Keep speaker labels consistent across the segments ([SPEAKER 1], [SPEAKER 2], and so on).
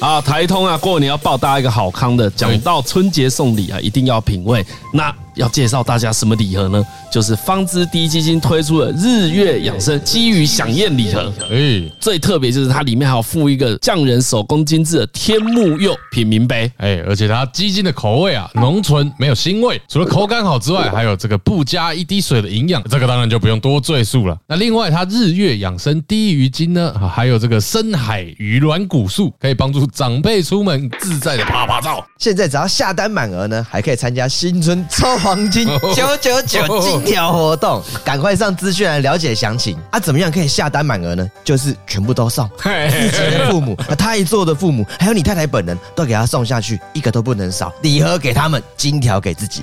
[SPEAKER 1] 啊，台通啊，过年要报大家一个好康的。讲到春节送礼啊，一定要品味。那要介绍大家什么礼盒呢？就是方知第一基金推出的日月养生基于响宴礼盒。
[SPEAKER 2] 哎
[SPEAKER 1] 最特别就是它里面还有附一个匠人手工精致的天目釉品茗杯。
[SPEAKER 2] 哎，而且它鸡精的口味啊，浓醇没有腥味，除了口感好之外，还有这个不加一滴水的营养，这个当然就不用多赘述了。那另外，它日月养生低鱼精呢，啊还有这个深海鱼软骨素，可以帮助长辈出门自在的啪啪照。
[SPEAKER 3] 现在只要下单满额呢，还可以参加新春抽黄金九九九金条活动，赶快上资讯来了解详情啊！怎么样可以下单满额呢？就是全部都送，自己的父母、啊他一做的父母，还有你太太本人都给他送下去，一个都不能少，礼盒给他们，金条给自己。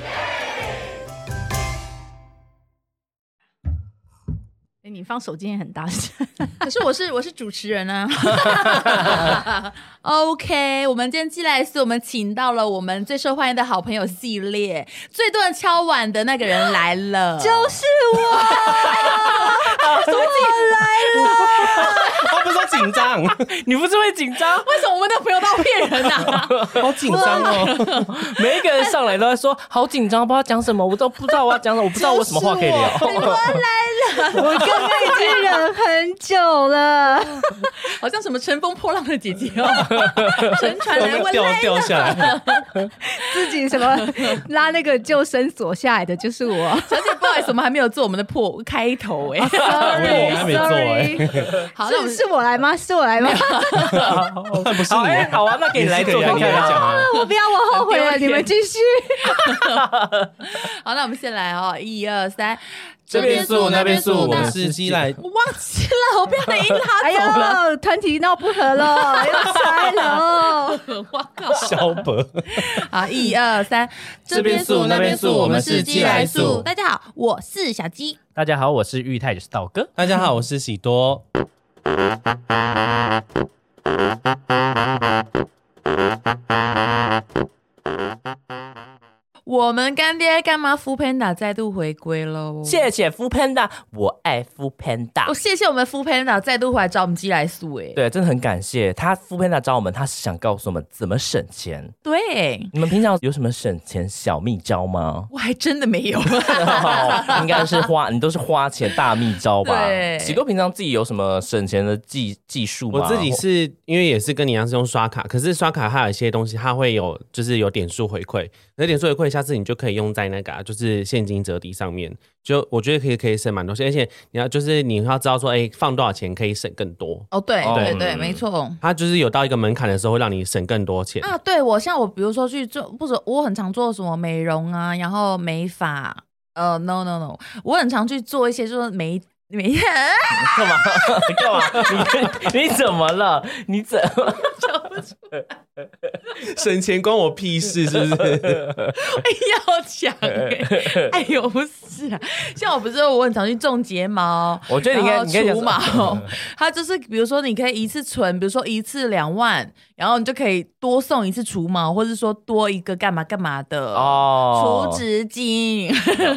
[SPEAKER 4] 哎你放手机也很大声。
[SPEAKER 5] 可是我是我是主持人啊。OK，我们今天寄来是我们请到了我们最受欢迎的好朋友系列，最多人敲碗的那个人来了，
[SPEAKER 4] 就是我，
[SPEAKER 6] 他不是说紧张，你不是会紧张？
[SPEAKER 5] 为什么我们的朋友都要骗人啊？
[SPEAKER 6] 好紧 张哦！每一个人上来都在说好紧张，不知道讲什么，我都不知道我要讲什么，我不知道我什么话可以聊。
[SPEAKER 4] 我跟那已经忍很久了。
[SPEAKER 5] 好像什么乘风破浪的姐 姐哦，乘船来问
[SPEAKER 6] 掉
[SPEAKER 5] 来
[SPEAKER 6] 掉
[SPEAKER 5] 了，
[SPEAKER 6] 下来，
[SPEAKER 4] 自己什么拉那个救生索下来的就是我。
[SPEAKER 5] 小姐不好意思，我们还没有做我们的破开 头
[SPEAKER 4] 哦
[SPEAKER 5] 哎、
[SPEAKER 6] 我们还没做哎
[SPEAKER 4] Sorry，
[SPEAKER 5] 好，那我
[SPEAKER 4] 是
[SPEAKER 5] 们
[SPEAKER 4] 是我来吗？是我来吗？
[SPEAKER 6] 那 不是你啊，
[SPEAKER 7] 好啊，那给你来
[SPEAKER 6] 你是
[SPEAKER 7] 做
[SPEAKER 6] 可以来
[SPEAKER 7] 看看
[SPEAKER 6] 讲
[SPEAKER 7] 啊。
[SPEAKER 6] 啊。
[SPEAKER 4] 我不要，我后悔了。
[SPEAKER 5] 很丢
[SPEAKER 4] 你
[SPEAKER 5] 脸
[SPEAKER 4] 们继续。
[SPEAKER 5] 好，那我们先来哦，一二三，
[SPEAKER 6] 这边是我那边是
[SPEAKER 5] 那
[SPEAKER 6] 我我们是鸡来，
[SPEAKER 5] 我忘记了，我不要再硬
[SPEAKER 4] 哎
[SPEAKER 5] 拉走了。
[SPEAKER 4] 呦，团体闹不和 了，要拆了哦。
[SPEAKER 5] 我靠！
[SPEAKER 6] 小伯，
[SPEAKER 5] 好，一二三，
[SPEAKER 6] 这边素那边素我们是鸡来素
[SPEAKER 5] 大家好，我是小鸡。
[SPEAKER 7] 大家好，我是玉泰，就是道哥。
[SPEAKER 6] 大家好，我是喜多。
[SPEAKER 5] 我们干爹干妈 f o o Panda 再度回归喽！
[SPEAKER 7] 谢谢 f Panda，我爱 f Panda
[SPEAKER 6] 哦
[SPEAKER 5] 我。谢谢我们 f o o Panda 再度回来找我们鸡来素、哎，
[SPEAKER 7] 对，真的很感谢他 f Panda 找我们，他是想告诉我们怎么省钱。
[SPEAKER 5] 对，？
[SPEAKER 7] 你们平常有什么省钱小秘招 吗
[SPEAKER 5] 我还真的没 有。
[SPEAKER 7] 应该是花，你都是花钱大秘招吧？
[SPEAKER 5] 对
[SPEAKER 7] 喜多平常自己有什么省钱的技技术吗？
[SPEAKER 6] 我自己是因为也是跟你一样是用刷卡，可是刷卡它有一些东西它会有就是有点数回馈，那点数回馈下次你就可以用在那个、啊、就是现金折抵上面，就我觉得可以可以省蛮多钱，而且你要就是你要知道说，哎、放多少钱可以省更多，
[SPEAKER 5] 哦，对
[SPEAKER 7] 哦
[SPEAKER 5] 对对，
[SPEAKER 7] 嗯
[SPEAKER 5] 没错。
[SPEAKER 6] 它就是有到一个门槛的时候会让你省更多钱。
[SPEAKER 5] 啊，对我像我，比如说去做，不是我很常做什么美容啊，然后美发，呃，no no no，我很常去做一些就是美美，
[SPEAKER 7] 干嘛干嘛？ 你你怎么了？你怎么？
[SPEAKER 6] 省钱关我屁事，是不是？
[SPEAKER 5] 要 讲、欸，哎呦，不是啊，像我不是我很常去种睫毛，
[SPEAKER 7] 我觉得你应
[SPEAKER 5] 然
[SPEAKER 7] 该
[SPEAKER 5] 后
[SPEAKER 7] 你应该讲
[SPEAKER 5] 除哦
[SPEAKER 7] 说
[SPEAKER 5] 毛， 它就是比如说你可以一次存，比如说一次两万，然后你就可以多送一次除毛，或者说多一个干嘛干嘛的
[SPEAKER 7] 哦
[SPEAKER 5] 除脂金，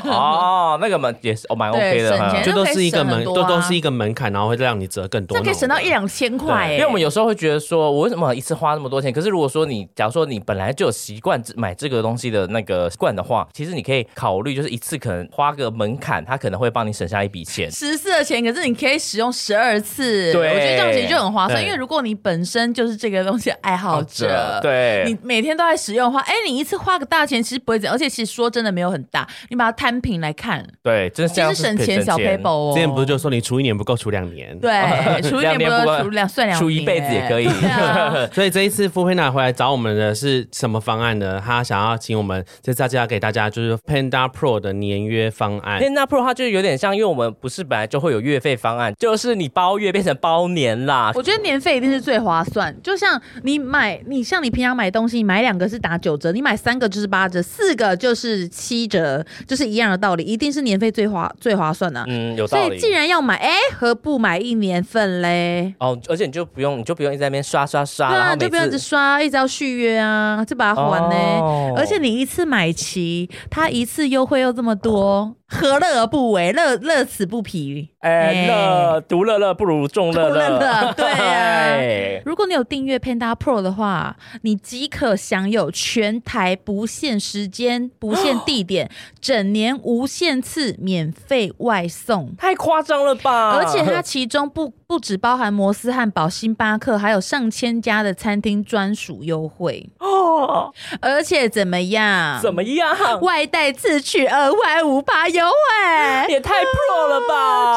[SPEAKER 7] 哦，那个蛮也是哦，蛮 OK
[SPEAKER 5] 对
[SPEAKER 7] 的
[SPEAKER 5] 省
[SPEAKER 7] 哈。
[SPEAKER 5] 钱
[SPEAKER 6] 就都是一个
[SPEAKER 5] 那可
[SPEAKER 6] 门，
[SPEAKER 5] 以省很
[SPEAKER 6] 都
[SPEAKER 5] 多啊
[SPEAKER 6] 都是一个门槛，然后会让你折更多
[SPEAKER 5] 这
[SPEAKER 6] 那
[SPEAKER 5] 可以
[SPEAKER 6] 种的。
[SPEAKER 5] 省到一两千块、欸，
[SPEAKER 7] 因为我们有时候会觉得说，我为什么一次花那么多钱？可是如果说你，假如说你本来就有习惯只买这个东西的那个习惯的话，其实你可以考虑，就是一次可能花个门槛，它可能会帮你省下一笔钱。
[SPEAKER 5] 十次的钱，可是你可以使用十二次，
[SPEAKER 7] 对
[SPEAKER 5] 我觉得这样其实就很划算。
[SPEAKER 7] 对
[SPEAKER 5] 因为如果你本身就是这个东西的爱好者，
[SPEAKER 7] 好者对
[SPEAKER 5] 你每天都在使用的话，哎，你一次花个大钱其实不会怎样，而且其实说真的没有很大，你把它摊平来看，
[SPEAKER 7] 对，真是这
[SPEAKER 5] 其
[SPEAKER 7] 样
[SPEAKER 5] 实
[SPEAKER 7] 是
[SPEAKER 5] 省
[SPEAKER 7] 可以
[SPEAKER 5] 钱小 paper 哦。
[SPEAKER 6] 之前不是就说你除一年不够，除两年。。
[SPEAKER 5] 对，哎除一
[SPEAKER 7] 两
[SPEAKER 5] 年
[SPEAKER 7] 年
[SPEAKER 5] 不
[SPEAKER 7] 不
[SPEAKER 5] 够
[SPEAKER 7] 够
[SPEAKER 5] 除两算两年，
[SPEAKER 7] 出一辈子也可以。
[SPEAKER 5] 对啊
[SPEAKER 6] 所以这一次付佩娜回来找我们的是什么方案呢？他想要请我们这次要介绍给大家就是 Panda Pro 的年约方案。
[SPEAKER 7] Panda Pro 它就有点像，因为我们不是本来就会有月费方案，就是你包月变成包年啦。
[SPEAKER 5] 我觉得年费一定是最划
[SPEAKER 7] 嗯
[SPEAKER 5] 算，就像你买，你像你平常买东西，你买两个是打九折，你买三个就是八折，四个就是七折，就是一样的道理，一定是年费最划最划算的、
[SPEAKER 7] 嗯，有
[SPEAKER 5] 所
[SPEAKER 7] 道
[SPEAKER 5] 以
[SPEAKER 7] 理
[SPEAKER 5] 既。然要买，哎、何不买一年份嘞？
[SPEAKER 7] 哦，而且你就不用，你就不用一直在那边刷刷刷
[SPEAKER 5] 对
[SPEAKER 7] 啦，然后
[SPEAKER 5] 啊，
[SPEAKER 7] 每
[SPEAKER 5] 就不要一直
[SPEAKER 7] 次
[SPEAKER 5] 刷，一直要续约啊，这把它还呢、
[SPEAKER 7] 哦
[SPEAKER 5] 而且你一次买齐，它一次优惠又这么多，何乐而不为？乐乐此不疲。
[SPEAKER 7] 哎
[SPEAKER 5] 哎
[SPEAKER 7] 乐独乐乐不如众乐
[SPEAKER 5] 众乐 乐对啊
[SPEAKER 7] 哎
[SPEAKER 5] 如果你有订阅 Panda Pro 的话，你即可享有全台不限时间、不限地点、整年无限次免费外送。
[SPEAKER 7] 太夸张了吧！
[SPEAKER 5] 而且它其中不不只包含摩斯汉堡、星巴克，还有上千家的餐厅专属优惠。
[SPEAKER 7] 哦，
[SPEAKER 5] 而且怎么样？
[SPEAKER 7] 怎么样？
[SPEAKER 5] 外带自取额外五八优惠，
[SPEAKER 7] 也太 pro 了 吧！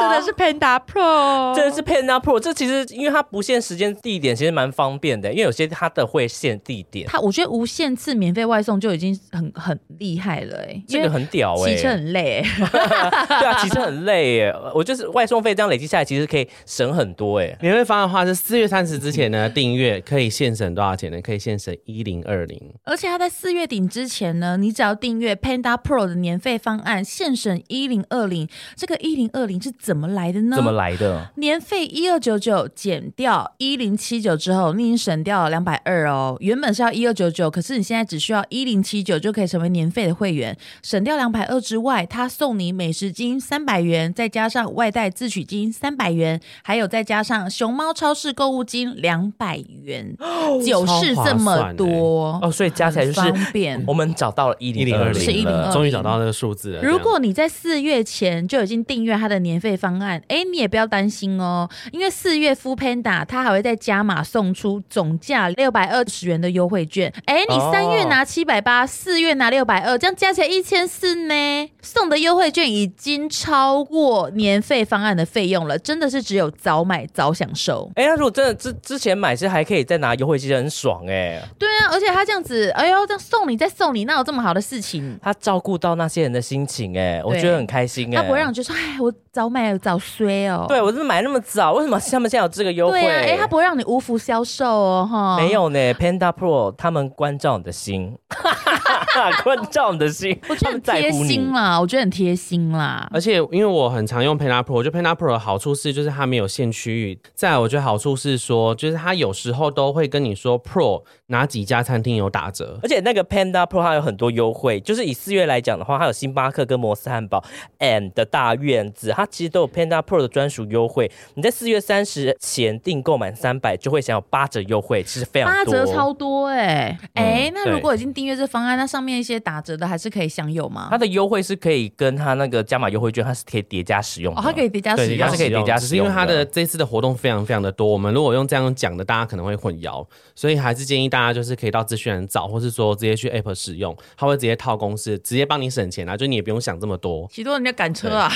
[SPEAKER 5] 真的是 Panda Pro，
[SPEAKER 7] 真的是 Panda Pro，这其实因为它不限时间地点，其实蛮方便的，因为有些它的会限地点，
[SPEAKER 5] 它，我觉得无限次免费外送就已经很很厉害了哎、欸，
[SPEAKER 7] 这个很屌
[SPEAKER 5] 因
[SPEAKER 7] 哎、
[SPEAKER 5] 为骑车很累、欸，
[SPEAKER 7] 对啊，骑车很累耶，我就是外送费这样累积下来，其实可以省很多哎。
[SPEAKER 6] 免费方案的话是四月三十之前 呢订阅，可以现省多少钱呢？可以现省一零二零。
[SPEAKER 5] 而且它在四月底之前呢，你只要订阅 Panda Pro 的年费方案，现省一零二零，这个一零二零是怎么来的呢？
[SPEAKER 7] 怎么来的？
[SPEAKER 5] 年费一二九九减掉一零七九之后，你已经省掉了两百二哦。原本是要一二九九，可是你现在只需要一零七九就可以成为年费的会员，省掉两百二之外，他送你美食金三百元，再加上外带自取金三百元，还有再加上熊猫超市购物金两百 元，九是这么多
[SPEAKER 7] 哦，所以加起来就是
[SPEAKER 5] 很方便
[SPEAKER 7] 我们找到了一零二
[SPEAKER 6] 1020
[SPEAKER 7] 零，
[SPEAKER 5] 是1020
[SPEAKER 6] 终于找到那个数字了。
[SPEAKER 5] 如果你在四月前就已经订阅它的年费方案，哎，你也不要担心哦，因为四月 f o o Panda 它还会再加码送出总价六百二十元的优惠券，哎，你
[SPEAKER 7] 哦
[SPEAKER 5] 三月拿七百八，四月拿六百二，这样加起来一千四呢，送的优惠券已经超过年费方案的费用了，真的是只有早买早享受。
[SPEAKER 7] 哎，那如果真的之之前买，其实还可以再拿优惠，其实很爽哎。
[SPEAKER 5] 对啊，而且它这样子，哎呦，这样送你再送你，哪有这么好的事情？
[SPEAKER 7] 他照顾到那些人的心情哎，我觉得很开心哎。
[SPEAKER 5] 它不会让你觉得说，哎，我早买早衰哦。
[SPEAKER 7] 对我是买那么早，为什么他们现在有这个优惠？
[SPEAKER 5] 对啊，哎、它不会让你无福消受哦，哈。
[SPEAKER 7] 没，有呢，Panda Pro 他们关照你的心， 关照你的心，
[SPEAKER 5] 我觉得
[SPEAKER 7] 他们
[SPEAKER 5] 很
[SPEAKER 7] 在
[SPEAKER 5] 贴
[SPEAKER 7] 乎
[SPEAKER 5] 心啊
[SPEAKER 7] 你。
[SPEAKER 5] 啦，我觉得很贴心啦。
[SPEAKER 6] 而且因为我很常用 Pena Pro，我觉得 Pena Pro 的好处是就是它没有限区域，再来我觉得好处是说就是它有时候都会跟你说 Pro 哪几家餐厅有打折。
[SPEAKER 7] 而且那个 Panda Pro 它有很多优惠，就是以四月来讲的话，它有星巴克跟摩斯汉堡 and 的大院子，它其实都有 Panda Pro 的专属优惠。你在四月三十前订购满三百，就会享有八折优惠，其实非常
[SPEAKER 5] 八
[SPEAKER 7] 多。哦嗯
[SPEAKER 5] 折超多哎、哎、那如
[SPEAKER 7] 对
[SPEAKER 5] 果已经订阅这方案，那上面一些打折的还是可以享有吗
[SPEAKER 7] 它？的优惠是可以跟它那个加码优惠券，它是可以叠加使用的。
[SPEAKER 5] 哦，它可以叠加
[SPEAKER 6] 对，
[SPEAKER 5] 使
[SPEAKER 6] 叠
[SPEAKER 5] 用
[SPEAKER 6] 加
[SPEAKER 7] 它是可以
[SPEAKER 6] 使用
[SPEAKER 7] 叠加
[SPEAKER 6] 只
[SPEAKER 7] 使
[SPEAKER 6] 是因
[SPEAKER 7] 用
[SPEAKER 6] 为
[SPEAKER 7] 的
[SPEAKER 6] 它的这次的活动非常非常的多，我们如果用这样讲的，大家可能会混淆，所以还是建议大家就是可以到资讯栏找，或是说直接去 App 使用，它会直接套公式，直接帮你省钱啊，就你也不用想这么多。
[SPEAKER 5] 许多人在赶车啊，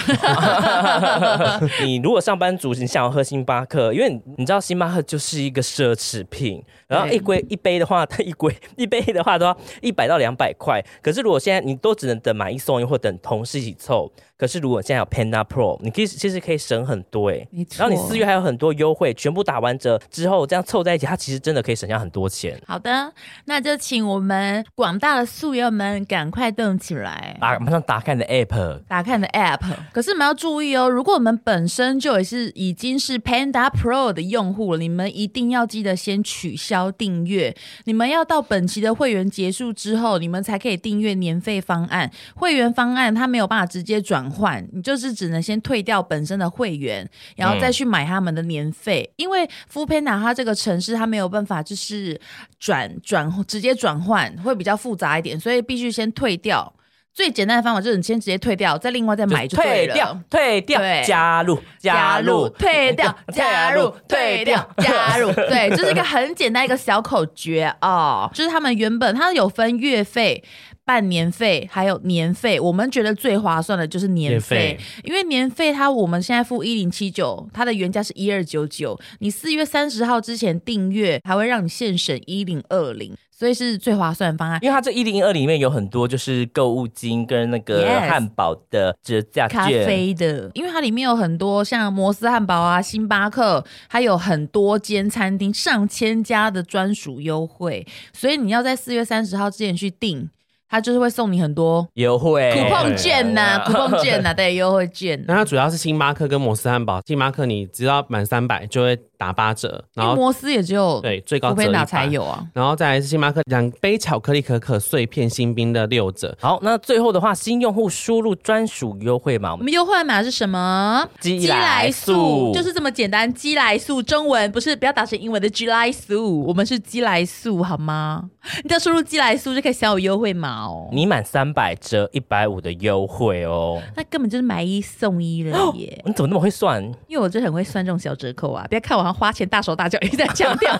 [SPEAKER 7] 你如果上班族，你想要喝星巴克，因为你你知道星巴克就是一个奢侈品，然后
[SPEAKER 5] 对
[SPEAKER 7] 一杯一杯的话，它一杯 一杯的话都要一百到两百块。可是如果现在你都只能等买一送一或等同事一起凑，可是如果现在有 Panda Pro，你可以其实可以省很多哎、
[SPEAKER 5] 没错
[SPEAKER 7] 然后你四月还有很多优惠，全部打完折之后这样凑在一起，它其实真的可以省下很多钱。
[SPEAKER 5] 好的，那就请我们广大的宿友们赶快动起来。
[SPEAKER 7] 打啊马上打开你的 App，
[SPEAKER 5] 打开你的 App，可是你们要注意哦，如果我们本身就也是已经是 Panda Pro 的用户了，你们一定要记得先取消订阅。你们要到本期的会员结束之后，你们才可以订阅年费方案。会员方案它没有办法直接转换，你就是只能先退掉本身的会员，然后再去买他们的年费。因为 f o o Panda 它这个城市它没有办法就是转转直接转换，会比较复杂一点，所以必须先退掉。最简单的方法就是你先直接退掉，再另外再买就对
[SPEAKER 7] 退
[SPEAKER 5] 了。
[SPEAKER 7] 掉，退掉，
[SPEAKER 5] 对
[SPEAKER 7] 加入，加入，
[SPEAKER 5] 退掉， 加入，退掉， 加入，对，这、是一个很简单一个小口诀哦。就是他们原本它有分月费。半年费还有年费，我们觉得最划算的就是年费
[SPEAKER 6] 年费，
[SPEAKER 5] 因为年费它我们现在付一零七九，它的原价是一二九九，你四月三十号之前订阅还会让你现省一零二零，所以是最划算的方案。
[SPEAKER 7] 因为它这一零二里面有很多就是购物金跟那个
[SPEAKER 5] Yes
[SPEAKER 7] 汉堡的折
[SPEAKER 6] 啊
[SPEAKER 7] 价
[SPEAKER 5] 咖
[SPEAKER 7] 券。
[SPEAKER 5] 啡的，因为它里面有很多像摩斯汉堡啊、星巴克，还有很多间餐厅上千家的专属优惠，所以你要在四月三十号之前去订，它就是会送你很多
[SPEAKER 7] 优惠
[SPEAKER 6] 哎
[SPEAKER 5] 酷碰券呐、酷碰 券呐、对，优惠券、
[SPEAKER 6] 那它主要是星巴克跟摩斯汉堡，星巴克你只要满三百就会打八折，然
[SPEAKER 5] 因为
[SPEAKER 6] 后
[SPEAKER 5] 摩斯也只有
[SPEAKER 6] 对最高
[SPEAKER 5] 福
[SPEAKER 6] 折
[SPEAKER 5] 佩达
[SPEAKER 6] 100
[SPEAKER 5] 才。有啊。
[SPEAKER 6] 然后再来是星巴克两杯巧克力可可碎片新冰的六折，
[SPEAKER 7] 好，那最后的话，新用户输入专属优惠码，我
[SPEAKER 5] 我
[SPEAKER 7] 们
[SPEAKER 5] 们优惠码是什么？
[SPEAKER 7] 鸡
[SPEAKER 5] 来
[SPEAKER 7] 来素
[SPEAKER 5] 就是这么简单。鸡来素中文不是不要打成英文的鸡来素，我们是鸡来素好吗？你只要输入鸡来素就可以享有优惠码哦。
[SPEAKER 7] 你满三百折一百五的优惠哦。
[SPEAKER 5] 那根本就是买一送一了耶！
[SPEAKER 7] 你怎么那么会算？
[SPEAKER 5] 因为我就很会算这种小折扣啊，不要看我好像花钱大手大脚，一直在强 调。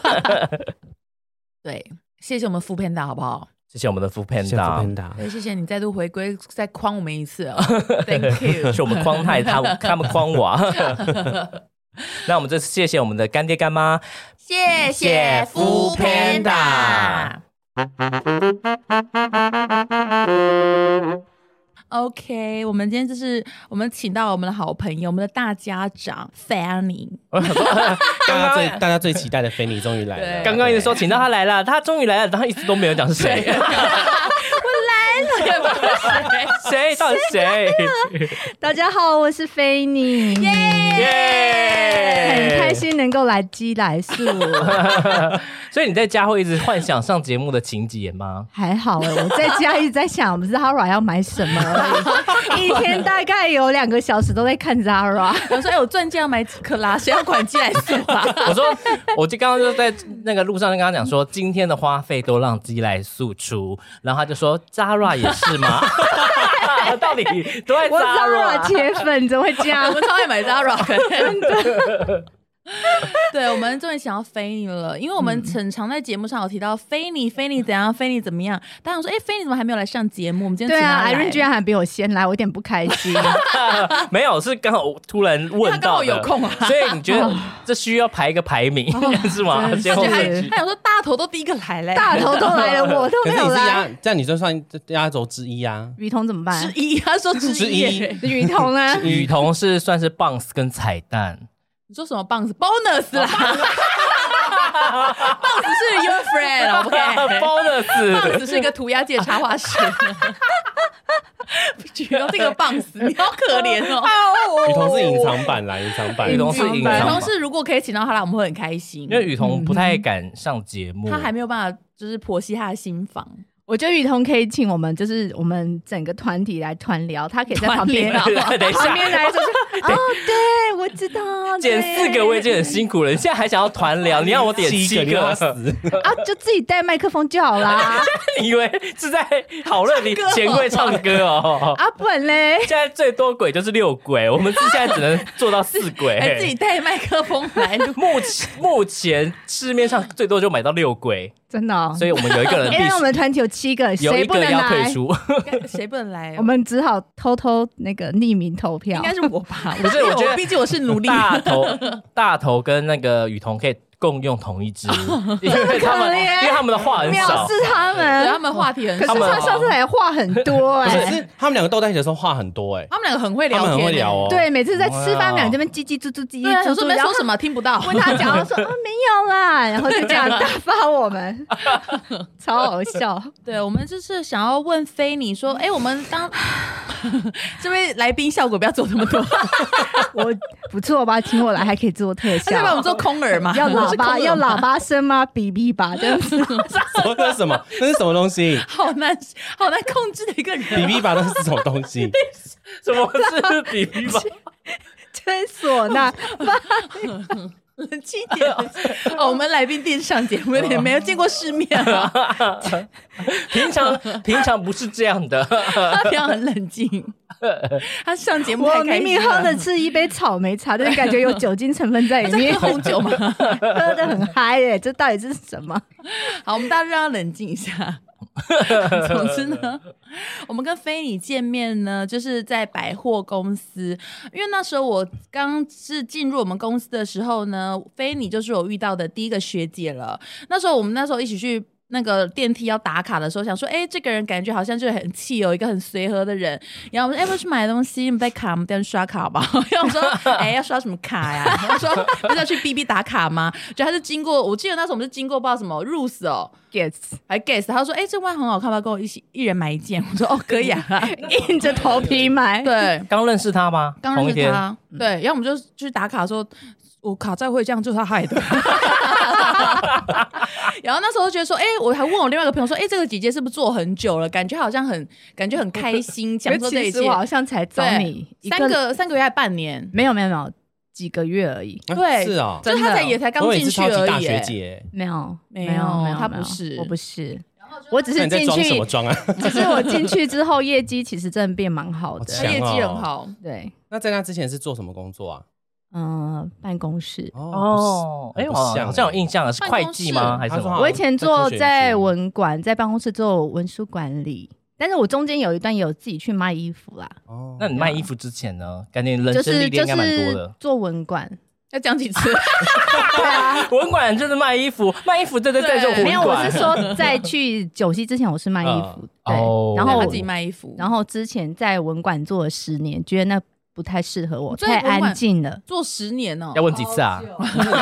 [SPEAKER 5] 对，谢谢我们副片大，好不好？
[SPEAKER 7] 谢谢我们的 Food
[SPEAKER 6] 谢谢
[SPEAKER 7] Panda，
[SPEAKER 6] Foodpanda
[SPEAKER 5] 对，谢谢你再度回归，再框我们一次哦。Thank you，
[SPEAKER 7] 是我们框太他， 他们框我。那我们这次谢谢我们的干爹干妈，
[SPEAKER 5] 谢谢副片大。OK，我们今天就是我们请到我们的好朋友，我们的大家长 Fanny。
[SPEAKER 7] 刚
[SPEAKER 6] 大家最
[SPEAKER 7] 刚
[SPEAKER 6] 大家最期待的菲尼终于来
[SPEAKER 5] 对
[SPEAKER 6] 了，
[SPEAKER 7] 刚刚一直说请到他来了，他终于来了，然后一直都没有讲是 谁，
[SPEAKER 5] 我来了，
[SPEAKER 7] 谁到底谁？
[SPEAKER 4] 大家好，我是菲尼，耶、
[SPEAKER 7] 耶
[SPEAKER 4] 很开。心能够来鸡来素，
[SPEAKER 7] 所以你在家会一直幻想上节目的情节吗？
[SPEAKER 4] 还好哎、我在家一直在想，我们 Zara 要买什么而已，一天大概有两个小时都在看 Zara。
[SPEAKER 5] 我说哎，我钻戒要买几克拉，谁要管寄来素 啊？
[SPEAKER 7] 我说，我就刚刚就在那个路上就跟他讲说，今天的花费都让鸡来诉出，然后他就说，Zara 也是吗？ 到底都在
[SPEAKER 4] 我
[SPEAKER 5] 啊
[SPEAKER 4] Zara
[SPEAKER 7] Zara？
[SPEAKER 4] 铁粉怎么会这样
[SPEAKER 5] 我？们超爱买 Zara，真的。 对，我们终于想要菲尼了，因为我们
[SPEAKER 4] 嗯
[SPEAKER 5] 很常在节目上有提到菲尼，菲尼怎样，菲尼怎么样。当然说，哎、菲尼怎么还没有来上节目？我们今天
[SPEAKER 4] 对
[SPEAKER 5] 请
[SPEAKER 4] 啊
[SPEAKER 5] 他来
[SPEAKER 4] ，Irene 居然还比我先来，我有点不 开心。
[SPEAKER 7] 没有，是刚好我突然问到
[SPEAKER 5] 因
[SPEAKER 7] 的
[SPEAKER 5] 为他刚好有空啊哦
[SPEAKER 7] 所以你觉得这需要排一个排名 是吗？
[SPEAKER 4] 真是
[SPEAKER 7] 先
[SPEAKER 5] 他
[SPEAKER 7] 后
[SPEAKER 5] 就
[SPEAKER 7] 顺
[SPEAKER 5] 还
[SPEAKER 7] 序
[SPEAKER 5] 他想说大头都第一个来嘞，
[SPEAKER 4] 大头都来 了，我都没
[SPEAKER 6] 可是你
[SPEAKER 4] 有
[SPEAKER 6] 是压
[SPEAKER 4] 来。，
[SPEAKER 6] 这样你就算压轴之一啊。
[SPEAKER 4] 雨桐怎么办
[SPEAKER 5] 之？一，他说之
[SPEAKER 6] 之
[SPEAKER 5] 一
[SPEAKER 6] 一
[SPEAKER 5] 耶。
[SPEAKER 4] 雨桐
[SPEAKER 5] 啊
[SPEAKER 4] 呢？
[SPEAKER 7] 雨桐是算是 bounce 跟彩 蛋，
[SPEAKER 5] 你说什么 bounce bonus 啦
[SPEAKER 4] 哦
[SPEAKER 5] ？bounce 是 your friend，OK？
[SPEAKER 7] bonus
[SPEAKER 5] 只是一个涂鸦界插画师，举到这个 bounce，你好可怜哦。
[SPEAKER 6] 雨桐是隐藏版啦，隐藏版。
[SPEAKER 7] 雨桐是隐
[SPEAKER 5] 对，
[SPEAKER 7] 藏
[SPEAKER 5] 同
[SPEAKER 7] 版，
[SPEAKER 5] 事如果可以请到他来，我们会很开心，
[SPEAKER 7] 因为雨桐不太敢上节目，
[SPEAKER 5] 嗯他还没有办法就是剖析他的心房。
[SPEAKER 4] 我觉得雨桐可以请我们，就是我们整个团体来团聊，他可以在旁边
[SPEAKER 5] 团
[SPEAKER 7] 等一下
[SPEAKER 4] 旁边来 就是哦，对，我知道，
[SPEAKER 7] 剪
[SPEAKER 4] 对
[SPEAKER 7] 四个我已经很辛苦了，你现在还想要团聊？你让我点
[SPEAKER 6] 七
[SPEAKER 7] 七
[SPEAKER 6] 个你要死
[SPEAKER 7] 个？
[SPEAKER 4] 啊，就自己带麦克风就好啦。
[SPEAKER 7] 你以为是在讨论你钱柜唱歌 哦？
[SPEAKER 4] 啊，不然嘞，
[SPEAKER 7] 现在最多鬼就是六鬼，我们现在只能做到四 鬼。。
[SPEAKER 5] 哎，自己带麦克风来录
[SPEAKER 7] 目前目前市面上最多就买到六鬼，
[SPEAKER 4] 真的哦。
[SPEAKER 7] 所以我们有一 个人
[SPEAKER 4] 因为我
[SPEAKER 7] 必
[SPEAKER 4] 们团体有七个，
[SPEAKER 7] 须有
[SPEAKER 4] 谁
[SPEAKER 7] 一
[SPEAKER 4] 不
[SPEAKER 7] 个
[SPEAKER 4] 能
[SPEAKER 7] 人要退
[SPEAKER 4] 来？
[SPEAKER 7] 出。
[SPEAKER 5] 谁不能来？哦
[SPEAKER 4] 我们只好偷偷那个匿名投 票。
[SPEAKER 5] 应该是我吧？
[SPEAKER 7] 不是
[SPEAKER 5] 因为
[SPEAKER 7] 我觉得
[SPEAKER 5] 毕竟我是奴隶。
[SPEAKER 7] 大头大头跟那个雨桐可以共用同一 支，因为他们因为他们的话很
[SPEAKER 4] 藐
[SPEAKER 7] 少
[SPEAKER 4] 视。他
[SPEAKER 5] 对
[SPEAKER 4] 们，哦
[SPEAKER 5] 他们话题很
[SPEAKER 4] 可是
[SPEAKER 5] 少，
[SPEAKER 7] 们
[SPEAKER 4] 他上次来话很 多
[SPEAKER 6] 可
[SPEAKER 4] 哎、
[SPEAKER 6] 是他们两个斗在一起的时候话很多哎，
[SPEAKER 5] 他们两个很会聊
[SPEAKER 6] 他
[SPEAKER 5] 天，
[SPEAKER 6] 们很会聊哦。
[SPEAKER 4] 对，每次在吃饭，两这边叽叽嘟嘟叽
[SPEAKER 5] 对啊。
[SPEAKER 4] 叽
[SPEAKER 5] 想
[SPEAKER 4] 嘟
[SPEAKER 5] 说
[SPEAKER 4] 嘟，
[SPEAKER 5] 没
[SPEAKER 4] 然后
[SPEAKER 5] 说什么，听不到。
[SPEAKER 4] 问他讲，他说 啊没有啦，然后就这样打发我们，超好笑。
[SPEAKER 5] 对，我们就是想要问菲你说，哎，我们当 这位来宾效果不要做那么多，
[SPEAKER 4] 我不错吧？请我来还可以做特
[SPEAKER 5] 他要
[SPEAKER 4] 效
[SPEAKER 5] 啊不，然我们做空耳嘛？
[SPEAKER 4] 要
[SPEAKER 5] 我们
[SPEAKER 4] 喇
[SPEAKER 5] 是空
[SPEAKER 4] 叭
[SPEAKER 5] 耳
[SPEAKER 4] 要
[SPEAKER 5] 嘛
[SPEAKER 4] 喇叭声吗？比比吧，这 样子。
[SPEAKER 6] 什么那是什么？那是什么东西？
[SPEAKER 5] 好难好难控制的一个
[SPEAKER 6] 比
[SPEAKER 5] 人。啊
[SPEAKER 6] 比吧，那是什么东西？
[SPEAKER 7] 什么是比比吧？
[SPEAKER 4] 吹唢呐，
[SPEAKER 5] 冷静一点，哦，我们来宾第一次上节目，有点没有见过世面啊，
[SPEAKER 7] 平常平常不是这样的，
[SPEAKER 5] 他平常很冷静。他上节目
[SPEAKER 4] 我
[SPEAKER 5] 太开
[SPEAKER 4] 明
[SPEAKER 5] 心啊
[SPEAKER 4] 明喝的
[SPEAKER 5] 了，
[SPEAKER 4] 是一杯草莓茶，但是感觉有酒精成分在里 面，
[SPEAKER 5] 喝红酒嘛。
[SPEAKER 4] 喝的很嗨耶！这到底是什么？
[SPEAKER 5] 好，我们大家让他冷静一 下。总之呢，我们跟菲尼见面呢，就是在百货公司，因为那时候我刚是进入我们公司的时候呢，菲尼就是我遇到的第一个学姐了。那时候我们那时候一起去。那个电梯要打卡的时候，想说，哎、这个人感觉好像就是很气哦，一个很随和的人。然后我们说，哎、要不要去买东西？你们带卡吗，我们带去刷卡吧。 然后我说，哎、要刷什么卡呀？我说，不是要去 BB 打卡吗？就他是经过，我记得那时候我们是经过不知道什么 Rose 哦，
[SPEAKER 4] Yes，
[SPEAKER 5] 还 guess，他说：“哎、这万很好看吧？跟我一起一人买一件。”我说：“哦，可以啊。
[SPEAKER 4] 硬着头皮”买。
[SPEAKER 5] 对，
[SPEAKER 7] 刚认识他吗？
[SPEAKER 5] 刚认
[SPEAKER 7] 同一
[SPEAKER 5] 识
[SPEAKER 7] 天
[SPEAKER 6] 嗯
[SPEAKER 5] 他，对，然后我们就去打卡说，我卡债会这样就是他害的。 然后那时候觉得说，哎、我还问我另外一个朋友说，哎、这个姐姐是不是做很久了？感觉好像很，感觉很开心，享受这
[SPEAKER 4] 其
[SPEAKER 5] 一切
[SPEAKER 4] 实。我好像才找
[SPEAKER 5] 对
[SPEAKER 4] 你一
[SPEAKER 5] 三个三个月还半年，
[SPEAKER 4] 没有没有没有几个月而已，
[SPEAKER 6] 啊
[SPEAKER 5] 对
[SPEAKER 6] 是哦，
[SPEAKER 5] 就是
[SPEAKER 4] 真的
[SPEAKER 5] 他才也才刚
[SPEAKER 6] 我以为
[SPEAKER 5] 进
[SPEAKER 6] 是
[SPEAKER 5] 去
[SPEAKER 6] 超级
[SPEAKER 5] 而
[SPEAKER 6] 大
[SPEAKER 5] 已、
[SPEAKER 6] 学
[SPEAKER 5] 哎
[SPEAKER 6] 姐，
[SPEAKER 4] 没有
[SPEAKER 5] 没
[SPEAKER 4] 没有
[SPEAKER 5] 有
[SPEAKER 4] 没有，
[SPEAKER 5] 他不
[SPEAKER 4] 没有
[SPEAKER 5] 是
[SPEAKER 4] 我不是，我只
[SPEAKER 6] 那
[SPEAKER 4] 是
[SPEAKER 6] 你在
[SPEAKER 4] 进
[SPEAKER 6] 装什
[SPEAKER 4] 去
[SPEAKER 6] 么，装啊？
[SPEAKER 4] 只是我进去之后业绩其实真的变蛮好
[SPEAKER 6] 好
[SPEAKER 4] 的，
[SPEAKER 5] 他业绩
[SPEAKER 6] 强哦
[SPEAKER 5] 很好。
[SPEAKER 4] 对，
[SPEAKER 6] 那在那之前是做什么工作啊？
[SPEAKER 4] 嗯、办公室。
[SPEAKER 6] 哦，
[SPEAKER 7] 哦，
[SPEAKER 6] 很
[SPEAKER 7] 哎，
[SPEAKER 6] 不
[SPEAKER 7] 我
[SPEAKER 6] 像
[SPEAKER 7] 好像有
[SPEAKER 6] 欸
[SPEAKER 7] 印象了，是
[SPEAKER 5] 办
[SPEAKER 7] 会
[SPEAKER 5] 公
[SPEAKER 7] 计
[SPEAKER 5] 室
[SPEAKER 7] 吗？还是
[SPEAKER 6] 他
[SPEAKER 7] 什
[SPEAKER 6] 说
[SPEAKER 7] 么
[SPEAKER 6] 好
[SPEAKER 4] 我以前做在
[SPEAKER 6] 我
[SPEAKER 4] 文馆，在办公室做文书管理，但是我中间有一段有自己去卖衣服啦，
[SPEAKER 6] 哦
[SPEAKER 7] 那你卖衣服之前呢？感觉你人
[SPEAKER 4] 就
[SPEAKER 7] 生历
[SPEAKER 4] 是
[SPEAKER 7] 练
[SPEAKER 4] 就
[SPEAKER 7] 应该蛮多
[SPEAKER 4] 是
[SPEAKER 7] 的。
[SPEAKER 4] 做文管，
[SPEAKER 5] 要讲几 次？
[SPEAKER 7] 文馆就是卖衣服，卖衣服，对对对，
[SPEAKER 5] 对
[SPEAKER 7] 就文
[SPEAKER 4] 没有，我
[SPEAKER 7] 馆
[SPEAKER 4] 是说在去九溪之前我是卖衣服，对，
[SPEAKER 7] 哦
[SPEAKER 4] 然
[SPEAKER 5] 让
[SPEAKER 4] 后
[SPEAKER 5] 他
[SPEAKER 4] 我
[SPEAKER 5] 自己卖衣服，
[SPEAKER 4] 然后之前在文馆做了十年，觉得那不太适合我，
[SPEAKER 5] 在
[SPEAKER 4] 太
[SPEAKER 5] 文馆
[SPEAKER 4] 安 静了，
[SPEAKER 5] 做十年哦、
[SPEAKER 7] 要问几次啊？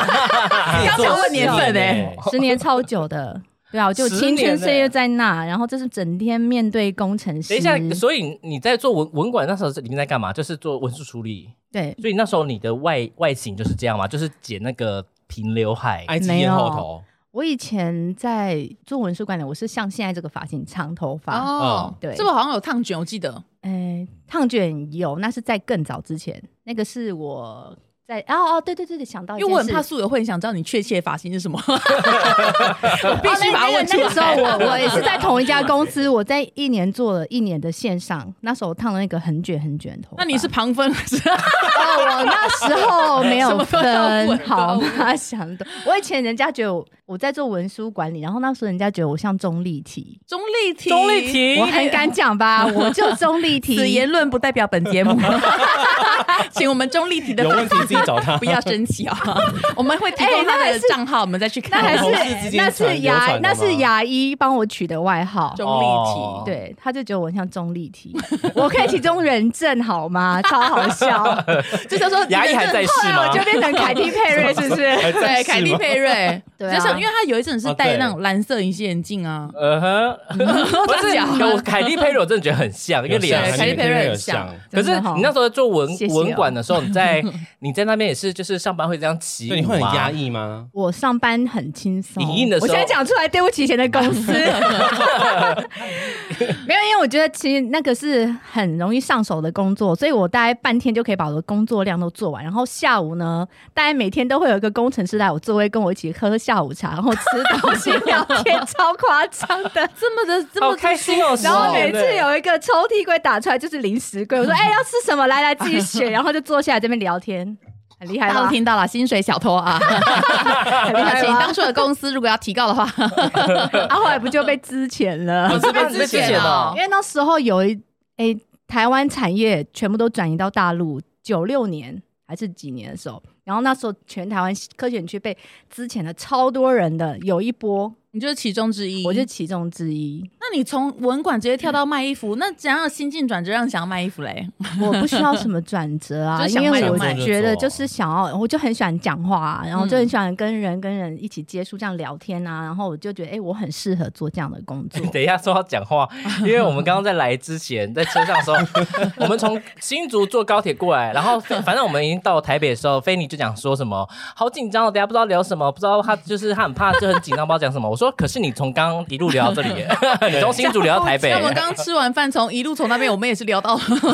[SPEAKER 5] 刚才问年份呢、
[SPEAKER 7] 欸
[SPEAKER 4] 十年超久的。对啊，我就
[SPEAKER 7] 十
[SPEAKER 4] 青春
[SPEAKER 7] 年
[SPEAKER 4] 岁月
[SPEAKER 7] 欸
[SPEAKER 4] 在那，然后就是整天面对工程师。
[SPEAKER 7] 等一下，所以你在做文文管那时候是你们在干嘛？就是做文书处理，
[SPEAKER 4] 对，
[SPEAKER 7] 所以那时候你的外外形就是这样嘛，就是剪那个平刘海。
[SPEAKER 6] 埃及
[SPEAKER 4] 没
[SPEAKER 6] 艳
[SPEAKER 4] 有
[SPEAKER 6] 后头，
[SPEAKER 4] 我以前在做文书管理，我是像现在这个发型，长头发。
[SPEAKER 5] 哦
[SPEAKER 6] 嗯，
[SPEAKER 4] 对
[SPEAKER 5] 是不是好像有烫卷？我记得
[SPEAKER 4] 哎，烫卷有，那是在更早之前，那个是我在哦哦，对对对对，想到一
[SPEAKER 5] 因
[SPEAKER 4] 件
[SPEAKER 5] 为
[SPEAKER 4] 事，
[SPEAKER 5] 我很怕素友会很想知道你确切发型是什么， 我
[SPEAKER 4] 哦
[SPEAKER 5] 必须把它问
[SPEAKER 4] 那
[SPEAKER 5] 出
[SPEAKER 4] 个
[SPEAKER 5] 来。
[SPEAKER 4] 时候我我也是在同一家公 司，我在一年做了一年的线上，那时候我烫了那个很卷很卷的头发。
[SPEAKER 5] 那你是旁分还是？
[SPEAKER 4] 哦，我那时候没
[SPEAKER 5] 什
[SPEAKER 4] 有
[SPEAKER 5] 么都要
[SPEAKER 4] 分
[SPEAKER 5] 问
[SPEAKER 4] 好
[SPEAKER 5] 都要问
[SPEAKER 4] 把它想的。我以前人家觉得我我在做文书管理，然后那时候人家觉得我像钟丽缇，
[SPEAKER 5] 钟丽缇，
[SPEAKER 7] 钟丽，缇，
[SPEAKER 4] 我很敢讲吧，我就钟丽缇。
[SPEAKER 5] 此 言论不代表本节目， 请我们钟丽缇的
[SPEAKER 6] 有问题自己找他
[SPEAKER 5] 不。要生气啊，我们会提
[SPEAKER 4] 哎
[SPEAKER 5] 供
[SPEAKER 4] 那
[SPEAKER 5] 他
[SPEAKER 4] 还
[SPEAKER 5] 的
[SPEAKER 4] 是
[SPEAKER 5] 账号，我们再去
[SPEAKER 4] 哎那
[SPEAKER 5] 看。
[SPEAKER 4] 还
[SPEAKER 6] 同事之
[SPEAKER 4] 是
[SPEAKER 6] 间
[SPEAKER 4] 那
[SPEAKER 6] 传
[SPEAKER 4] 是
[SPEAKER 6] 流
[SPEAKER 4] 牙
[SPEAKER 6] 传的
[SPEAKER 4] 那
[SPEAKER 6] 吗
[SPEAKER 4] 是牙医帮我取的外号，
[SPEAKER 5] 钟丽
[SPEAKER 7] 哦
[SPEAKER 5] 缇，
[SPEAKER 4] 对，他就觉得我像钟丽缇， 我可以其中人证好吗？超好笑，
[SPEAKER 5] 这就 说
[SPEAKER 7] 牙医还在世吗
[SPEAKER 4] 我？啊就变成凯蒂佩瑞，是不是？
[SPEAKER 5] 对凯蒂佩瑞，
[SPEAKER 4] 对啊
[SPEAKER 5] 就是因为他有一阵子是戴
[SPEAKER 6] 哦
[SPEAKER 5] 那种蓝色隐形眼镜啊，
[SPEAKER 7] 呃 哼，不是
[SPEAKER 5] 假
[SPEAKER 7] 我凯蒂佩瑞，我真的觉得很像，因为脸
[SPEAKER 5] 像
[SPEAKER 7] 很
[SPEAKER 5] 凯蒂佩瑞
[SPEAKER 6] 有
[SPEAKER 5] 很像
[SPEAKER 6] 像。
[SPEAKER 7] 可是
[SPEAKER 4] 真的哦
[SPEAKER 7] 你那时候在做文
[SPEAKER 4] 谢谢哦
[SPEAKER 7] 文管的时候，你在你在那边也是，就是上班会这样起舞啊
[SPEAKER 6] 对，你会
[SPEAKER 7] 吗
[SPEAKER 6] 很压，抑吗？
[SPEAKER 4] 我上班很轻松。
[SPEAKER 7] 你硬的时候
[SPEAKER 4] 我现在讲出来，对不起以前的公 司。没有，因为我觉得其实那个是很容易上手的工作，所以我大概半天就可以把我的工作量都做完。然后下午呢，大概每天都会有一个工程师来我座位跟我一起喝下午茶，然后吃东西聊天，超夸张 的。
[SPEAKER 5] 这么的这
[SPEAKER 7] 好
[SPEAKER 5] 么
[SPEAKER 7] 开心哦！
[SPEAKER 4] 然后
[SPEAKER 7] 是哦
[SPEAKER 4] 每次有一个抽屉柜打出来就是零食柜，我 说：“哎、要吃什么？来来，自己选。”然后就坐下来这边聊天，很厉害
[SPEAKER 5] 大家
[SPEAKER 4] 吧
[SPEAKER 5] 都？听到了，薪水小偷啊！
[SPEAKER 4] 很厉 害
[SPEAKER 5] 请
[SPEAKER 4] 吧
[SPEAKER 5] 当？初的公司如果要提高的话，
[SPEAKER 4] 啊，后来不就被支遣了？
[SPEAKER 5] 这 边啊
[SPEAKER 7] 之前哦。
[SPEAKER 4] 因为那时候有一诶、台湾产业全部都转移到大陆，九六年还是几年的时候，然后那时候全台湾科学园区被之前的超多人的有一波，
[SPEAKER 5] 你就是其中之一。
[SPEAKER 4] 我就其中之一。
[SPEAKER 5] 那你从文管直接跳到卖衣服，那怎样的心境转折让你想要卖衣服嘞？
[SPEAKER 4] 我不需要什么转折啊，
[SPEAKER 5] 就想
[SPEAKER 4] 因
[SPEAKER 5] 卖
[SPEAKER 4] 为
[SPEAKER 5] 就
[SPEAKER 4] 我
[SPEAKER 5] 卖
[SPEAKER 4] 觉得就是想要，我就很喜欢讲话、啊，
[SPEAKER 5] 嗯
[SPEAKER 4] 然后就很喜欢跟人跟人一起接触，这样聊天啊，然后我就觉得诶，我很适合做这样的工作
[SPEAKER 7] 等一下说要讲话，因为我们刚刚在来之前，在车上的时候， 我们从新竹坐高铁过来，然后反正我们已经到台北的时候，菲尼就讲说什么好紧张哦，等一下不知道聊什么，不知道他就是他很怕，就很紧张，不知道讲什么。我说可是你从刚刚一路聊到这里 耶，你从新竹聊到台北
[SPEAKER 5] 那，我们刚吃完饭，从一路从那边，我们也是聊到， 不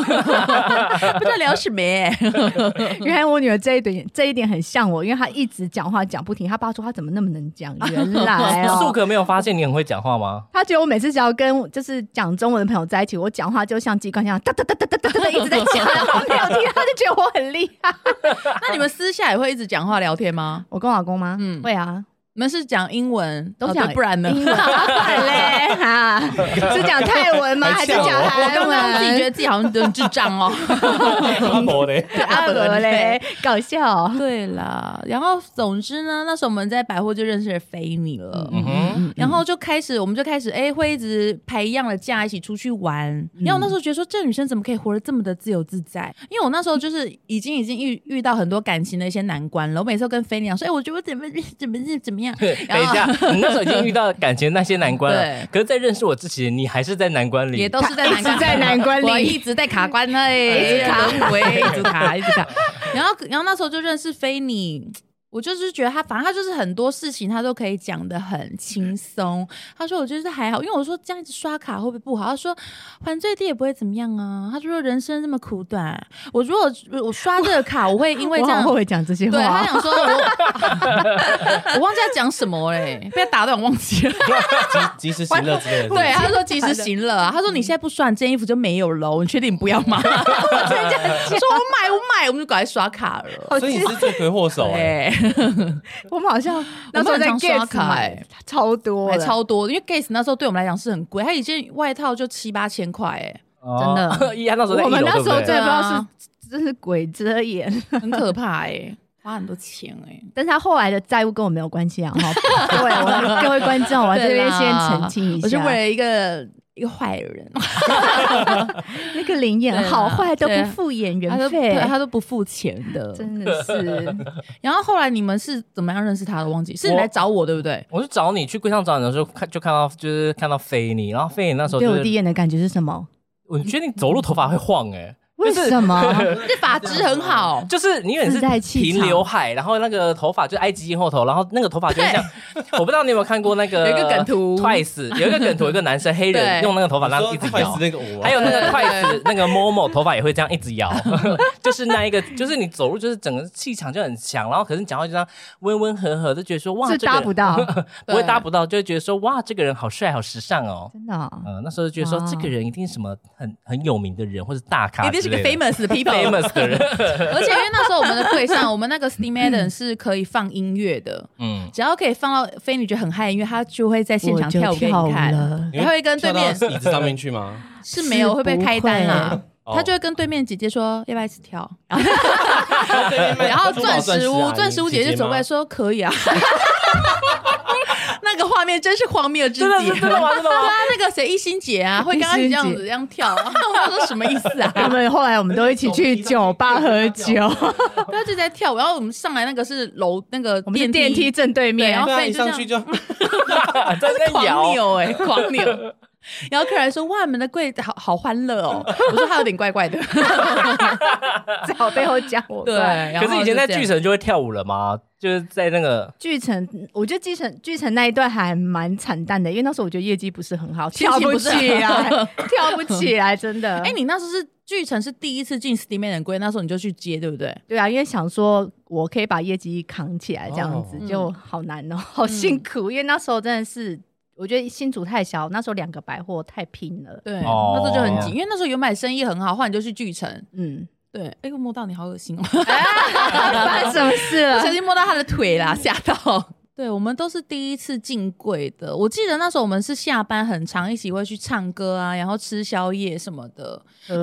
[SPEAKER 5] 知道聊什么欸耶。
[SPEAKER 4] 原来我女儿这一点这一点很像我，因为她一直讲话讲不停，她爸说她怎么那么能讲，原来
[SPEAKER 7] 素
[SPEAKER 4] 哦。
[SPEAKER 7] 可没有发现你很会讲话吗？
[SPEAKER 4] 她觉得我每次只要跟就是讲中文的朋友在一起，我讲话就像机关枪，哒哒哒哒哒哒哒一直在讲，然后没有听，她就觉得我很厉害。
[SPEAKER 5] 那你们私下也会一直讲话聊天吗？
[SPEAKER 4] 我跟我老公吗？
[SPEAKER 5] 嗯
[SPEAKER 4] 嗯，会啊，
[SPEAKER 5] 你们是讲英文，
[SPEAKER 4] 都
[SPEAKER 5] 哦
[SPEAKER 4] 讲、
[SPEAKER 5] 对不然呢？
[SPEAKER 4] 英文啊不然嘞，哈，啊是讲泰文吗？还是讲 韩
[SPEAKER 5] 刚刚自己觉
[SPEAKER 4] 文？
[SPEAKER 5] 得自己好像有点智障哦。
[SPEAKER 6] 阿伯嘞，
[SPEAKER 4] 阿文嘞，搞笑哦。
[SPEAKER 5] 对啦，然后总之呢，那时候我们在百货就认识了菲尼了。
[SPEAKER 7] 嗯哼，
[SPEAKER 5] 然后就开始，我们就开始哎、会一直排一样的假一起出去玩。然后我那时候觉得说，这女生怎么可以活得这么的自由自在？因为我那时候就是已经已经遇遇到很多感情的一些难关了。我每次都跟菲尼讲说，哎、我觉得我怎么怎么怎么样？
[SPEAKER 7] 等一下，你那时候已经遇到感情那些难关了
[SPEAKER 5] 对，
[SPEAKER 7] 可是，在认识我之前，你还是在难关里
[SPEAKER 5] 也。都是在难
[SPEAKER 4] 一直在难关里
[SPEAKER 5] 我一直在卡关呢、
[SPEAKER 4] 一直卡
[SPEAKER 5] 卡，我一直卡，一直卡。然后然后那时候就认识菲尼。我就是觉得他，反正他就是很多事情他都可以讲得很轻
[SPEAKER 4] 嗯
[SPEAKER 5] 松。他说我就是还好，因为我说这样一直刷卡会不会不好？他说还最低也不会怎么样啊。他说人生这么苦短，我如果我刷这个卡，我会因为
[SPEAKER 4] 我
[SPEAKER 5] 这样
[SPEAKER 4] 好后悔哦讲这些
[SPEAKER 5] 对他
[SPEAKER 4] 话。
[SPEAKER 5] 想说我，我忘记他讲什么嘞，被他打断我忘记了。
[SPEAKER 6] 及及时行乐之类的。
[SPEAKER 5] 对，啊他说及时行乐啊，他
[SPEAKER 4] 嗯
[SPEAKER 5] 说你现在不刷，你这件衣服就没有了，你确定你不要吗？我 说
[SPEAKER 4] 嗯
[SPEAKER 5] 我买我买，我们就赶快刷卡了。
[SPEAKER 6] 所以你是罪魁祸首哎、
[SPEAKER 4] 欸
[SPEAKER 5] 对，
[SPEAKER 4] 我们好像那时候在
[SPEAKER 5] 我们很常
[SPEAKER 4] Gates
[SPEAKER 5] 刷卡
[SPEAKER 4] 买
[SPEAKER 5] 欸
[SPEAKER 4] 超多
[SPEAKER 5] 还
[SPEAKER 4] 的，
[SPEAKER 5] 哎超多，因为 Gates 那时候对我们来讲是很贵，他一件外套就七八千块，哎，
[SPEAKER 4] 真 的。
[SPEAKER 7] 哦依安那时候在一
[SPEAKER 4] 我们
[SPEAKER 7] 楼，
[SPEAKER 4] 那
[SPEAKER 7] 对不
[SPEAKER 4] 时候真
[SPEAKER 7] 对？
[SPEAKER 4] 的不知
[SPEAKER 5] 对
[SPEAKER 4] 道
[SPEAKER 5] 啊
[SPEAKER 4] 是真是鬼遮眼，
[SPEAKER 5] 很可怕哎， 花很多钱哎。
[SPEAKER 4] 但是他后来的债务跟我没有关系啊。哈，各位我各位观众，我这边先澄清一下，
[SPEAKER 5] 我是为了一个一个坏 人，啊
[SPEAKER 4] 那个林演
[SPEAKER 5] 对啦
[SPEAKER 4] 好坏都
[SPEAKER 5] 对
[SPEAKER 4] 不付演
[SPEAKER 5] 他
[SPEAKER 4] 员
[SPEAKER 5] 都
[SPEAKER 4] 费
[SPEAKER 5] 对，他都不付钱的，
[SPEAKER 4] 真的是。
[SPEAKER 5] 然后后来你们是怎么样认识他的？忘记是你
[SPEAKER 7] 我
[SPEAKER 5] 来找我对不对？
[SPEAKER 7] 我去找你，去柜上找你的时候，看就看到就是看到菲尼，然后菲尼那时候
[SPEAKER 4] 对
[SPEAKER 7] 就
[SPEAKER 4] 我第一
[SPEAKER 7] 是，
[SPEAKER 4] 眼的感觉是什么？
[SPEAKER 7] 我觉得你走路头发会晃哎、
[SPEAKER 4] 为什么？
[SPEAKER 5] 这发质很好，
[SPEAKER 7] 就是你也
[SPEAKER 4] 自
[SPEAKER 7] 是
[SPEAKER 4] 带气
[SPEAKER 7] 平
[SPEAKER 4] 场
[SPEAKER 7] 刘海，然后那个头发就埃及艳后头，然后那个头发就会像，我不知道你有没有看过那个
[SPEAKER 5] 有一个梗图
[SPEAKER 7] Twice 有一个梗图，有一个男生黑人
[SPEAKER 5] 对
[SPEAKER 7] 用那个头发这样一直
[SPEAKER 6] 快
[SPEAKER 7] 摇
[SPEAKER 6] 死。那个我、
[SPEAKER 7] 还有那个筷 子，那个 Momo 头发也会这样一直摇， 就是那一个，就是你走路就是整个气场就很强，然后可是你讲话就这样温温和和，就觉得说哇，
[SPEAKER 4] 是
[SPEAKER 7] 这个
[SPEAKER 4] 搭
[SPEAKER 7] 人
[SPEAKER 4] 不到，
[SPEAKER 7] 不会搭不到，就会觉得说哇，这个人好帅，好时尚哦。
[SPEAKER 4] 真的哦。
[SPEAKER 7] 呃，那时候就觉得说
[SPEAKER 4] 哦
[SPEAKER 7] 这个人一定是什么很很有名的人或者大咖
[SPEAKER 5] 一
[SPEAKER 7] 之
[SPEAKER 5] 定是
[SPEAKER 7] 类的，
[SPEAKER 5] 个 famous 的 people。
[SPEAKER 7] famous 的人。
[SPEAKER 5] 而且因为那时候我们的会上，我们那个 Steam Eden 是可以放音乐的，
[SPEAKER 7] 嗯，
[SPEAKER 5] 只要可以放到菲女觉得很嗨的音乐，她就会在现场
[SPEAKER 4] 我就
[SPEAKER 5] 跳舞给
[SPEAKER 4] 跳
[SPEAKER 5] 你
[SPEAKER 4] 舞
[SPEAKER 5] 看。
[SPEAKER 4] 了，
[SPEAKER 5] 还会跟对面
[SPEAKER 6] 跳到椅子上面去吗？
[SPEAKER 5] 是没有会被开单啦，
[SPEAKER 6] 哦
[SPEAKER 5] 她就会跟对面姐姐说要不要一起 跳，
[SPEAKER 6] 然
[SPEAKER 5] 然后钻石屋钻石屋姐姐就走过来说可以啊。 那个画面真是荒谬至极，真的吗？真的吗？对啊， 那个谁一心姐啊，会跟她这样子这样跳，啊 我想说什么意思啊？
[SPEAKER 4] 他们后来我们都一起去酒吧喝酒，
[SPEAKER 5] 他就在跳舞，然后我们上来那个是楼那个
[SPEAKER 4] 我们是
[SPEAKER 5] 电
[SPEAKER 4] 电梯正对面，
[SPEAKER 5] 对
[SPEAKER 4] 然
[SPEAKER 5] 然
[SPEAKER 4] 后
[SPEAKER 5] 后
[SPEAKER 6] 对啊，
[SPEAKER 5] 飞
[SPEAKER 6] 一
[SPEAKER 5] 就这样
[SPEAKER 6] 上去就
[SPEAKER 7] 真的
[SPEAKER 5] 狂
[SPEAKER 7] 摇。
[SPEAKER 5] 扭哎、狂扭。然后客人还说：“哇，你们的柜好好欢乐哦。”我说：“他有点怪怪的。
[SPEAKER 4] 在我背后讲我。”
[SPEAKER 5] 对，啊然后
[SPEAKER 7] 可是以前在
[SPEAKER 5] 就这样
[SPEAKER 7] 巨城就会跳舞了吗？就是在那个
[SPEAKER 4] 巨城，我觉得巨城巨城那一段还蛮惨淡的，因为那时候我觉得业绩不是很好，
[SPEAKER 5] 心
[SPEAKER 4] 跳
[SPEAKER 5] 情不是很
[SPEAKER 4] 起来，
[SPEAKER 5] 好
[SPEAKER 4] 跳不起来，真 的。
[SPEAKER 5] 哎、你那时候是巨城是第一次进 Steam 人柜，那时候你就去接，对不对？
[SPEAKER 4] 对啊，因为想说我可以把业绩扛起来，这样子、
[SPEAKER 5] 哦
[SPEAKER 4] 就好难哦， 好辛苦。因为那时候真的是，我觉得新竹太小，那时候两个百货太拼了。
[SPEAKER 5] 对，
[SPEAKER 7] 哦
[SPEAKER 5] 那时候就很紧，因为那时候原本生意很好，后来你就去巨城。
[SPEAKER 4] 嗯，
[SPEAKER 5] 对，哎、我摸到你好恶 心哦，
[SPEAKER 4] 发生什么事
[SPEAKER 5] 不
[SPEAKER 4] 了？
[SPEAKER 5] 小心摸到他的腿 啦，吓到。啊对，我们都是第一次进柜的。我记得那时候我们是下班很长，一起会去唱歌啊，然后吃宵夜什么的。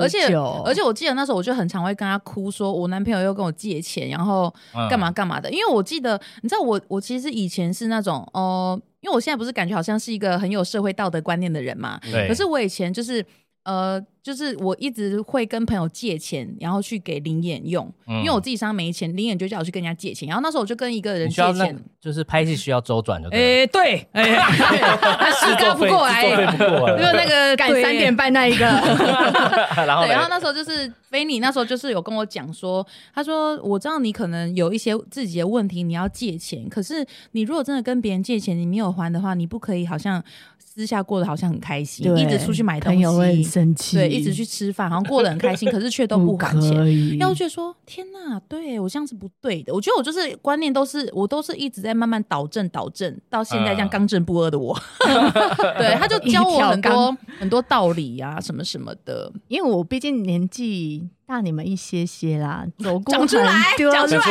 [SPEAKER 5] 而且而且我记得那时候我就很常会跟他哭，说我男朋友又跟我借钱，然后干
[SPEAKER 7] 嗯
[SPEAKER 5] 嘛干嘛的。因为我记得，你知道我我其实以前是那种哦、呃因为我现在不是感觉好像是一个很有社会道德观念的人嘛，
[SPEAKER 7] 对
[SPEAKER 5] 可是我以前就是。呃，就是我一直会跟朋友借钱，然后去给零眼用，
[SPEAKER 7] 嗯
[SPEAKER 5] 因为我自己身上没钱，零眼就叫我去跟人家借钱。然后那时候我就跟一个人
[SPEAKER 7] 你需
[SPEAKER 5] 借
[SPEAKER 7] 要那
[SPEAKER 5] 钱，，
[SPEAKER 7] 就是拍戏需要周转就对了。
[SPEAKER 5] 哎、对，哎、他是
[SPEAKER 7] 制作
[SPEAKER 5] 不
[SPEAKER 7] 费
[SPEAKER 5] 过来，
[SPEAKER 7] 制作费不过
[SPEAKER 5] 因为那个
[SPEAKER 4] 赶
[SPEAKER 5] 对
[SPEAKER 4] 三点半那一个，
[SPEAKER 7] 然后
[SPEAKER 5] 对，然后
[SPEAKER 7] 呢？
[SPEAKER 5] 那时候就是菲尼，那时候就是有跟我讲说，他说我知道你可能有一些自己的问题，你要借钱，可是你如果真的跟别人借钱，你没有还的话，你不可以好像私下过得好像很开心，一直出去买东
[SPEAKER 4] 朋友会很
[SPEAKER 5] 西，
[SPEAKER 4] 生气，
[SPEAKER 5] 对，一直去吃饭，好像过得很开 心，可是却都
[SPEAKER 4] 不
[SPEAKER 5] 不还钱。
[SPEAKER 4] 可以
[SPEAKER 5] 然后我觉得说，天呐，对我这样是不对的。我觉得我就是观念都是，我都是一直在慢慢导正导正，到现在这样
[SPEAKER 7] 嗯
[SPEAKER 5] 刚正不阿的我。 对，他就教我很
[SPEAKER 4] 一条
[SPEAKER 5] 多很多道理啊，什么什么的。
[SPEAKER 4] 因为我毕竟年纪大你们一些些啦，走过
[SPEAKER 5] 讲出来
[SPEAKER 4] 很多
[SPEAKER 5] 讲出
[SPEAKER 6] 讲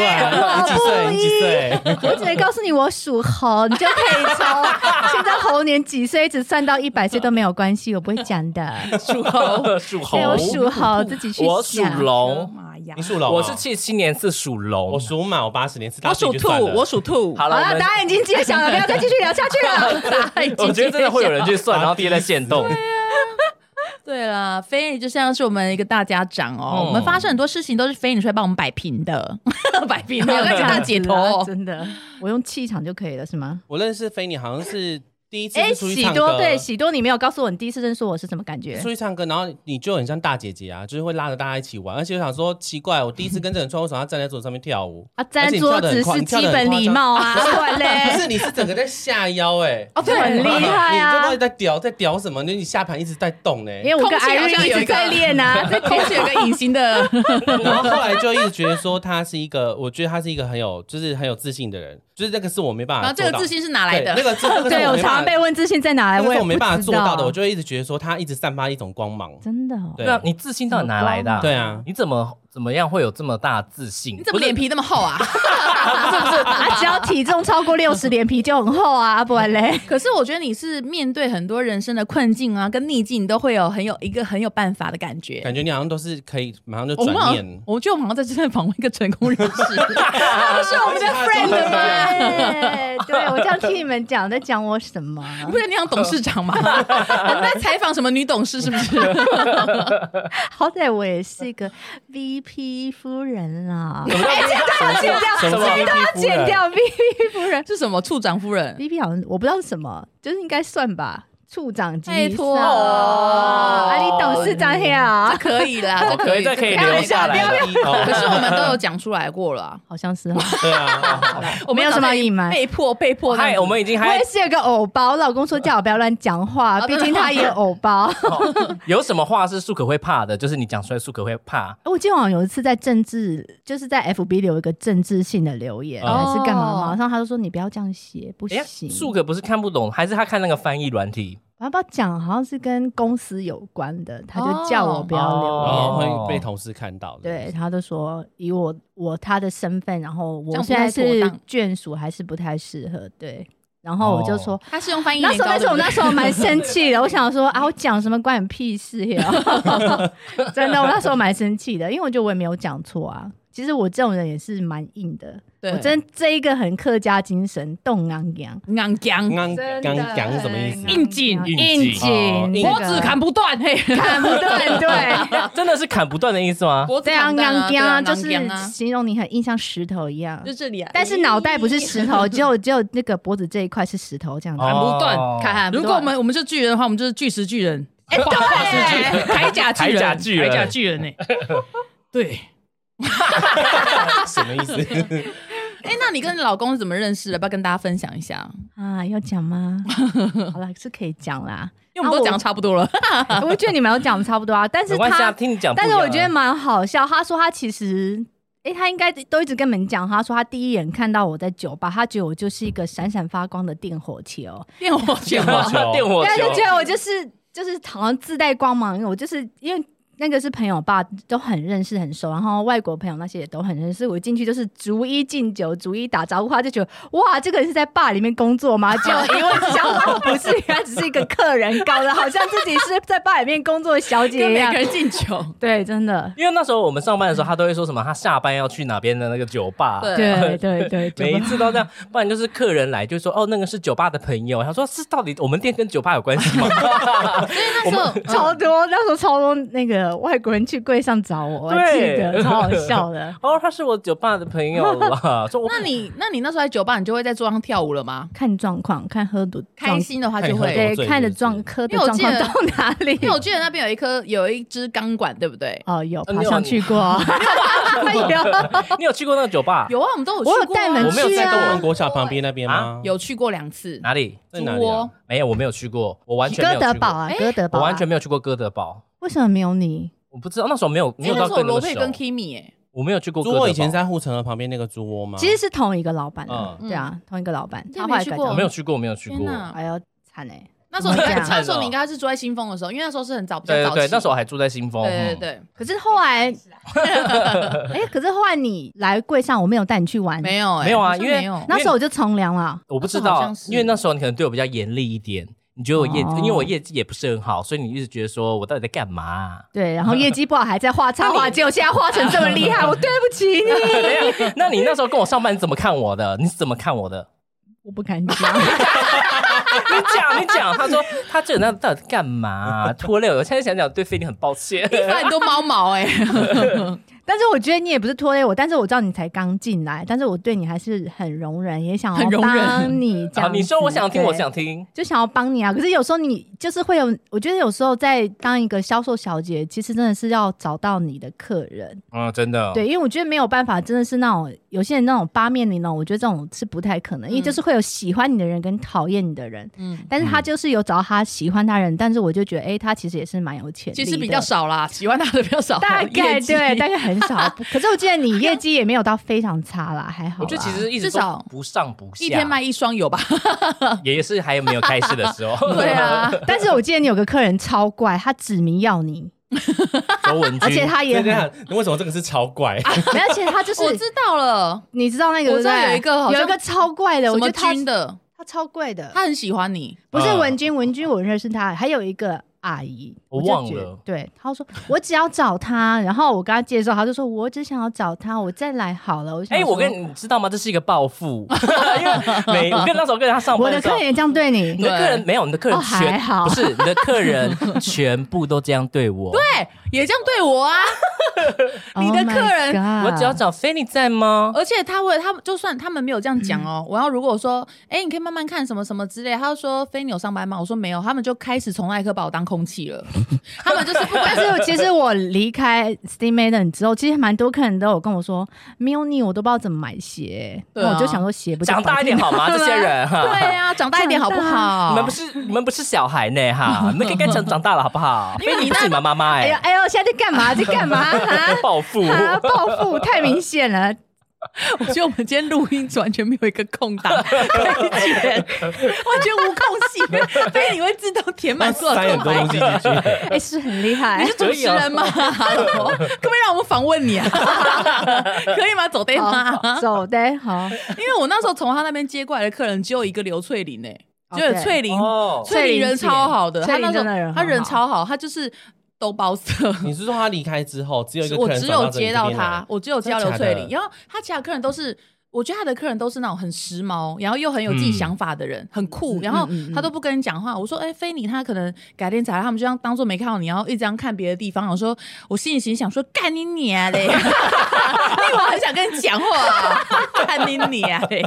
[SPEAKER 6] 出来，你几岁？你几 岁？
[SPEAKER 4] 我只能告诉你，我属猴，你就可以从现在猴年几岁一直算到一百岁都没有关系，我不会讲的。
[SPEAKER 7] 属猴，属猴
[SPEAKER 4] 对，我属猴，自己去
[SPEAKER 7] 我属
[SPEAKER 4] 想。
[SPEAKER 7] 龙，
[SPEAKER 5] 妈呀
[SPEAKER 6] 你属龙哦，
[SPEAKER 7] 我是七七年是属龙。
[SPEAKER 6] 我属马，我八十年是
[SPEAKER 5] 我属兔，我属兔。
[SPEAKER 7] 好
[SPEAKER 4] 好
[SPEAKER 7] 了，我
[SPEAKER 4] 了，
[SPEAKER 7] 们
[SPEAKER 4] 答案已经揭晓了，不要再继续聊下去了。答案已经
[SPEAKER 7] 我觉得真的会有人去算，
[SPEAKER 6] 把它
[SPEAKER 7] 然后贴在线动。
[SPEAKER 5] 对了，菲女就像是我们一个大家长哦，
[SPEAKER 7] 嗯
[SPEAKER 5] 我们发生很多事情都是菲女出来帮我们摆平的，摆平
[SPEAKER 4] 没
[SPEAKER 5] 没
[SPEAKER 4] 有
[SPEAKER 5] 有
[SPEAKER 4] 这
[SPEAKER 5] 大
[SPEAKER 4] 样
[SPEAKER 5] 姐
[SPEAKER 4] 解
[SPEAKER 5] 头
[SPEAKER 4] 脱，
[SPEAKER 5] 哦。。
[SPEAKER 4] 真的，我用气场就可以了，是吗？
[SPEAKER 6] 我认识菲尼好像是第一次
[SPEAKER 4] 哎，
[SPEAKER 6] 是出去
[SPEAKER 4] 喜
[SPEAKER 6] 唱
[SPEAKER 4] 多
[SPEAKER 6] 歌，
[SPEAKER 4] 对喜多，你没有告诉我你第一次认识我是什么感觉
[SPEAKER 6] 出？去唱歌，然后你就很像大姐姐啊，就是会拉着大家一起玩。而且我想说，奇怪，我第一次跟着人穿，为什么要站在桌子上面跳舞？
[SPEAKER 4] 啊，站
[SPEAKER 6] 而
[SPEAKER 4] 在
[SPEAKER 6] 且你跳
[SPEAKER 4] 桌
[SPEAKER 6] 得很
[SPEAKER 4] 子
[SPEAKER 6] 快
[SPEAKER 4] 是
[SPEAKER 6] 你跳
[SPEAKER 4] 基
[SPEAKER 6] 得很
[SPEAKER 4] 本礼貌啊，
[SPEAKER 6] 夸张
[SPEAKER 4] 不然
[SPEAKER 6] 不
[SPEAKER 4] 嘞，
[SPEAKER 6] 是，你是整个在下腰哎、欸
[SPEAKER 5] 哦，对，
[SPEAKER 4] 很厉害
[SPEAKER 6] 你这
[SPEAKER 4] 啊
[SPEAKER 6] 到底。在屌在屌什么？你你下盘一直在动呢、
[SPEAKER 4] 因为我跟
[SPEAKER 5] 空气好
[SPEAKER 4] 艾
[SPEAKER 5] 像
[SPEAKER 4] 瑞一
[SPEAKER 5] 有一
[SPEAKER 4] 直
[SPEAKER 5] 个
[SPEAKER 4] 在练 啊，这
[SPEAKER 5] 空气有个隐形的，
[SPEAKER 6] 然后后来就一直觉得说他是一个，我觉得他是一个很有就是很有自信的人，就是那个是我没办
[SPEAKER 5] 然
[SPEAKER 6] 法
[SPEAKER 5] 后
[SPEAKER 6] 做
[SPEAKER 5] 这
[SPEAKER 6] 到。
[SPEAKER 5] 个自信是哪来
[SPEAKER 6] 对那
[SPEAKER 5] 的？
[SPEAKER 6] 个是那个是
[SPEAKER 4] 对我
[SPEAKER 6] 没办法
[SPEAKER 4] 常常被问自信在哪来，
[SPEAKER 6] 那
[SPEAKER 4] 也
[SPEAKER 6] 个是
[SPEAKER 4] 不
[SPEAKER 6] 我没办法
[SPEAKER 4] 知
[SPEAKER 6] 做到的，
[SPEAKER 4] 道
[SPEAKER 6] 我就会一直觉得说他一直散发一种光芒。
[SPEAKER 4] 真的哦，
[SPEAKER 6] 对
[SPEAKER 7] 对啊，你自信到底哪来的、
[SPEAKER 6] 对啊，
[SPEAKER 7] 你怎么怎么样会有这么大自信？
[SPEAKER 5] 你怎么脸皮那么厚啊？
[SPEAKER 4] 啊，只要体重超过六十，脸皮就很厚啊，不然 嘞。
[SPEAKER 5] 可是我觉得你是面对很多人生的困境啊，跟逆境，你都会有很有一个很有办法的感觉。
[SPEAKER 6] 感觉你好像都是可以马上就
[SPEAKER 5] 我们好
[SPEAKER 6] 转
[SPEAKER 5] 像
[SPEAKER 6] 念，，
[SPEAKER 5] 我觉得我们好像在正在访问一个成功人士，他不是我们 啊的 friend 吗？
[SPEAKER 4] 对，对我这样听你们讲，在讲我什么？
[SPEAKER 5] 不是你当董事长吗？我们在采访什么女董事是不是？
[SPEAKER 4] 好歹我也是一个 VP 夫人啦，哎剪掉，
[SPEAKER 6] 什么叫什么叫
[SPEAKER 4] 这一段要剪掉 VP 夫人
[SPEAKER 5] 是什么处长夫人？
[SPEAKER 4] ，VP 好像我不知道是什么，就是应该算吧，处长级以上。
[SPEAKER 5] 拜托
[SPEAKER 4] 啊，你董事长呀、
[SPEAKER 5] 这 可以啦， 这
[SPEAKER 7] 哦可以
[SPEAKER 5] 这
[SPEAKER 7] 这可以
[SPEAKER 5] 以
[SPEAKER 7] 留下来的？
[SPEAKER 5] 可
[SPEAKER 6] 哦
[SPEAKER 5] 是我们都有讲出来过了啊，
[SPEAKER 4] 好像是哦。
[SPEAKER 6] 对啊，
[SPEAKER 5] 我们
[SPEAKER 4] 没有什么隐瞒
[SPEAKER 5] 被迫被迫这样
[SPEAKER 7] 哦嗨，
[SPEAKER 5] 子。
[SPEAKER 7] 我们已经
[SPEAKER 4] 我
[SPEAKER 7] 嗨
[SPEAKER 4] 也，是有个偶包，我老公说叫我不要乱讲话，
[SPEAKER 5] 哦
[SPEAKER 4] 毕竟他也有偶包。
[SPEAKER 7] 哦有什么话是素可会怕的？就是你讲出来，素可会怕。
[SPEAKER 4] 我记得好像有一次在政治，就是在 FB 留一个政治性的留言，
[SPEAKER 6] 哦
[SPEAKER 4] 还是干嘛嘛？马上他就说你不要这样写，不
[SPEAKER 7] 哎呀，
[SPEAKER 4] 行。
[SPEAKER 7] 素可不是看不懂，还是他看那个翻译软体？
[SPEAKER 4] 我要不要讲？好像是跟公司有关的，他
[SPEAKER 5] 哦
[SPEAKER 4] 就叫我不要
[SPEAKER 7] 哦
[SPEAKER 4] 留
[SPEAKER 6] 然
[SPEAKER 4] 言。
[SPEAKER 6] 后会被同事看到的。
[SPEAKER 4] 对，他就说以我我他的身份，然后
[SPEAKER 5] 这
[SPEAKER 4] 我
[SPEAKER 5] 样不
[SPEAKER 4] 现在
[SPEAKER 5] 太妥
[SPEAKER 4] 是
[SPEAKER 5] 当
[SPEAKER 4] 眷属，还是不太适合。对，然后我就
[SPEAKER 7] 哦
[SPEAKER 4] 说。
[SPEAKER 5] 他是用翻译
[SPEAKER 4] 那
[SPEAKER 5] 年
[SPEAKER 4] 时候，
[SPEAKER 5] 糕
[SPEAKER 4] 但是
[SPEAKER 5] 的
[SPEAKER 4] 我。那时 候蛮生气的，我想说啊，我讲什么关你屁事 呀？真的，我那时候蛮生气的，因为我觉得我也没有讲错啊。其实我这种人也是蛮硬的，
[SPEAKER 5] 对
[SPEAKER 4] 我真这一个很客家精神，动昂扬，
[SPEAKER 5] 硬
[SPEAKER 6] 刚
[SPEAKER 5] 讲，
[SPEAKER 6] 刚刚讲是什么意思？
[SPEAKER 5] 硬劲
[SPEAKER 4] 应景，
[SPEAKER 6] 哦
[SPEAKER 5] 脖子砍不断，嘿，
[SPEAKER 4] 砍不断，对。
[SPEAKER 7] 啊真的是砍不断的意思吗？
[SPEAKER 5] 脖子
[SPEAKER 4] 对啊，
[SPEAKER 5] 砍不断
[SPEAKER 4] 昂
[SPEAKER 5] 啊，
[SPEAKER 4] 扬啊，
[SPEAKER 5] 对
[SPEAKER 4] 就
[SPEAKER 5] 硬
[SPEAKER 4] 是
[SPEAKER 5] 讲啊
[SPEAKER 4] 形容你很硬，像石头一样
[SPEAKER 5] 就。这里啊。
[SPEAKER 4] 但是脑袋不是石头，只有只有那个脖子这一块是石头这样子。
[SPEAKER 7] 哦
[SPEAKER 5] 砍不断
[SPEAKER 7] 哦，
[SPEAKER 5] 砍不断。如果我们我们是巨人的话，我们就是巨石巨人，哎， 化化石巨人，铠甲巨人，
[SPEAKER 7] 铠甲巨人
[SPEAKER 5] 铠甲巨人呢？哎 对。
[SPEAKER 6] 什么意思？
[SPEAKER 5] 哎，那你跟你老公是怎么认识的？要不要跟大家分享一下？
[SPEAKER 4] 啊，要讲吗？好啦，是可以讲啦。
[SPEAKER 5] 因为我们都讲得差不多了。
[SPEAKER 4] 我觉得你们有讲差不多啊，但是
[SPEAKER 7] 没关系啊，
[SPEAKER 4] 他，
[SPEAKER 7] 听你讲不一
[SPEAKER 4] 但
[SPEAKER 7] 样啊。
[SPEAKER 4] 是我觉得蛮好笑。他说他其实，诶，他应该都一直跟你们讲，他说他第一眼看到我在酒吧，他觉得我就是一个闪闪发光的电火球，
[SPEAKER 5] 电火球，
[SPEAKER 6] 电火球
[SPEAKER 7] 电火
[SPEAKER 4] 对，就觉
[SPEAKER 7] 球，
[SPEAKER 4] 得我就是就是好像自带光芒，因为我就是因为。那个是朋友吧，都很认识很熟，然后外国朋友那些也都很认识。我进去就是逐一敬酒，逐一打招呼，他就觉得哇，这个人是在坝里面工作吗？就一问之下，哇不是，原来只是一个客人，搞得好像自己是在坝里面工作的小姐
[SPEAKER 5] 跟
[SPEAKER 4] 一
[SPEAKER 5] 每
[SPEAKER 4] 样
[SPEAKER 5] 个。人敬酒。
[SPEAKER 4] 对，真的，
[SPEAKER 7] 因为那时候我们上班的时候，他都会说什么，他下班要去哪边的那个酒吧。
[SPEAKER 5] 对
[SPEAKER 4] 对对对，
[SPEAKER 7] 每
[SPEAKER 4] 对
[SPEAKER 7] 一。次都这样，不然就是客人来就说哦，那个是酒吧的朋友，他说是到底我们店跟酒吧有关系吗？
[SPEAKER 5] 那时候
[SPEAKER 4] 超多，那时候超多那个外国人去柜上找我，我还记
[SPEAKER 7] 对
[SPEAKER 4] 得，超好笑的。
[SPEAKER 7] 哦，他是我酒吧的朋友啦。说我
[SPEAKER 5] 那你那你那时候在酒吧，你就会在桌上跳舞了吗？
[SPEAKER 4] 看状况，看喝多
[SPEAKER 5] 开心的话就
[SPEAKER 6] 看你喝
[SPEAKER 5] 会，
[SPEAKER 6] 多
[SPEAKER 4] 对
[SPEAKER 6] 醉是不是
[SPEAKER 4] 看的状科的
[SPEAKER 5] 因为我
[SPEAKER 4] 状
[SPEAKER 5] 记
[SPEAKER 4] 况
[SPEAKER 5] 得
[SPEAKER 4] 到哪里
[SPEAKER 5] 因。为我记得那边有一颗有一支钢管，对不对？
[SPEAKER 4] 哦，有
[SPEAKER 7] 呃
[SPEAKER 4] 爬上去过， 有，
[SPEAKER 7] 哦你有去过那个酒吧？
[SPEAKER 5] 有啊，我们都有去
[SPEAKER 4] 我
[SPEAKER 5] 过啊，
[SPEAKER 4] 有带你们
[SPEAKER 6] 我没有
[SPEAKER 4] 去
[SPEAKER 6] 在东
[SPEAKER 4] 啊
[SPEAKER 6] 门。国小旁边那边吗？
[SPEAKER 5] 有去过两次，
[SPEAKER 7] 哪里？
[SPEAKER 6] 在哪里啊？
[SPEAKER 7] 没有，我没有去过，我完全没
[SPEAKER 4] 哥
[SPEAKER 7] 有去
[SPEAKER 4] 德
[SPEAKER 7] 过
[SPEAKER 4] 堡啊，
[SPEAKER 5] 哎
[SPEAKER 4] 哥德堡
[SPEAKER 7] 我
[SPEAKER 4] 啊，
[SPEAKER 7] 完全没有去过哥德堡，
[SPEAKER 4] 为什么没有你？
[SPEAKER 7] 我不知道那时候没有
[SPEAKER 5] 因
[SPEAKER 7] 没有
[SPEAKER 5] 为哎那
[SPEAKER 7] 到
[SPEAKER 5] 时候
[SPEAKER 7] 跟那
[SPEAKER 5] 罗
[SPEAKER 7] 么
[SPEAKER 5] 佩
[SPEAKER 7] 熟
[SPEAKER 5] 跟哦 Kimi 哎，
[SPEAKER 7] 我没有去过哥
[SPEAKER 6] 猪
[SPEAKER 7] 德堡。
[SPEAKER 6] 窝以前是在护城河旁边那个猪窝吗？
[SPEAKER 4] 其实是同一个老板啊，
[SPEAKER 6] 嗯
[SPEAKER 4] 对啊，同一个老板，
[SPEAKER 5] 啊你也
[SPEAKER 4] 他
[SPEAKER 5] 没
[SPEAKER 4] 后来
[SPEAKER 5] 去
[SPEAKER 4] 改
[SPEAKER 5] 过
[SPEAKER 7] 我
[SPEAKER 4] 成
[SPEAKER 7] 没有去过，没有去过。
[SPEAKER 5] 天哪
[SPEAKER 4] 哎呦惨哎，
[SPEAKER 5] 那时候你应该
[SPEAKER 4] 怎么会这
[SPEAKER 5] 那
[SPEAKER 7] 样
[SPEAKER 5] 时候你应该是住在新丰的时候，因为那时候是很早，比较
[SPEAKER 7] 对
[SPEAKER 5] 早
[SPEAKER 7] 对
[SPEAKER 5] 期。
[SPEAKER 7] 对，那时候我还住在新丰。
[SPEAKER 5] 对对
[SPEAKER 7] 嗯
[SPEAKER 5] 对，
[SPEAKER 4] 可是后 来，哎，可是后来你来柜上，我没有带你去玩，
[SPEAKER 5] 没有哎，
[SPEAKER 7] 没有啊
[SPEAKER 5] 好像
[SPEAKER 7] 因为
[SPEAKER 5] 没有
[SPEAKER 4] 那时候我就从良了。
[SPEAKER 7] 我不知
[SPEAKER 5] 那时候好
[SPEAKER 7] 道
[SPEAKER 5] 像，是
[SPEAKER 7] 因为那时候你可能对我比较严厉一点，你觉得我业，
[SPEAKER 4] 哦
[SPEAKER 7] 因为我业绩也不是很好，所以你一直觉得说我到底在干嘛啊？
[SPEAKER 4] 对，然后业绩不好还在 画插画，结果现在画成这么厉 害，我对不起你，
[SPEAKER 7] 等一下那你那时候跟我上班，你怎么看我的？你是怎么看我的？
[SPEAKER 4] 我不敢讲。
[SPEAKER 7] 你讲，你 讲。他说他这个人到 底在干嘛、拖累我。我现在想想，对菲力很抱歉。
[SPEAKER 5] 欸一般很多猫毛哎，
[SPEAKER 4] 但是我觉得你也不是拖累我，但是我知道你才刚进来，但是我对你还是很容忍，也想
[SPEAKER 5] 很
[SPEAKER 4] 要
[SPEAKER 5] 容忍
[SPEAKER 4] 帮你这
[SPEAKER 7] 好，
[SPEAKER 4] 样子。
[SPEAKER 7] 你说我想听，
[SPEAKER 4] 对
[SPEAKER 7] 我想听。
[SPEAKER 4] 就想要帮你啊。可是有时候你就是会有，我觉得有时候在当一个销售小姐，其实真的是要找到你的客人。
[SPEAKER 6] 哦
[SPEAKER 7] 嗯，真的。
[SPEAKER 4] 对，因为我觉得没有办法，真的是那种有些人那种八面玲珑，我觉得这种是不太可能，因为就是会有喜欢你的人跟讨厌你的
[SPEAKER 5] 嗯
[SPEAKER 4] 人。嗯，但是他就是有找到他喜欢他的人，但是我就觉得，哎、他其实也是蛮有潜力
[SPEAKER 5] 其
[SPEAKER 4] 的。
[SPEAKER 5] 实比较少啦，喜欢他的比较少，
[SPEAKER 4] 大概
[SPEAKER 5] 业绩
[SPEAKER 4] 对，大概很 少。不可是我记得你业绩也没有到非常差啦，还好啦。
[SPEAKER 7] 我觉得其实一直
[SPEAKER 5] 至
[SPEAKER 7] 都
[SPEAKER 5] 少
[SPEAKER 7] 不上不下，
[SPEAKER 5] 一天卖一双有吧？
[SPEAKER 7] 也是还没有开市的时 候。
[SPEAKER 5] 对 啊，
[SPEAKER 4] 但是我记得你有个客人超怪，他指名要你，
[SPEAKER 6] 周文君，
[SPEAKER 4] 而且他也
[SPEAKER 6] 这
[SPEAKER 4] 很
[SPEAKER 6] 样，为什么这个是超怪？
[SPEAKER 4] 而且他就 是
[SPEAKER 5] 我知道了，
[SPEAKER 4] 你知道那个
[SPEAKER 5] 我知道
[SPEAKER 4] 对不对
[SPEAKER 5] 有一个好像
[SPEAKER 4] 有一个超怪的，
[SPEAKER 5] 什
[SPEAKER 4] 我觉
[SPEAKER 5] 么
[SPEAKER 4] 得他
[SPEAKER 5] 军的，
[SPEAKER 4] 他超怪的，
[SPEAKER 5] 他很喜欢你，
[SPEAKER 4] 不是
[SPEAKER 7] 嗯
[SPEAKER 4] 文君，文君我认识他，还有一个阿姨，
[SPEAKER 7] 我
[SPEAKER 4] 就
[SPEAKER 7] 忘
[SPEAKER 4] 觉得
[SPEAKER 7] 了
[SPEAKER 4] 对，他说我只要找他，然后我跟他介绍，他就说我只想要找他，我再来好了。我想
[SPEAKER 7] 哎，我
[SPEAKER 4] 说
[SPEAKER 7] 跟你知道吗？这是一个报复， 因为每我跟那时候跟他上
[SPEAKER 4] 我
[SPEAKER 7] 班
[SPEAKER 4] 的
[SPEAKER 7] 时候
[SPEAKER 4] 客人也这样对
[SPEAKER 7] 你
[SPEAKER 4] 你，
[SPEAKER 7] 的客人没有，你的客人
[SPEAKER 4] 哦
[SPEAKER 7] 全、
[SPEAKER 4] 还好
[SPEAKER 7] 不是你的客 人全部都这样对我。对，
[SPEAKER 5] 对，也这样对我啊。你的客人
[SPEAKER 4] Oh my god
[SPEAKER 7] 我只要找 Fanny 在吗？
[SPEAKER 5] 而且他会，他们就算他们没有这样讲哦，我要如果我说，哎、你可以慢慢看什么什么之类，他就说非你有上班吗？我说没有，他们就开始从那一刻把我当空气了，他们就是不 管
[SPEAKER 4] 但
[SPEAKER 5] 是
[SPEAKER 4] 是其实我离开 Steam Maiden 之后，其实蛮多客人都有跟我说，没有你我都不知道怎么买鞋。
[SPEAKER 5] 对啊
[SPEAKER 4] 那我就想说鞋不就
[SPEAKER 7] 长大一点好吗？这些人哈，
[SPEAKER 5] 对啊，长大一点好不 好？
[SPEAKER 7] 你们不是你们不是小孩呢哈，你们可以跟长长大了好不 好？因为你不是你妈妈妈
[SPEAKER 4] 哎
[SPEAKER 7] 哎、
[SPEAKER 4] 呦哎呦，现在在 干嘛？在干嘛？啊
[SPEAKER 7] 报复。
[SPEAKER 4] 啊！报复太明显了，
[SPEAKER 5] 我觉得我们今天录音完全没有一个空档可以剪，完全无空隙，非你会自动填满所有
[SPEAKER 6] 塞
[SPEAKER 5] 空
[SPEAKER 6] 很多
[SPEAKER 5] 白
[SPEAKER 6] 东。西进去，
[SPEAKER 4] 哎、是很厉害
[SPEAKER 5] 你。是主持人吗？ 可不可以让我们访问你啊？可以吗？走啊对吗？
[SPEAKER 4] 好走的 好，
[SPEAKER 5] 因为我那时候从他那边接过来的客人只有一个刘翠玲诶、
[SPEAKER 4] 哦
[SPEAKER 5] 只有
[SPEAKER 4] 对
[SPEAKER 5] 翠玲，
[SPEAKER 7] 哦，
[SPEAKER 5] 翠玲人
[SPEAKER 4] 翠玲姐
[SPEAKER 5] 超好的，
[SPEAKER 4] 翠
[SPEAKER 5] 她
[SPEAKER 4] 玲
[SPEAKER 5] 那时候
[SPEAKER 4] 真的人很
[SPEAKER 5] 她人
[SPEAKER 4] 好
[SPEAKER 5] 超好，她就是都包色。
[SPEAKER 6] 你是说他离开之后，只有一个
[SPEAKER 5] 我
[SPEAKER 6] 客人
[SPEAKER 5] 只
[SPEAKER 6] 转
[SPEAKER 5] 有
[SPEAKER 6] 到这里
[SPEAKER 5] 接
[SPEAKER 6] 这
[SPEAKER 5] 到
[SPEAKER 6] 边来
[SPEAKER 5] 她，我只有接到
[SPEAKER 6] 真的
[SPEAKER 5] 刘
[SPEAKER 6] 假
[SPEAKER 5] 翠
[SPEAKER 6] 的
[SPEAKER 5] 玲，然后她其他客人都是。我觉得她的客人都是那种很时髦，然后又很有自
[SPEAKER 6] 嗯
[SPEAKER 5] 己想法的人，很酷。然后她都不跟你讲话。我说：“哎、菲尼，她可能改天才来，他们就像当做没看到你，然后一直这样看别的地方。”我说：“我心里心想说，干你娘嘞！因为我很想跟 你讲话、啊干你娘嘞！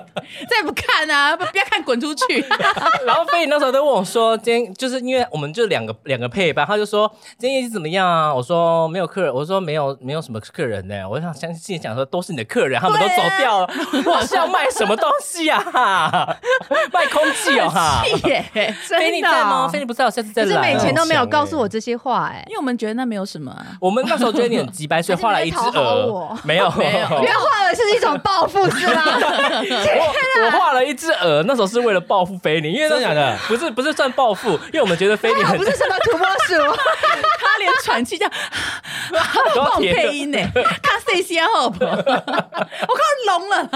[SPEAKER 5] 再不看啊，不不要看，滚出去！
[SPEAKER 7] 然后菲你那时候都问我说，今天就是因为我们就两个两个配班，他就说今天业绩怎么样啊？我说没有客人，我说没有没有什么客人呢、我想相信想说都是你的客人，他们都走掉了，我是要卖什么东西啊？ 哈，卖空气哦哈。
[SPEAKER 4] 耶，
[SPEAKER 7] 菲尼
[SPEAKER 4] 真的
[SPEAKER 7] 在吗？
[SPEAKER 4] 哦
[SPEAKER 7] 菲尼不在，我下次再
[SPEAKER 4] 可是
[SPEAKER 7] 来。
[SPEAKER 4] 每 前都没有
[SPEAKER 6] 很强
[SPEAKER 4] 告诉
[SPEAKER 6] 欸
[SPEAKER 4] 我这些话、哎
[SPEAKER 5] 因，为我们觉得那没有什么、啊。
[SPEAKER 7] 我们那时候觉得你很急白，所以画了一只
[SPEAKER 4] 还是你在讨好
[SPEAKER 7] 鹅
[SPEAKER 4] 我，
[SPEAKER 7] 没有
[SPEAKER 5] 没有
[SPEAKER 4] 因为画了是一种报复，是 吗？
[SPEAKER 7] 我我画了一只鹅，那时候是为了报复菲尼，因为那时候
[SPEAKER 6] 真的假的
[SPEAKER 7] 不是不是算报复，因为我们觉得菲尼
[SPEAKER 4] 我
[SPEAKER 7] 很
[SPEAKER 4] 不是什么土拨鼠，
[SPEAKER 5] 他连喘气这样，他
[SPEAKER 7] 都要
[SPEAKER 5] 帮我
[SPEAKER 7] 填
[SPEAKER 5] 配音呢，他谁先好不好？我靠，聋了啦！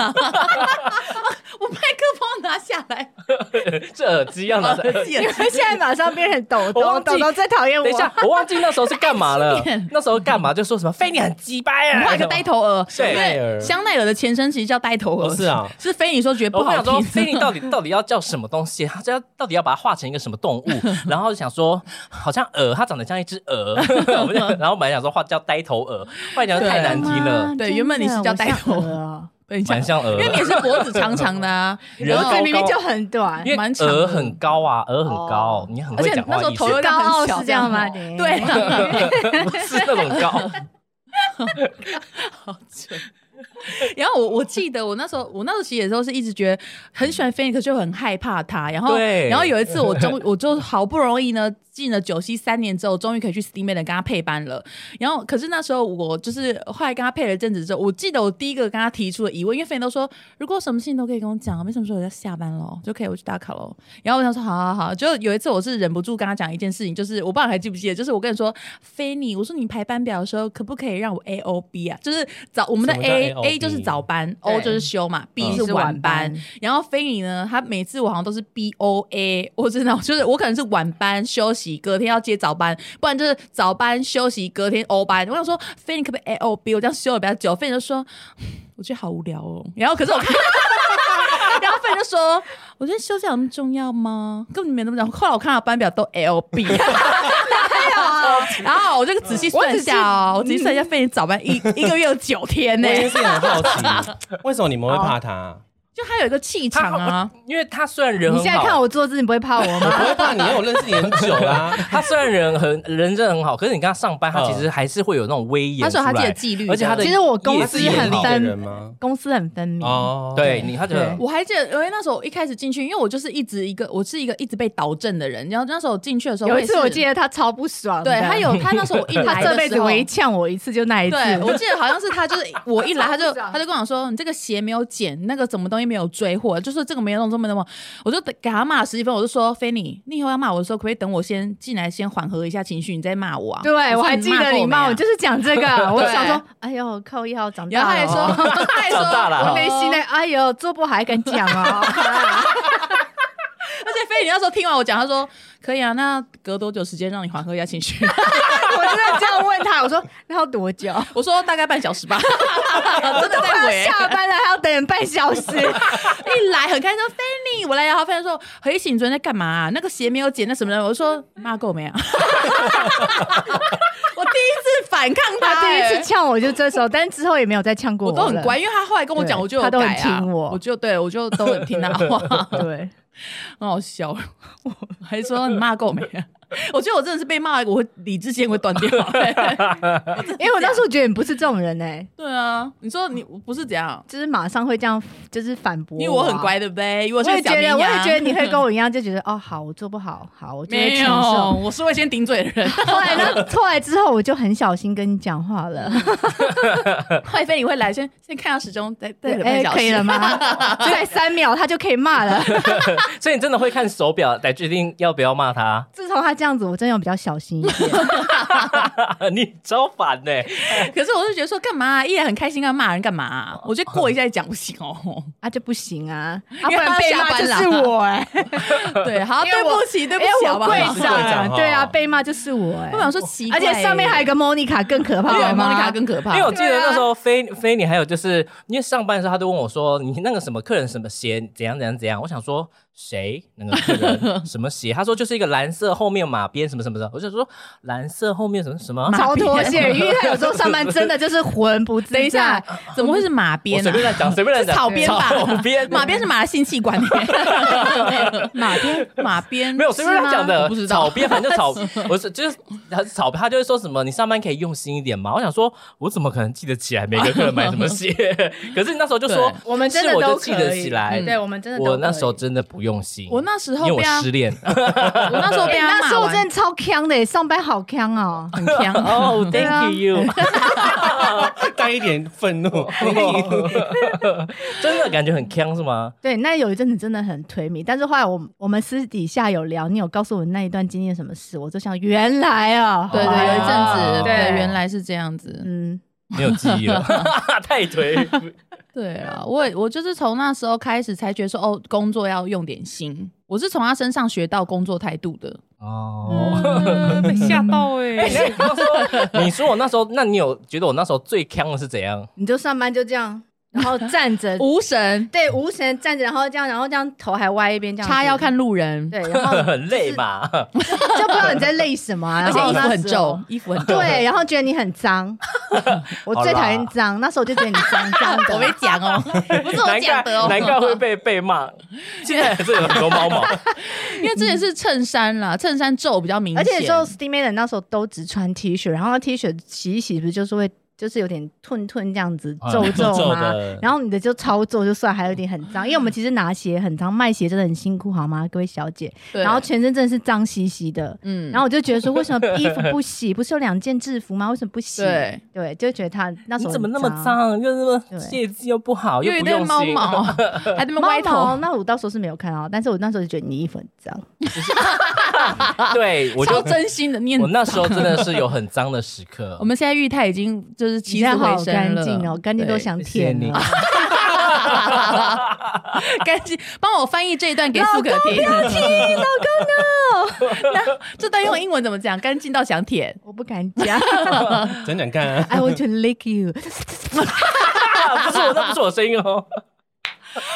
[SPEAKER 5] 我麦克风拿下来，
[SPEAKER 7] 这耳机样拿着。
[SPEAKER 5] 自己
[SPEAKER 4] 你们现在马上变成抖
[SPEAKER 7] 我
[SPEAKER 4] 抖
[SPEAKER 7] 忘记
[SPEAKER 4] 抖抖最讨
[SPEAKER 5] 啊
[SPEAKER 4] 厌我。
[SPEAKER 7] 等一下，我忘记那时候是干 嘛了
[SPEAKER 5] 太经典。
[SPEAKER 7] 那时候干嘛就说什么菲尼很鸡掰啊，
[SPEAKER 5] 画一个呆头鹅，
[SPEAKER 7] 对
[SPEAKER 5] 因
[SPEAKER 6] 奈
[SPEAKER 5] 为
[SPEAKER 6] 尔
[SPEAKER 5] 香奈儿的前身其实叫呆头鹅，
[SPEAKER 6] 哦是啊，
[SPEAKER 5] 是非你说觉得不
[SPEAKER 7] 我
[SPEAKER 5] 好
[SPEAKER 7] 想说，
[SPEAKER 5] 听，
[SPEAKER 7] 菲尼到底到底要叫什么东西？他这要到底要把它画成一个什么动 物？然后就想说，好像鹅，它长得像一只鹅。 我们就 然后本来想说画叫呆头鹅，后来讲太难听了，
[SPEAKER 5] 对原本你是叫呆头
[SPEAKER 4] 鹅，
[SPEAKER 5] 对你讲
[SPEAKER 7] 蛮像鹅
[SPEAKER 5] 嗯 因。为你也是脖子长长的啊，
[SPEAKER 7] 人
[SPEAKER 4] 我
[SPEAKER 7] 高
[SPEAKER 4] 嘴明明
[SPEAKER 7] 高
[SPEAKER 4] 就很短
[SPEAKER 7] 因。为
[SPEAKER 5] 蛮长的
[SPEAKER 7] 鹅很高啊，鹅很高
[SPEAKER 4] 哦，
[SPEAKER 7] 你很
[SPEAKER 5] 而
[SPEAKER 7] 会
[SPEAKER 5] 且
[SPEAKER 7] 讲
[SPEAKER 5] 那
[SPEAKER 7] 话
[SPEAKER 5] 时候
[SPEAKER 7] 意
[SPEAKER 5] 头又
[SPEAKER 7] 思，
[SPEAKER 4] 高傲是这样吗你
[SPEAKER 5] 对 啊，
[SPEAKER 7] 不是那种高。
[SPEAKER 5] 然后我我记得我那时候我那时候其实也都是一直觉得很喜欢菲尼，可就很害怕他。然后
[SPEAKER 7] 对
[SPEAKER 5] 然后有一次我终我就好不容易呢进了九溪三年之后，终于可以去 Steam 的跟他配班了。然后可是那时候我就是后来跟他配了一阵子之后，我记得我第一个跟他提出的疑问，因为菲尼都说如果有什么事情都可以跟我讲，没什么时候我要下班喽就可以我去打卡喽。然后我想说好啊好好，就有一次我是忍不住跟他讲一件事情，就是我不知道你还记不记得，就是我跟你说菲尼，我说你排班表的时候可不可以让我 A O B 啊？就是早我们的
[SPEAKER 6] 什么叫
[SPEAKER 5] A
[SPEAKER 6] AOB
[SPEAKER 5] A 就是早班，O 就是休嘛，B
[SPEAKER 4] 嗯
[SPEAKER 5] 是晚
[SPEAKER 4] 是晚
[SPEAKER 5] 班
[SPEAKER 4] 班。
[SPEAKER 5] 然后菲尼呢，他每次我好像都是 B O A，我 真的就是我可能是晚班休息，隔天要接早班，不然就是早班休息，隔天 O 班。我想说菲尼可不可以 A O B？我这样休的比较久，菲尼就说我觉得好无聊哦。然后可是我看。 然后菲尼就说：“我觉得休假有那么重要吗？根本就没那么重要。”后来我看到班表都 L B，
[SPEAKER 4] 哎呦，
[SPEAKER 5] 然后我这个仔细算一下哦，我仔细算一 下，费你早班一一个月有九天呢
[SPEAKER 8] 我，也是很好奇，为什么你们会怕他啊？
[SPEAKER 5] 就他有一个气
[SPEAKER 7] 他
[SPEAKER 5] 场啊。
[SPEAKER 7] 因为他虽然人
[SPEAKER 4] 你
[SPEAKER 7] 很
[SPEAKER 4] 现在看
[SPEAKER 7] 好，
[SPEAKER 4] 我做字，你不会怕我
[SPEAKER 8] 我不
[SPEAKER 4] 吗？
[SPEAKER 8] 会怕你，因为我认识你很久
[SPEAKER 6] 啊
[SPEAKER 8] 啦。
[SPEAKER 7] 他虽然人很人真的很好，可是你跟他上
[SPEAKER 5] 嗯
[SPEAKER 7] 班，他其实还是会有那种威严
[SPEAKER 5] 他
[SPEAKER 7] 出
[SPEAKER 5] 说
[SPEAKER 7] 来。
[SPEAKER 5] 他自己的纪律的，
[SPEAKER 7] 而且他的
[SPEAKER 4] 其实我公
[SPEAKER 8] 也
[SPEAKER 4] 司
[SPEAKER 8] 是演
[SPEAKER 4] 很
[SPEAKER 8] 你的人
[SPEAKER 4] 分，
[SPEAKER 8] 吗？
[SPEAKER 4] 公司很分明。
[SPEAKER 8] 哦，
[SPEAKER 7] 对你，他觉得
[SPEAKER 4] 对
[SPEAKER 5] 我还记得，因为那时候我一开始进去，因为我就是一直一个，我是一个一直被导正的人。然后那时候我进去的时候，
[SPEAKER 4] 有一次
[SPEAKER 5] 我
[SPEAKER 4] 我
[SPEAKER 5] 也是
[SPEAKER 4] 记得他超不爽的，
[SPEAKER 5] 对他有 他那时候我一
[SPEAKER 4] 他
[SPEAKER 5] 来的时候
[SPEAKER 4] 这辈子唯一呛我一次就那一次，
[SPEAKER 5] 对，我记得好像是他，就是我一来他就
[SPEAKER 4] 他超不爽
[SPEAKER 5] 他就跟我说，你这个鞋没有剪，那个什么东西没有追货，就是这个没有弄这么那么，我就给他骂十几分，我就说菲尼，你以后要骂我的时候，可不可以等我先进来，先缓和一下情绪，你再骂我啊？
[SPEAKER 4] 对，我
[SPEAKER 5] 说
[SPEAKER 4] 还记得你骂我，
[SPEAKER 5] 过
[SPEAKER 4] 就是讲这 个，我
[SPEAKER 5] 对
[SPEAKER 4] 想说，哎呦，扣一号长
[SPEAKER 5] 没啊然后他还
[SPEAKER 4] 大了
[SPEAKER 5] 说，
[SPEAKER 4] 哦，
[SPEAKER 5] 他还说
[SPEAKER 7] 长大了
[SPEAKER 4] 我内 心的，哎呦，做不好还敢讲哦，
[SPEAKER 5] 而且菲尼那时候听完我讲，他说可以啊，那隔多久时间让你缓和一下情绪？
[SPEAKER 4] 我真的这样问他，我说那要多 久？
[SPEAKER 5] 我说大概半小时 吧，真的在
[SPEAKER 4] 快
[SPEAKER 5] 回
[SPEAKER 4] 要。下班了，还要等半 小时，
[SPEAKER 5] 一来很开心说菲尼，我来啊了。然后菲尼说何一醒，你昨天在干嘛啊、那个鞋没有剪，那什么 的。我就说骂够没有？我第一次反抗他、
[SPEAKER 4] 他第一
[SPEAKER 5] 欸
[SPEAKER 4] 次呛我就这时候，但之后也没有再呛过
[SPEAKER 5] 我都
[SPEAKER 4] 了
[SPEAKER 5] 很乖，。因为他后来跟我讲，
[SPEAKER 4] 对
[SPEAKER 5] 我就有
[SPEAKER 4] 他都很
[SPEAKER 5] 改啊
[SPEAKER 4] 听我
[SPEAKER 5] 我就对我 就都很听他话，
[SPEAKER 4] 对，
[SPEAKER 5] 很好笑。我还说你骂够没啊？我觉得我真的是被骂，我会理智线会断掉。
[SPEAKER 4] 因为我当时我觉得你不是这种人哎，
[SPEAKER 5] 对啊，你说你我不是怎样？
[SPEAKER 4] 就是马上会这样，就是反驳啊，
[SPEAKER 5] 因为我很乖，对不对？因为
[SPEAKER 4] 我
[SPEAKER 5] 现在
[SPEAKER 4] 也
[SPEAKER 5] 讲
[SPEAKER 4] 觉得，
[SPEAKER 5] 绵
[SPEAKER 4] 我也
[SPEAKER 5] 羊
[SPEAKER 4] 觉得你会 跟我一样，就觉得哦，好，我做不好，好，我就会
[SPEAKER 5] 没
[SPEAKER 4] 承
[SPEAKER 5] 有，
[SPEAKER 4] 受。
[SPEAKER 5] 我是会先顶嘴的人。
[SPEAKER 4] 后来呢？后来之后我就很小心跟你讲话了。
[SPEAKER 5] 坏飞你会来，先先看下时钟， 再再
[SPEAKER 4] 对，
[SPEAKER 5] 等
[SPEAKER 4] 哎、
[SPEAKER 5] 半小时。
[SPEAKER 4] 可以 了？吗？在三秒他就可以骂了。
[SPEAKER 7] 所以你真的会看手表来决定要不要骂他，
[SPEAKER 4] 自从他这样子，我真的要比较小心一点。
[SPEAKER 7] 你超烦呢、
[SPEAKER 5] 可是我就觉得说，干嘛啊、依然很开心啊，骂人干嘛啊、我觉得过一下讲不行哦。
[SPEAKER 4] 啊，就不 行啊，啊，不
[SPEAKER 5] 因为
[SPEAKER 4] 然
[SPEAKER 5] 他
[SPEAKER 4] 被
[SPEAKER 5] 下
[SPEAKER 4] 骂
[SPEAKER 5] 班
[SPEAKER 4] 就
[SPEAKER 5] 啦
[SPEAKER 4] 是我哎、
[SPEAKER 5] 对，好，
[SPEAKER 4] 因为
[SPEAKER 5] 对
[SPEAKER 4] 我
[SPEAKER 5] 不起，对
[SPEAKER 4] 因
[SPEAKER 5] 不
[SPEAKER 4] 为
[SPEAKER 5] 起，好
[SPEAKER 4] 我
[SPEAKER 5] 不好？
[SPEAKER 4] 贵
[SPEAKER 5] 我
[SPEAKER 8] 是队长
[SPEAKER 4] 长，
[SPEAKER 8] 哦
[SPEAKER 4] 对啊，被骂就是我哎、
[SPEAKER 5] 想说奇怪
[SPEAKER 4] 而
[SPEAKER 5] 欸，
[SPEAKER 4] 且上面还有一个 Monica 更可怕，
[SPEAKER 5] 对
[SPEAKER 4] 好吗
[SPEAKER 5] 莫妮卡更可怕
[SPEAKER 7] 因为。我记得那时
[SPEAKER 5] 啊
[SPEAKER 7] 候菲菲你还有就是因为上班的时候，他都问我说你那个什么客人什么鞋怎样怎样怎样，我想说谁那个客人什么 鞋，他说就是一个蓝色后面马鞭什么什么的，我就说蓝色后面什么什
[SPEAKER 5] 啊
[SPEAKER 7] 么。
[SPEAKER 4] 超 脱线，因为他有时候上班真的就是魂不自在。
[SPEAKER 5] 等一下，怎么会是马
[SPEAKER 7] 我
[SPEAKER 5] 鞭
[SPEAKER 7] 随
[SPEAKER 5] 呢、
[SPEAKER 7] 便乱讲，随便乱
[SPEAKER 5] 是
[SPEAKER 7] 讲，
[SPEAKER 5] 草编吧？
[SPEAKER 7] 草编，啊
[SPEAKER 5] 马鞭是马的性器官、马鞭，马鞭
[SPEAKER 7] 嗯没有，随便乱讲
[SPEAKER 5] 是吗
[SPEAKER 7] 的
[SPEAKER 5] 我不知，道
[SPEAKER 7] 草编反正就草，我是就是草，他就会说什么你上班可以用心一点嘛。我想说，我怎么可能记得起来每个客人买什么鞋？ 可是你那时候就说
[SPEAKER 5] 对，
[SPEAKER 4] 我们真的
[SPEAKER 7] 是我
[SPEAKER 4] 都
[SPEAKER 7] 就记得
[SPEAKER 4] 可以嗯
[SPEAKER 7] 起来，
[SPEAKER 4] 对我们真的都可以。
[SPEAKER 7] 我那时候真的不用心，
[SPEAKER 5] 我那时
[SPEAKER 7] 因为
[SPEAKER 5] 候
[SPEAKER 7] 我
[SPEAKER 5] 被他，
[SPEAKER 7] 失恋。
[SPEAKER 5] 我那时候
[SPEAKER 4] 哎、
[SPEAKER 5] 被他
[SPEAKER 4] 那时
[SPEAKER 5] 骂
[SPEAKER 4] 候我
[SPEAKER 5] 完
[SPEAKER 4] 真，的超坑的、上班好坑 哦、
[SPEAKER 5] 很 强。
[SPEAKER 7] 哦、t
[SPEAKER 4] 对啊
[SPEAKER 7] h a n k you，
[SPEAKER 8] 带一点愤怒，
[SPEAKER 7] 真的感觉很呛是吗？
[SPEAKER 4] 对，那有一阵子真的很颓靡，但是后来我我们私底下有聊，你有告诉我那一段经历什么事，我就想原来啊，
[SPEAKER 5] 对对，有一阵子，
[SPEAKER 4] 哦对
[SPEAKER 5] 对，原来是这样子。
[SPEAKER 4] 嗯，
[SPEAKER 7] 没有记忆了， 太颓。
[SPEAKER 5] 对啊，我也我就是从那时候开始才觉得说，哦，工作要用点心。我是从他身上学到工作态度的。
[SPEAKER 7] 哦，
[SPEAKER 4] 嗯
[SPEAKER 7] 欸
[SPEAKER 5] 被吓到哎、，
[SPEAKER 7] 你说我那时候，那你有觉得我那时候最呛的是怎样？
[SPEAKER 4] 你就上班就这样，然后站着
[SPEAKER 5] 无神，
[SPEAKER 4] 对，无神站着，然后这样，然后这样头还歪一边，这样子
[SPEAKER 5] 叉腰，看路人，
[SPEAKER 4] 对，然后
[SPEAKER 7] 很累吧？
[SPEAKER 4] 就不知道你在累什么、啊，
[SPEAKER 5] 而且
[SPEAKER 4] 然后
[SPEAKER 5] 衣服
[SPEAKER 4] 那
[SPEAKER 5] 很
[SPEAKER 4] 时候
[SPEAKER 5] 皱，。衣服 很皱。
[SPEAKER 4] 对，然后觉得你很脏，我最讨厌脏。那时候我就觉得你脏脏 的，
[SPEAKER 5] 我没讲哦，不是我
[SPEAKER 7] 难
[SPEAKER 5] 讲
[SPEAKER 7] 怪
[SPEAKER 5] 的哦，
[SPEAKER 7] 难怪会被 被骂。现在还是有很多猫 毛，
[SPEAKER 5] 因为之前是衬衫啦，衬衫皱比较明
[SPEAKER 4] 而
[SPEAKER 5] 显，
[SPEAKER 4] 且那时候 Steam a 那时候都只穿 T 恤，然后 T 恤洗一洗，不是就是会就是有点褪褪这样子皱皱
[SPEAKER 8] 皱
[SPEAKER 4] 吗
[SPEAKER 7] 啊
[SPEAKER 8] 的？
[SPEAKER 4] 然后你的就超皱就算，还有点很脏，因为我们其实拿鞋很脏，卖鞋真的很辛苦，好吗，各位小姐？
[SPEAKER 5] 对，
[SPEAKER 4] 然后全身真的是脏兮兮的。
[SPEAKER 5] 嗯
[SPEAKER 4] 然后我就觉得说，为什么衣服不洗？不是有两件制服吗？为什么不洗？
[SPEAKER 5] 对，
[SPEAKER 4] 对，就觉得他那时
[SPEAKER 7] 你
[SPEAKER 4] 候
[SPEAKER 7] 怎么那么
[SPEAKER 4] 很？
[SPEAKER 7] 脏？又那么
[SPEAKER 4] 对
[SPEAKER 7] 业绩又不好，
[SPEAKER 5] 又
[SPEAKER 7] 哦
[SPEAKER 5] 有
[SPEAKER 7] 又不
[SPEAKER 5] 点
[SPEAKER 7] 用
[SPEAKER 5] 猫
[SPEAKER 7] 心。
[SPEAKER 5] 毛，还在那边
[SPEAKER 4] 猫
[SPEAKER 5] 歪
[SPEAKER 4] 毛，
[SPEAKER 5] 头，
[SPEAKER 4] 那我到时候是没有看啊到，但是我那时候就觉得你衣服很脏，
[SPEAKER 7] 对，我就
[SPEAKER 5] 超真心的念
[SPEAKER 7] 我。那时候真的是有很脏的时刻
[SPEAKER 5] 我。们现在玉泰已经就是起死
[SPEAKER 4] 你现在
[SPEAKER 5] 回
[SPEAKER 4] 好
[SPEAKER 5] 生
[SPEAKER 4] 干
[SPEAKER 5] 了
[SPEAKER 4] 净哦，干净都
[SPEAKER 5] 对
[SPEAKER 4] 想
[SPEAKER 7] 谢谢
[SPEAKER 4] 舔
[SPEAKER 7] 你
[SPEAKER 4] 了。
[SPEAKER 7] 啊
[SPEAKER 5] 赶紧帮我翻译这一段给苏可听。不要听，老 公 no。那这段用英文怎么讲？干净到想舔。
[SPEAKER 4] 我不敢讲
[SPEAKER 8] 讲讲看啊。
[SPEAKER 4] ，I want to lick you。
[SPEAKER 7] 不是我，那不是我声音哦。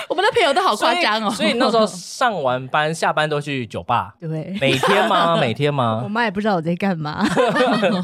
[SPEAKER 5] 我们的朋友 都好夸张哦。
[SPEAKER 7] 所以所以 那时候上完班下班都去酒吧，
[SPEAKER 4] 对，
[SPEAKER 7] 每天吗？每天
[SPEAKER 4] 我
[SPEAKER 7] 吗？
[SPEAKER 4] 妈也不知道我在干嘛。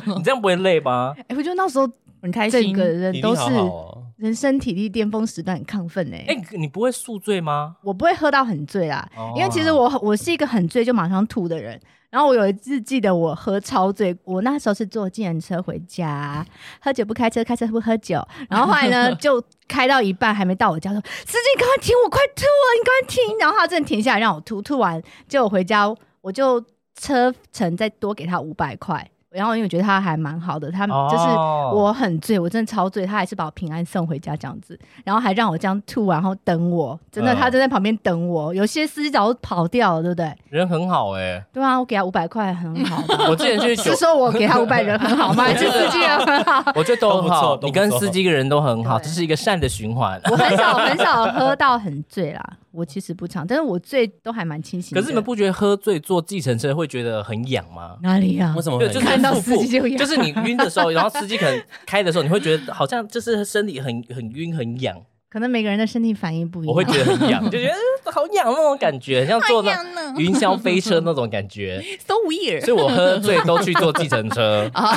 [SPEAKER 7] 你这样不会累吗？
[SPEAKER 4] 哎，我觉得那时候
[SPEAKER 5] 很开
[SPEAKER 4] 整
[SPEAKER 5] 心
[SPEAKER 4] 个，人
[SPEAKER 8] 体力
[SPEAKER 4] 都
[SPEAKER 8] 好
[SPEAKER 4] 是
[SPEAKER 8] 好哦，
[SPEAKER 4] 人生体力巅峰时段，很亢奋哎
[SPEAKER 7] 哎。，你不会宿醉吗？
[SPEAKER 4] 我不会喝到很醉啦，
[SPEAKER 7] 哦
[SPEAKER 4] 因为其实我我是一个很醉就马上吐的人。然后我有一次记得我喝超醉，我那时候是坐计程车回家，喝酒不开车，开车不喝酒。然后后来 呢，就开到一半还没到我家，说司机赶快停，我快吐了，你赶快停。然后他真的停下来让我吐，吐完结果回家我就车程再多给他五百块。然后因为我觉得他还蛮好的，他就是
[SPEAKER 7] 哦
[SPEAKER 4] 我很醉，我真的超醉，他还是把我平安送回家这样子。然后还让我这样吐，然后等我，真的，
[SPEAKER 2] 嗯
[SPEAKER 4] 他就在旁边等我。有些司机早就跑掉了，对不对？
[SPEAKER 7] 人很好哎，？
[SPEAKER 4] 对啊，我给他五百块很好 吧
[SPEAKER 7] 我之前去酒
[SPEAKER 4] 是。说我给他五百人很好吗？还是司机人很好？
[SPEAKER 7] 我觉得都很
[SPEAKER 8] 都
[SPEAKER 7] 好
[SPEAKER 8] 不错，
[SPEAKER 7] 你跟
[SPEAKER 8] 都不错
[SPEAKER 7] 司机一个人都很好，
[SPEAKER 4] 对
[SPEAKER 7] 这是一个善的循 环。
[SPEAKER 4] 我很少很少喝到很醉啦，我其实不常，但是我醉都还蛮清醒的。
[SPEAKER 7] 可是你们不觉得喝醉坐计程车会觉得很痒吗？
[SPEAKER 4] 哪里呀、啊
[SPEAKER 8] 为？什么
[SPEAKER 7] 对，
[SPEAKER 8] 很
[SPEAKER 7] 就是
[SPEAKER 4] 看到
[SPEAKER 7] 腹
[SPEAKER 4] 司机
[SPEAKER 7] 部
[SPEAKER 4] 就痒
[SPEAKER 7] 就是你晕的时 候，然后司机可能开的时候，你会觉得好像就是身体很很晕很痒，
[SPEAKER 4] 可能每个人的身体反应不一样。
[SPEAKER 7] 我会觉得很痒，就觉得呃好痒那种感觉，很像坐
[SPEAKER 4] 哦
[SPEAKER 7] 那
[SPEAKER 5] 痒呢
[SPEAKER 7] 云霄飞车那种感觉。
[SPEAKER 5] so weird，
[SPEAKER 7] 所以我喝醉都去坐计程 车，
[SPEAKER 4] 哦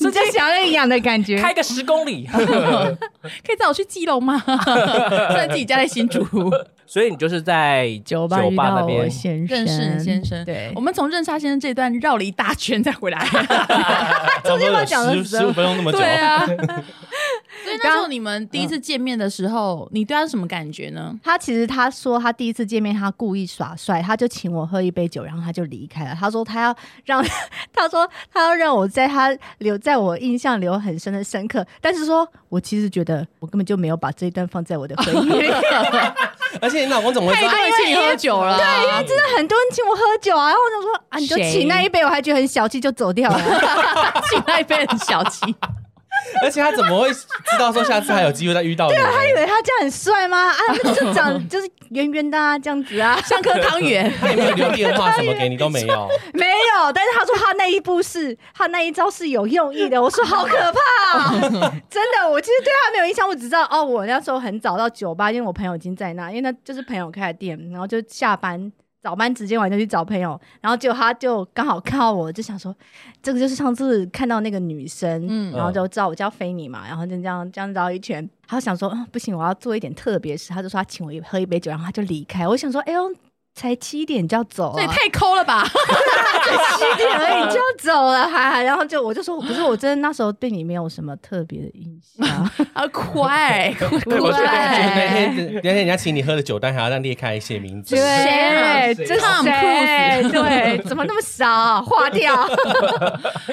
[SPEAKER 4] 你就想要那个痒的感觉。
[SPEAKER 7] 开个十公 里。
[SPEAKER 5] 可以带我去基隆吗？ 虽然自己家在新 竹，
[SPEAKER 7] 所以你就是在
[SPEAKER 4] 酒吧
[SPEAKER 7] 吧
[SPEAKER 4] 遇到
[SPEAKER 7] 那
[SPEAKER 4] 我
[SPEAKER 7] 边。
[SPEAKER 4] 先生，
[SPEAKER 5] 认识你先生。
[SPEAKER 4] 对
[SPEAKER 5] 我，们从认识他先生这一段绕了一大圈再回来。
[SPEAKER 8] 差不多
[SPEAKER 4] 我
[SPEAKER 8] 有
[SPEAKER 4] 讲了
[SPEAKER 8] 十
[SPEAKER 4] 什
[SPEAKER 8] 十
[SPEAKER 4] 么
[SPEAKER 8] 五分钟那么久，
[SPEAKER 5] 对 啊，所以那时候你们第一次见面的时候，你对他是什么感觉呢？
[SPEAKER 4] 他其实他说他第一次见面，他故意耍帅，他就请我喝一杯酒，然后他就离开了。他说他要让， 他说他要让我在他留在我印象留很深的深刻，但是说我其实觉得我根本就没有把这一段放在我的回忆里。
[SPEAKER 8] 而且你老公怎么会知
[SPEAKER 5] 他
[SPEAKER 8] 道？
[SPEAKER 5] 也
[SPEAKER 6] 哎
[SPEAKER 5] 请你喝酒了，
[SPEAKER 4] 对，因为真的很多人请我喝酒啊，然后我想说啊，你就
[SPEAKER 5] 谁
[SPEAKER 4] 请那一杯，我还觉得很小气，就走掉 了。
[SPEAKER 5] 请那一杯很小气。
[SPEAKER 8] 而且他怎么会知道说下次还有机会再遇到你？
[SPEAKER 4] 他以为他这样很帅吗？啊，就 长就是圆圆的啊，这样子啊，
[SPEAKER 5] 像颗汤圆，
[SPEAKER 8] 他也没有留电话什么给你都没有，
[SPEAKER 4] 没有。但是他说他那一步是他那一招是有用 意的，我说好可怕、啊，真的。我其实对他没有印象，我只知道哦，我那时候很早到酒吧，因为我朋友已经在那，因为那就是朋友开的店，然后就下班。早班直接完就去找朋友，然后结果他就刚好看到我，就想说，这个就是上次看到那个女生，
[SPEAKER 5] 嗯
[SPEAKER 4] 然后就知道我叫菲尼嘛，然后就这样这样绕一圈，他就想说，嗯，不行，我要做一点特别事，他就说他请我一喝一杯酒，然后他就离开。我想说，哎呦，才七点就要走、啊，
[SPEAKER 5] 这也太抠了吧！
[SPEAKER 4] 哎七点而已就走了，还还，然后就我就说，可是我真的那时候对你没有什么特别的 印象，
[SPEAKER 5] 好快，
[SPEAKER 8] 对，我觉得那
[SPEAKER 5] 对
[SPEAKER 8] 天那天人家请你喝的酒单还要让列开一些名字，
[SPEAKER 4] 对，
[SPEAKER 5] 谁啊
[SPEAKER 4] 这是
[SPEAKER 5] Tom
[SPEAKER 4] 谁？对，怎么那么少？划掉，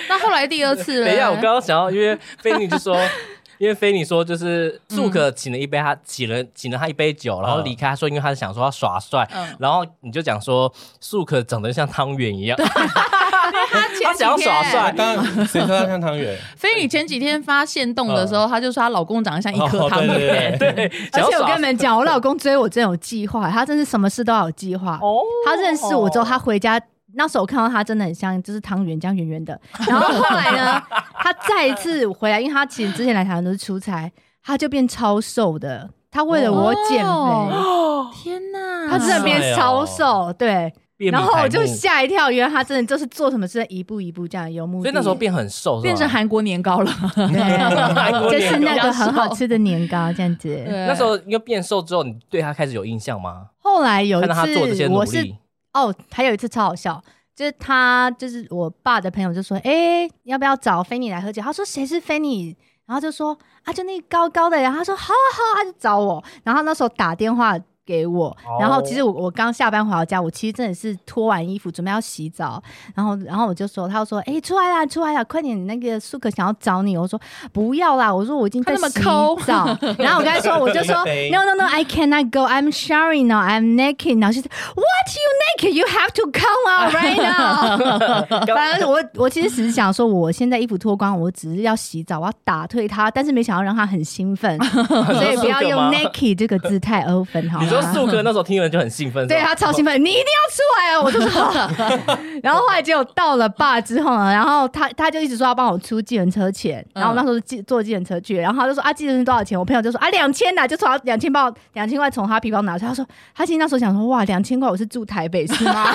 [SPEAKER 5] 那后来第二次了，
[SPEAKER 7] 等一下，我刚刚想要，因为菲尼就说， 因为菲尼说就是素可请了一杯他请了请了他一杯酒，然后离开，他说因为他想说他耍帅，
[SPEAKER 5] 嗯
[SPEAKER 7] 然后你就讲说素可长得像汤圆一样，
[SPEAKER 5] 他
[SPEAKER 7] 他想要耍帅
[SPEAKER 8] 啊，当然谁说他像汤圆？
[SPEAKER 5] 菲女前几天发现动的时候，她就说她老公长得像一颗
[SPEAKER 8] 哦
[SPEAKER 5] 汤
[SPEAKER 8] 对对
[SPEAKER 5] 圆
[SPEAKER 8] 对，
[SPEAKER 7] 对，想
[SPEAKER 4] 而
[SPEAKER 7] 要
[SPEAKER 4] 且我跟
[SPEAKER 7] 耍
[SPEAKER 4] 你们讲，我老公追我真的有计划，他真是什么事都要有计划。
[SPEAKER 5] 哦
[SPEAKER 4] 他认识我之后，他回家那时候我看到他真的很像就是汤圆这样圆圆 的。然后后来呢，他再一次回来，因为他其实之前来台湾都是出差，他就变超瘦的。他为了我减肥，
[SPEAKER 5] 哦天哪！
[SPEAKER 4] 他真的变超
[SPEAKER 8] 帅
[SPEAKER 4] 瘦，对。
[SPEAKER 7] 变
[SPEAKER 4] 然
[SPEAKER 7] 米
[SPEAKER 4] 后
[SPEAKER 7] 苔
[SPEAKER 4] 我
[SPEAKER 7] 木
[SPEAKER 4] 就吓一跳，原来他真的就是做什么事一步一步这样有目的。
[SPEAKER 7] 所以那时候变很瘦，是吧
[SPEAKER 5] 变成韩国年糕了，
[SPEAKER 4] 对，就是那个很好吃的年糕这样
[SPEAKER 5] 对
[SPEAKER 4] 子。
[SPEAKER 7] 那时候因为变瘦之后，你对他开始有印象吗？
[SPEAKER 4] 后来有一
[SPEAKER 7] 看到他做这些
[SPEAKER 4] 次，
[SPEAKER 7] 努
[SPEAKER 4] 我是
[SPEAKER 7] 力，
[SPEAKER 4] 哦，还有一次超好笑，就是他就是我爸的朋友就说，哎、要不要找菲尼来喝酒？他说谁是菲尼？然后就说啊，就那个高高的，然后他说好啊好啊，他就找我。然后那时候打电话给我，然后其实我我刚下班回到家，我其实真的是脱完衣服准备要洗澡，然后然后我就说，他就说哎、出来啦出来啦，快点，那个舒可想要找你。我说不要啦，我说我已经在
[SPEAKER 5] 他那么
[SPEAKER 4] 洗
[SPEAKER 5] 抠
[SPEAKER 4] 澡。然后我跟他说，我就说 no no no I cannot go, I'm sorry now, I'm naked now。就是 What you naked? You have to come out right now 。反正我我其实只是想说，我现在衣服脱光，我只是要洗澡，我要打退他，但是没想要让他很兴奋，所以不要用 naked 这个字太 open 好吗？
[SPEAKER 7] 时候素哥那时候听了就很兴奋，
[SPEAKER 4] 啊对
[SPEAKER 7] 是吧
[SPEAKER 4] 他超 兴奋，你一定要出来哦！我就说， 然后后来结果到了坝之后呢，然后他他就一直说要帮我出计程车钱，然后我那时候计坐计程车去，然后他就说啊，计程车多少钱？我朋友就说啊，两千呐，就从他两千包两千块从他皮包拿出来。他说他其实那时候想说，哇，两千块我是住台北是吗？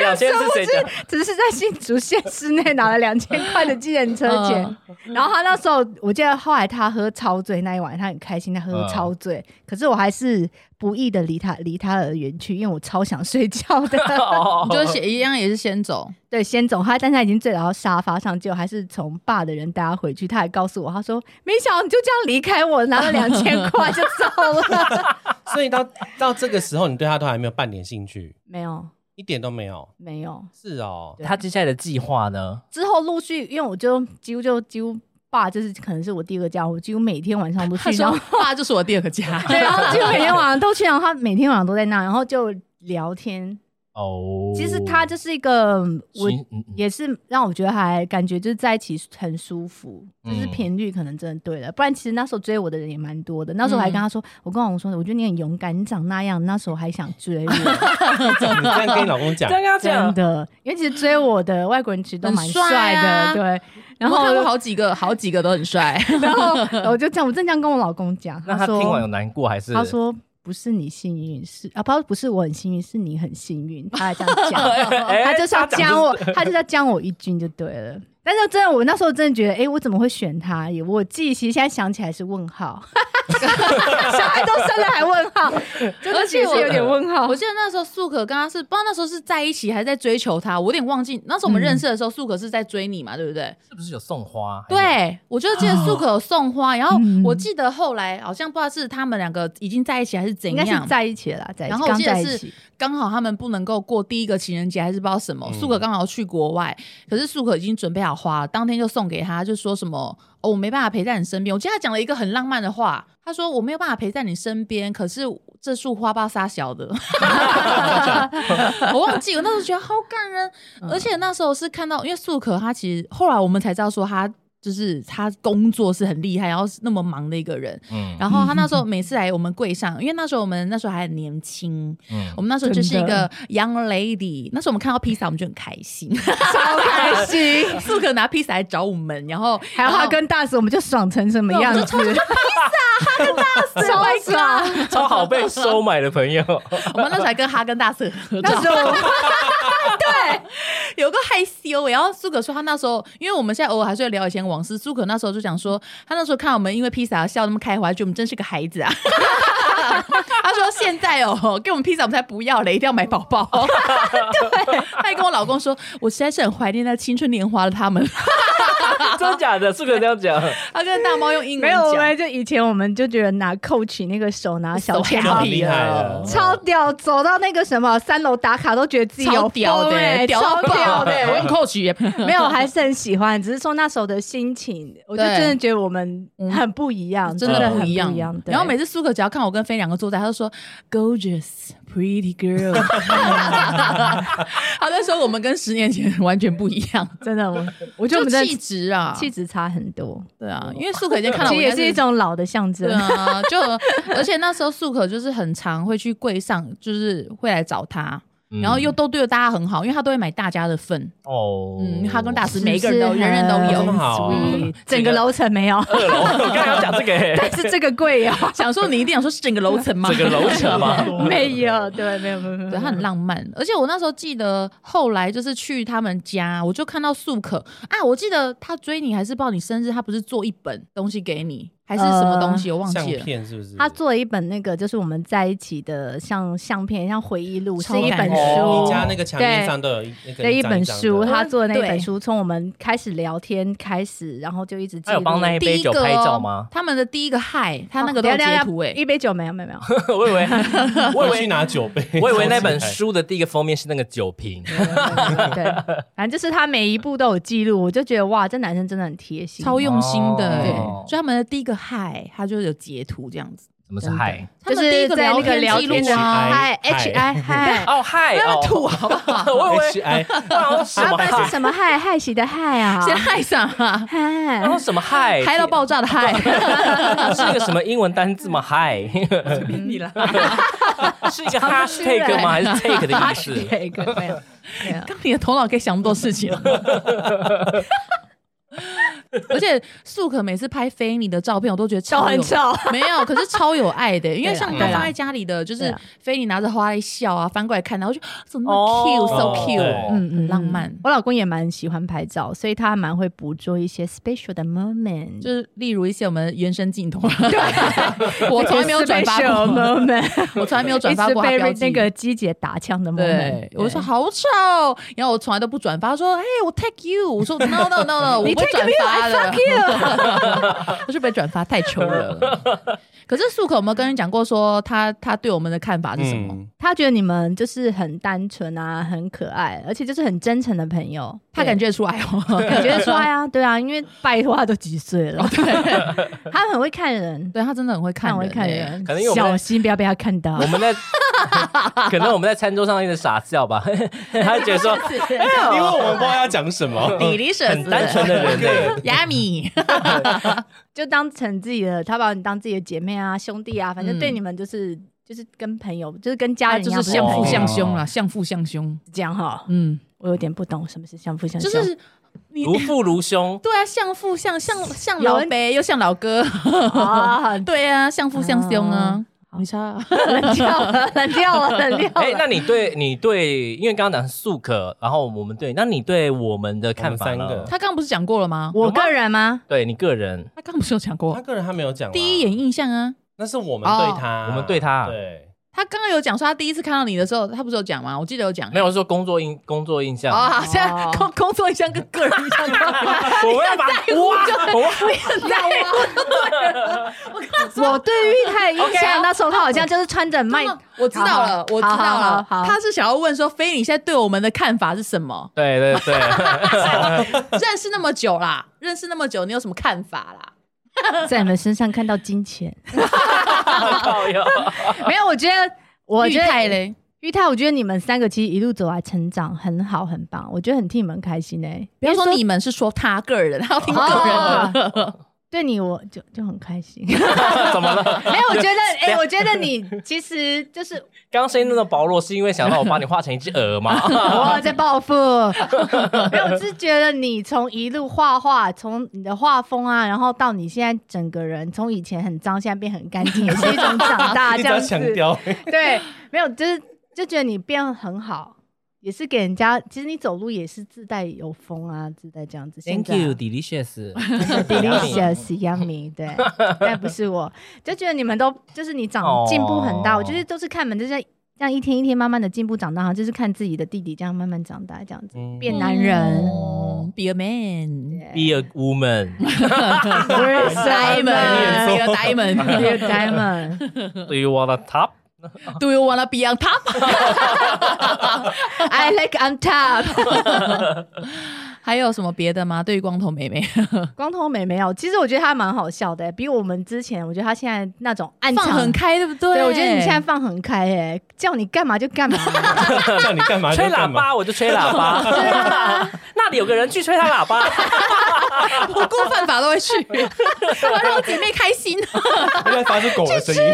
[SPEAKER 7] 两千是谁讲？
[SPEAKER 4] 只是在新竹县市内拿了两千块的计程车 钱，
[SPEAKER 5] 嗯
[SPEAKER 4] 然后他那时候我记得后来他喝超醉那一晚，他很开心，他喝超醉，
[SPEAKER 5] 嗯
[SPEAKER 4] 可是我还是不易的离他离他而远去，因为我超想睡觉 的。
[SPEAKER 7] 哦
[SPEAKER 5] 你就写一样也是先走，
[SPEAKER 4] 对，先走他，但是他已经醉倒到沙发上，结果还是从爸的人带他回去。他还告诉我，他说没想到你就这样离开我，拿了两千块就走了。
[SPEAKER 8] 所以到到这个时候，你对他都还没有半点兴趣，
[SPEAKER 4] 没有，
[SPEAKER 8] 一点都没有。
[SPEAKER 4] 没有。
[SPEAKER 8] 是哦，
[SPEAKER 7] 他接下来的计划呢？
[SPEAKER 4] 之后陆续，因为我就几乎就几乎爸就是可能是我第二个家，我几乎每天晚上都去
[SPEAKER 5] 他，
[SPEAKER 4] 然
[SPEAKER 5] 说
[SPEAKER 4] 后，
[SPEAKER 5] 爸就是我第二个家
[SPEAKER 4] 对，然后几 乎每天晚上都去，然后他每天晚上都在那，然后就聊天。
[SPEAKER 7] 哦，
[SPEAKER 4] 其实他就是一个我
[SPEAKER 7] 行嗯嗯
[SPEAKER 4] 也是让我觉得还感觉就是在一起很舒服，
[SPEAKER 7] 嗯
[SPEAKER 4] 就是频率可能真的对了，不然其实那时候追我的人也蛮多的。那时候我还跟他说，我跟老公说，我觉得你很勇敢，你长那样，那时候还想追 我，
[SPEAKER 8] 你这样跟你老公讲，
[SPEAKER 7] 刚刚
[SPEAKER 4] 真
[SPEAKER 7] 讲
[SPEAKER 4] 的，因为其实追我的外国人其实都蛮
[SPEAKER 5] 很帅
[SPEAKER 4] 帅的，
[SPEAKER 5] 啊
[SPEAKER 4] 对。然
[SPEAKER 5] 然后
[SPEAKER 4] 后
[SPEAKER 5] 看过好几个，好几个都很帅，
[SPEAKER 4] 然后我就这样，我正这样跟我老公讲，
[SPEAKER 7] 那他
[SPEAKER 4] 说
[SPEAKER 7] 听完有难过还是？
[SPEAKER 4] 他说不是你幸运，是啊，不不是我很幸运，是你很幸运。他还这样讲，
[SPEAKER 7] 哎
[SPEAKER 4] 他就是要
[SPEAKER 7] 他
[SPEAKER 4] 将我，他就是要将我一军就对了。但是真的，我那时候真的觉得，哎、我怎么会选他？也我自己其实现在想起来是问号，小孩都生了还问号，真的
[SPEAKER 5] 而
[SPEAKER 4] 其
[SPEAKER 5] 且
[SPEAKER 4] 实
[SPEAKER 5] 我
[SPEAKER 4] 有点问号
[SPEAKER 5] 我。记得那时候素可跟他是，不知道那时候是在一起还是在追求他，我有点忘记。那时候我们认识的时候，素可是在追你嘛，对不对？
[SPEAKER 4] 嗯
[SPEAKER 7] 是不是有送花？
[SPEAKER 5] 对，我就记得素可有送花，然后
[SPEAKER 4] 嗯
[SPEAKER 5] 我记得后来好像不知道是他们两个已经在一起还是怎
[SPEAKER 4] 应该是
[SPEAKER 5] 样，
[SPEAKER 4] 在一起了啦，在一起
[SPEAKER 5] 然后我
[SPEAKER 4] 刚
[SPEAKER 5] 记得
[SPEAKER 4] 在一
[SPEAKER 5] 是
[SPEAKER 4] 起，
[SPEAKER 5] 刚好他们不能够过第一个情人节还是不知道什
[SPEAKER 4] 嗯
[SPEAKER 5] 么，素可刚好去国外，可是素可已经准备好花了，当天就送给他，就说什么哦，我没办法陪在你身边。我记得他讲了一个很浪漫的话，他说我没有办法陪在你身边，可是这束花吧撒小 的， 我忘记我那时候觉得好感人，
[SPEAKER 7] 嗯
[SPEAKER 5] 而且那时候是看到，因为素可她其实后来我们才知道说她。就是她工作是很厉害，然后是那么忙的一个人。
[SPEAKER 7] 嗯
[SPEAKER 5] 然后她那时候每次来我们柜上，因为那时候我们那时候还很年轻，
[SPEAKER 7] 嗯
[SPEAKER 5] 我，们那时候就是一
[SPEAKER 4] 真
[SPEAKER 5] 个
[SPEAKER 4] 的
[SPEAKER 5] young lady，那时候我们看到披萨，我们就很开心。
[SPEAKER 4] 超开心。
[SPEAKER 5] 素可拿披萨来找我们，然后
[SPEAKER 4] 还有他
[SPEAKER 5] 然后
[SPEAKER 4] 跟大叔，我们就爽成什么
[SPEAKER 5] 对我
[SPEAKER 4] 样
[SPEAKER 5] 们
[SPEAKER 4] 子？
[SPEAKER 5] 就超
[SPEAKER 4] 超爽！
[SPEAKER 7] 超好被收买的朋友，
[SPEAKER 5] 我们那时候还跟哈根达斯合照
[SPEAKER 4] 那时候
[SPEAKER 5] 有个害羞。欸然后苏可说他那时候，因为我们现在偶尔还是会聊以前往事，苏可那时候就讲说，他那时候看我们因为披萨笑那么开怀，觉得我们真是个孩子啊。 他说现在哦，给我们披萨我们才不要嘞，一定要买宝宝。哦 对，他还跟我老公说，我实在是很怀念那青春年华的他们。
[SPEAKER 7] 真假的？是可以这样讲？
[SPEAKER 5] 他跟大猫用英
[SPEAKER 4] 没
[SPEAKER 5] 文
[SPEAKER 4] 有，我
[SPEAKER 5] 讲。
[SPEAKER 4] 们就以前我们就觉得拿 Coach 那个手拿小钱
[SPEAKER 5] 手
[SPEAKER 4] 包
[SPEAKER 5] 好
[SPEAKER 8] 很厉害
[SPEAKER 7] 啊
[SPEAKER 8] 了。
[SPEAKER 4] 超屌，走到那个什么三楼打卡都觉得自己有
[SPEAKER 5] 超屌
[SPEAKER 4] 风
[SPEAKER 5] 的、
[SPEAKER 4] 欸
[SPEAKER 5] 屌
[SPEAKER 4] 超
[SPEAKER 5] 到爆
[SPEAKER 4] 屌的、
[SPEAKER 5] 我用 coach 也
[SPEAKER 4] 没有，还是很喜欢，只是说那时候的心情，我就
[SPEAKER 5] 对嗯
[SPEAKER 4] 真的觉得我们很不一样，
[SPEAKER 5] 真
[SPEAKER 4] 的
[SPEAKER 5] 的
[SPEAKER 4] 很
[SPEAKER 5] 不
[SPEAKER 4] 一
[SPEAKER 5] 一样。
[SPEAKER 4] 对
[SPEAKER 5] 然后每次苏可只要看我跟飞两个坐在，他就说 “gorgeous pretty girl”，他在说我们跟十年前完全不一样，
[SPEAKER 4] 真的，我 我觉
[SPEAKER 5] 就
[SPEAKER 4] 得我们的
[SPEAKER 5] 气质啊，
[SPEAKER 4] 气质差很多，
[SPEAKER 5] 对啊，因为苏可已经看到
[SPEAKER 4] 其
[SPEAKER 5] 我
[SPEAKER 4] 实也
[SPEAKER 5] 应该
[SPEAKER 4] 是一。种老的象征
[SPEAKER 5] 对。 啊，就而且那时候素可就是很常会去柜上，就是会来找他，然后又都对大家很好，因为他都会买大家的份，
[SPEAKER 7] 哦，
[SPEAKER 5] 嗯，他跟大师
[SPEAKER 4] 是不是
[SPEAKER 5] 每一个人都
[SPEAKER 4] 很
[SPEAKER 5] 人人都有
[SPEAKER 8] 这，么好啊
[SPEAKER 5] 嗯
[SPEAKER 4] sweet？整个楼 层没有，
[SPEAKER 7] 二楼，我刚才要讲这个欸，
[SPEAKER 4] 但是这个贵有，
[SPEAKER 5] 想说你一定想说是整个楼层嘛，
[SPEAKER 7] 整个楼层吗？
[SPEAKER 4] 没有，对，没有，没有，没 有，
[SPEAKER 5] 对他很浪漫，而且我那时候记得，后来就是去他们家，我就看到素可啊，我记得他追你还是报你生日，他不是做一本东西给你，还是什么东西，我忘
[SPEAKER 8] 相
[SPEAKER 5] 记了。
[SPEAKER 8] 片是不是？
[SPEAKER 4] 他做了一本那个，就是我们在一起的像相片，像回忆录，
[SPEAKER 5] 超
[SPEAKER 4] 是一本
[SPEAKER 5] 感人哦
[SPEAKER 4] 书。
[SPEAKER 8] 你家那个墙面上都有一那个
[SPEAKER 4] 哦的一
[SPEAKER 8] 张
[SPEAKER 4] 本
[SPEAKER 8] 张
[SPEAKER 4] 书，
[SPEAKER 8] 的
[SPEAKER 4] 他做的那一本
[SPEAKER 5] 对
[SPEAKER 4] 书，从我们开始聊天开始，然后就一直记
[SPEAKER 7] 他有
[SPEAKER 4] 录
[SPEAKER 7] 帮那一
[SPEAKER 5] 第
[SPEAKER 7] 杯
[SPEAKER 5] 一
[SPEAKER 7] 酒
[SPEAKER 5] 个哦
[SPEAKER 7] 拍照吗？
[SPEAKER 5] 他们的第一个嗨，他那个都
[SPEAKER 4] 哦等
[SPEAKER 5] 有
[SPEAKER 4] 一下
[SPEAKER 5] 截
[SPEAKER 4] 等
[SPEAKER 5] 图哎
[SPEAKER 4] 一下
[SPEAKER 5] 诶、
[SPEAKER 4] 一杯酒没有没有没有，
[SPEAKER 7] 我以为，我以
[SPEAKER 8] 去
[SPEAKER 7] 为，
[SPEAKER 8] 拿酒杯，
[SPEAKER 7] 我以为那本书的第一个封面是那个酒瓶，
[SPEAKER 4] 对，反正就是他每一步都有记录，我就觉得哇，这男生真的很贴心，
[SPEAKER 5] 超用心的、
[SPEAKER 7] 哦
[SPEAKER 5] 欸，
[SPEAKER 7] 对
[SPEAKER 5] 所以他们的第一个嗨，他就有截图这样子。
[SPEAKER 9] 什么是嗨？
[SPEAKER 5] 他
[SPEAKER 4] 就
[SPEAKER 5] 们第一
[SPEAKER 4] 是
[SPEAKER 5] 个
[SPEAKER 4] 在那
[SPEAKER 5] 聊
[SPEAKER 4] 个
[SPEAKER 5] 天
[SPEAKER 4] 聊
[SPEAKER 5] 记录
[SPEAKER 4] 天的
[SPEAKER 5] 啊，
[SPEAKER 4] 嗨
[SPEAKER 6] Hi
[SPEAKER 4] H I 嗨，
[SPEAKER 7] 哦嗨
[SPEAKER 5] 那
[SPEAKER 7] 哦，
[SPEAKER 5] 吐好不好？
[SPEAKER 7] 我以为
[SPEAKER 8] H I
[SPEAKER 7] 然后什
[SPEAKER 4] 啊，
[SPEAKER 7] 么
[SPEAKER 4] 不然是
[SPEAKER 7] 嗨，
[SPEAKER 4] 什么嗨嗨喜的嗨啊？
[SPEAKER 5] 先害上 啊，
[SPEAKER 4] 嗨
[SPEAKER 7] 然后什么嗨，
[SPEAKER 5] 嗨到爆炸的嗨，
[SPEAKER 7] 是一个什么英文单字吗？嗨，
[SPEAKER 5] 你了。
[SPEAKER 7] 是一个
[SPEAKER 5] 常识欸
[SPEAKER 7] hashtag 吗？还是 take 的意思？
[SPEAKER 4] 这个没有没有。
[SPEAKER 5] 刚你的头脑可以想那么多事情了。 而且素可每次拍菲尼的照片，我都觉得超有
[SPEAKER 4] 都很丑，
[SPEAKER 5] 没有，可是超有爱的，因为像
[SPEAKER 4] 对
[SPEAKER 5] 他
[SPEAKER 4] 啊
[SPEAKER 5] 放在家里的，就是
[SPEAKER 4] 对啊
[SPEAKER 5] 菲尼拿着花在笑啊，翻过来看，然后就怎么
[SPEAKER 7] 哦
[SPEAKER 5] cute，so
[SPEAKER 7] 对
[SPEAKER 5] cute，
[SPEAKER 4] 嗯
[SPEAKER 5] 很浪漫
[SPEAKER 4] 我老公也蛮喜欢拍照，所以他还蛮会捕捉一些 special 的 moment，
[SPEAKER 5] 就是例如一些我们原生镜头， 我从来没有转发
[SPEAKER 4] special
[SPEAKER 5] 过，
[SPEAKER 4] moment，
[SPEAKER 5] 我从来没有转发过
[SPEAKER 4] 一
[SPEAKER 5] 他标
[SPEAKER 4] 直被
[SPEAKER 5] 记
[SPEAKER 4] 那个机姐打枪的 moment。
[SPEAKER 5] 对，我说好丑，然后我从来都不转发，他说哎、我 take you，我说 no no no no，我不
[SPEAKER 4] 你
[SPEAKER 5] 会
[SPEAKER 4] take
[SPEAKER 5] 转
[SPEAKER 4] me,
[SPEAKER 5] 发
[SPEAKER 4] I
[SPEAKER 5] 的
[SPEAKER 4] 啊 fuck，you。
[SPEAKER 5] 我是被转发太丑了。可是素可有没有跟你讲过说他他对我们的看法是什么？
[SPEAKER 8] 嗯，
[SPEAKER 4] 他觉得你们就是很单纯啊，很可爱，而且就是很真诚的朋友。
[SPEAKER 5] 他感觉得出来哦，感
[SPEAKER 4] 感觉得出来啊，对啊，因为拜托他都几岁了，他很会看人，
[SPEAKER 5] 对他真的很会看
[SPEAKER 4] 很
[SPEAKER 5] 人欸，
[SPEAKER 4] 会看人
[SPEAKER 7] 可能因为，我们
[SPEAKER 4] 小心不要被他看到
[SPEAKER 7] 我。们在可能我们在餐桌上一直傻笑吧， 他就觉得 说
[SPEAKER 8] 因为我们不知道要讲什
[SPEAKER 4] 哦
[SPEAKER 8] 么。
[SPEAKER 5] 比利舍
[SPEAKER 7] 很单纯的人类。
[SPEAKER 5] 亚 米，
[SPEAKER 4] 就当成自己的，他把你当自己的姐妹啊、兄弟啊，反正
[SPEAKER 5] 嗯
[SPEAKER 4] 对你们就是、就是跟朋友，就是跟家
[SPEAKER 5] 他
[SPEAKER 4] 人一
[SPEAKER 5] 就
[SPEAKER 4] 样，
[SPEAKER 5] 是相
[SPEAKER 4] 不
[SPEAKER 5] 父
[SPEAKER 4] 是
[SPEAKER 5] 相兄啦，相父相兄，
[SPEAKER 4] 这样哈。
[SPEAKER 5] 嗯，
[SPEAKER 4] 我有点不懂什么是相父相
[SPEAKER 5] 就
[SPEAKER 4] 兄，
[SPEAKER 5] 是你
[SPEAKER 7] 如父如 兄，
[SPEAKER 5] 对啊，相父相像像
[SPEAKER 4] 有
[SPEAKER 5] 老
[SPEAKER 4] 人
[SPEAKER 5] 伯又像老哥，
[SPEAKER 4] 啊，
[SPEAKER 5] 对啊，相父相兄啊，
[SPEAKER 4] 哦
[SPEAKER 5] 没差啊，
[SPEAKER 4] 冷掉了，冷掉了，冷掉
[SPEAKER 7] 哎，
[SPEAKER 4] 了。
[SPEAKER 7] 那你对你对，因为刚刚讲素可，然后我们对，那你对我们的看法
[SPEAKER 8] 我们三
[SPEAKER 7] 呢
[SPEAKER 8] 个？
[SPEAKER 5] 他刚刚不是讲过了吗？
[SPEAKER 4] 我个人吗？
[SPEAKER 7] 对你个人，
[SPEAKER 5] 他刚刚不是有讲
[SPEAKER 8] 他
[SPEAKER 5] 过
[SPEAKER 8] 个人他没有讲啊，
[SPEAKER 5] 第一眼印象啊？
[SPEAKER 8] 那是我们对
[SPEAKER 7] 哦
[SPEAKER 8] 他，
[SPEAKER 7] 我们对他
[SPEAKER 8] 对，
[SPEAKER 5] 他刚刚有讲说他第一次看到你的时候，他不是有讲吗？我记得有讲，
[SPEAKER 7] 没有我是说工作印工作印象，
[SPEAKER 5] 哦，好像工工作一项跟个人一项， 我要把哇，我要在乎，
[SPEAKER 4] 我对玉泰印
[SPEAKER 7] OK 啊？
[SPEAKER 4] 象那时候，他好像就是穿着麦，
[SPEAKER 5] 我知道了，我知道了，
[SPEAKER 4] 好好好
[SPEAKER 5] 他是想要问说，菲，你现在对我们的看法是什么
[SPEAKER 7] 对对 对，
[SPEAKER 5] 认识那么久啦，认识那么久，你有什么看法啦？
[SPEAKER 4] 在你们身上看到金钱。
[SPEAKER 7] 靠哟
[SPEAKER 4] 没有，我觉得，我觉
[SPEAKER 5] 玉泰
[SPEAKER 4] 得
[SPEAKER 5] 嘞，
[SPEAKER 4] 玉泰，我觉得你们三个其实一路走来成长很好，很棒，我觉得很替你们开心哎。
[SPEAKER 5] 不要说哦你们是说他个人，他要听个人的，
[SPEAKER 4] 哦 对你，我就就很开 心。怎么了？ 没有，我觉得，哎、我觉得你其实就是
[SPEAKER 7] 刚刚声音那么薄弱，是因为想到我把你画成一只鹅 吗？
[SPEAKER 4] 我哦在报复。 没有，我是觉得你从一路画画，从你的画风啊，然后到你现在整个人，从以前很脏，现在变很干净，也是一种长大。
[SPEAKER 8] 一
[SPEAKER 4] 这
[SPEAKER 8] 直要
[SPEAKER 4] 样子，
[SPEAKER 8] 强调，
[SPEAKER 4] 对，没有，就是就觉得你变很好，也是给人家。其实你走路也是自带有风啊，自带这样子。现在啊
[SPEAKER 7] delicious。
[SPEAKER 4] delicious yummy，对， 但不是我，就觉得你们都就是你
[SPEAKER 7] 哦
[SPEAKER 4] 长进步很大，我觉得都是看你们就是这样一天一天慢慢的进步长大，好像就是看自己的弟弟这样慢慢长大，这样子
[SPEAKER 8] 嗯
[SPEAKER 4] 变男人。
[SPEAKER 5] 嗯，be a man，
[SPEAKER 7] Be a woman，Do
[SPEAKER 4] We're
[SPEAKER 5] Diamond，be a diamond。
[SPEAKER 4] We're diamond.
[SPEAKER 7] you wanna top？
[SPEAKER 5] Do you wanna be on top？
[SPEAKER 4] I like on top.
[SPEAKER 5] 还有什么别的吗？对于光头妹妹，
[SPEAKER 4] 光头妹没有，其实我觉得她蛮好笑的，欸比我们之前，我觉得她现在那种暗
[SPEAKER 5] 放
[SPEAKER 4] 藏
[SPEAKER 5] 很。开，对不对？
[SPEAKER 4] 对，我觉得你现在放很开，哎，叫你干嘛就 干嘛。
[SPEAKER 8] 叫你干嘛就
[SPEAKER 7] 吹
[SPEAKER 8] 干
[SPEAKER 7] 喇
[SPEAKER 8] 嘛。
[SPEAKER 7] 叭我就 吹喇叭，那里有个人去吹他喇叭，
[SPEAKER 5] 不顾犯法都会去，我让我姐妹开心。
[SPEAKER 8] 因为发出狗的声音，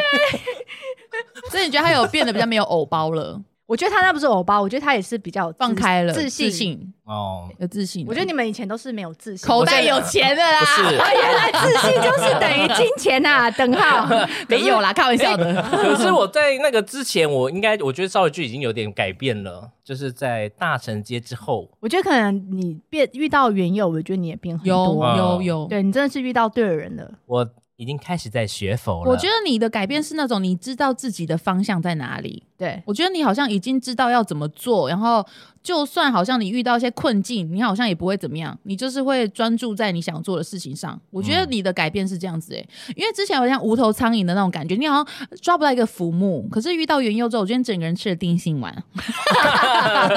[SPEAKER 5] 所以你觉得她有变得比较没有偶包了，
[SPEAKER 4] 我觉得她那不是偶包，我觉得她也是比较自
[SPEAKER 5] 放开了，
[SPEAKER 4] 自信。
[SPEAKER 5] 信
[SPEAKER 7] 哦，
[SPEAKER 5] 有自信了。啊
[SPEAKER 4] 我觉得你们以前都是没有自信，
[SPEAKER 5] 口袋有钱的啦，
[SPEAKER 7] 不是。
[SPEAKER 4] 啊，原来自信就是等于金钱呐、等号。
[SPEAKER 5] 没有啦，开玩笑的。
[SPEAKER 7] 可是我在那个之前，我应该我觉得稍微就已经有点改变了，就是在大城街之后，
[SPEAKER 4] 我觉得可能你变遇到原友，我觉得你也变很
[SPEAKER 5] 有
[SPEAKER 4] 多。
[SPEAKER 5] 有有，
[SPEAKER 4] 对你真的是遇到对的人了。
[SPEAKER 7] 我已经开始在学佛了。
[SPEAKER 5] 我觉得你的改变是那种你知道自己的方向在哪里，
[SPEAKER 4] 对，
[SPEAKER 5] 我觉得你好像已经知道要怎么做，然后就算好像你遇到一些困境，你好像也不会怎么样，你就是会专注在你想做的事情上。我觉得你的改变是这样子诶、欸因为之前有像无头苍蝇的那种感觉，你好像抓不到一个浮木，可是遇到元佑之后，我觉得你整个人吃了定心丸，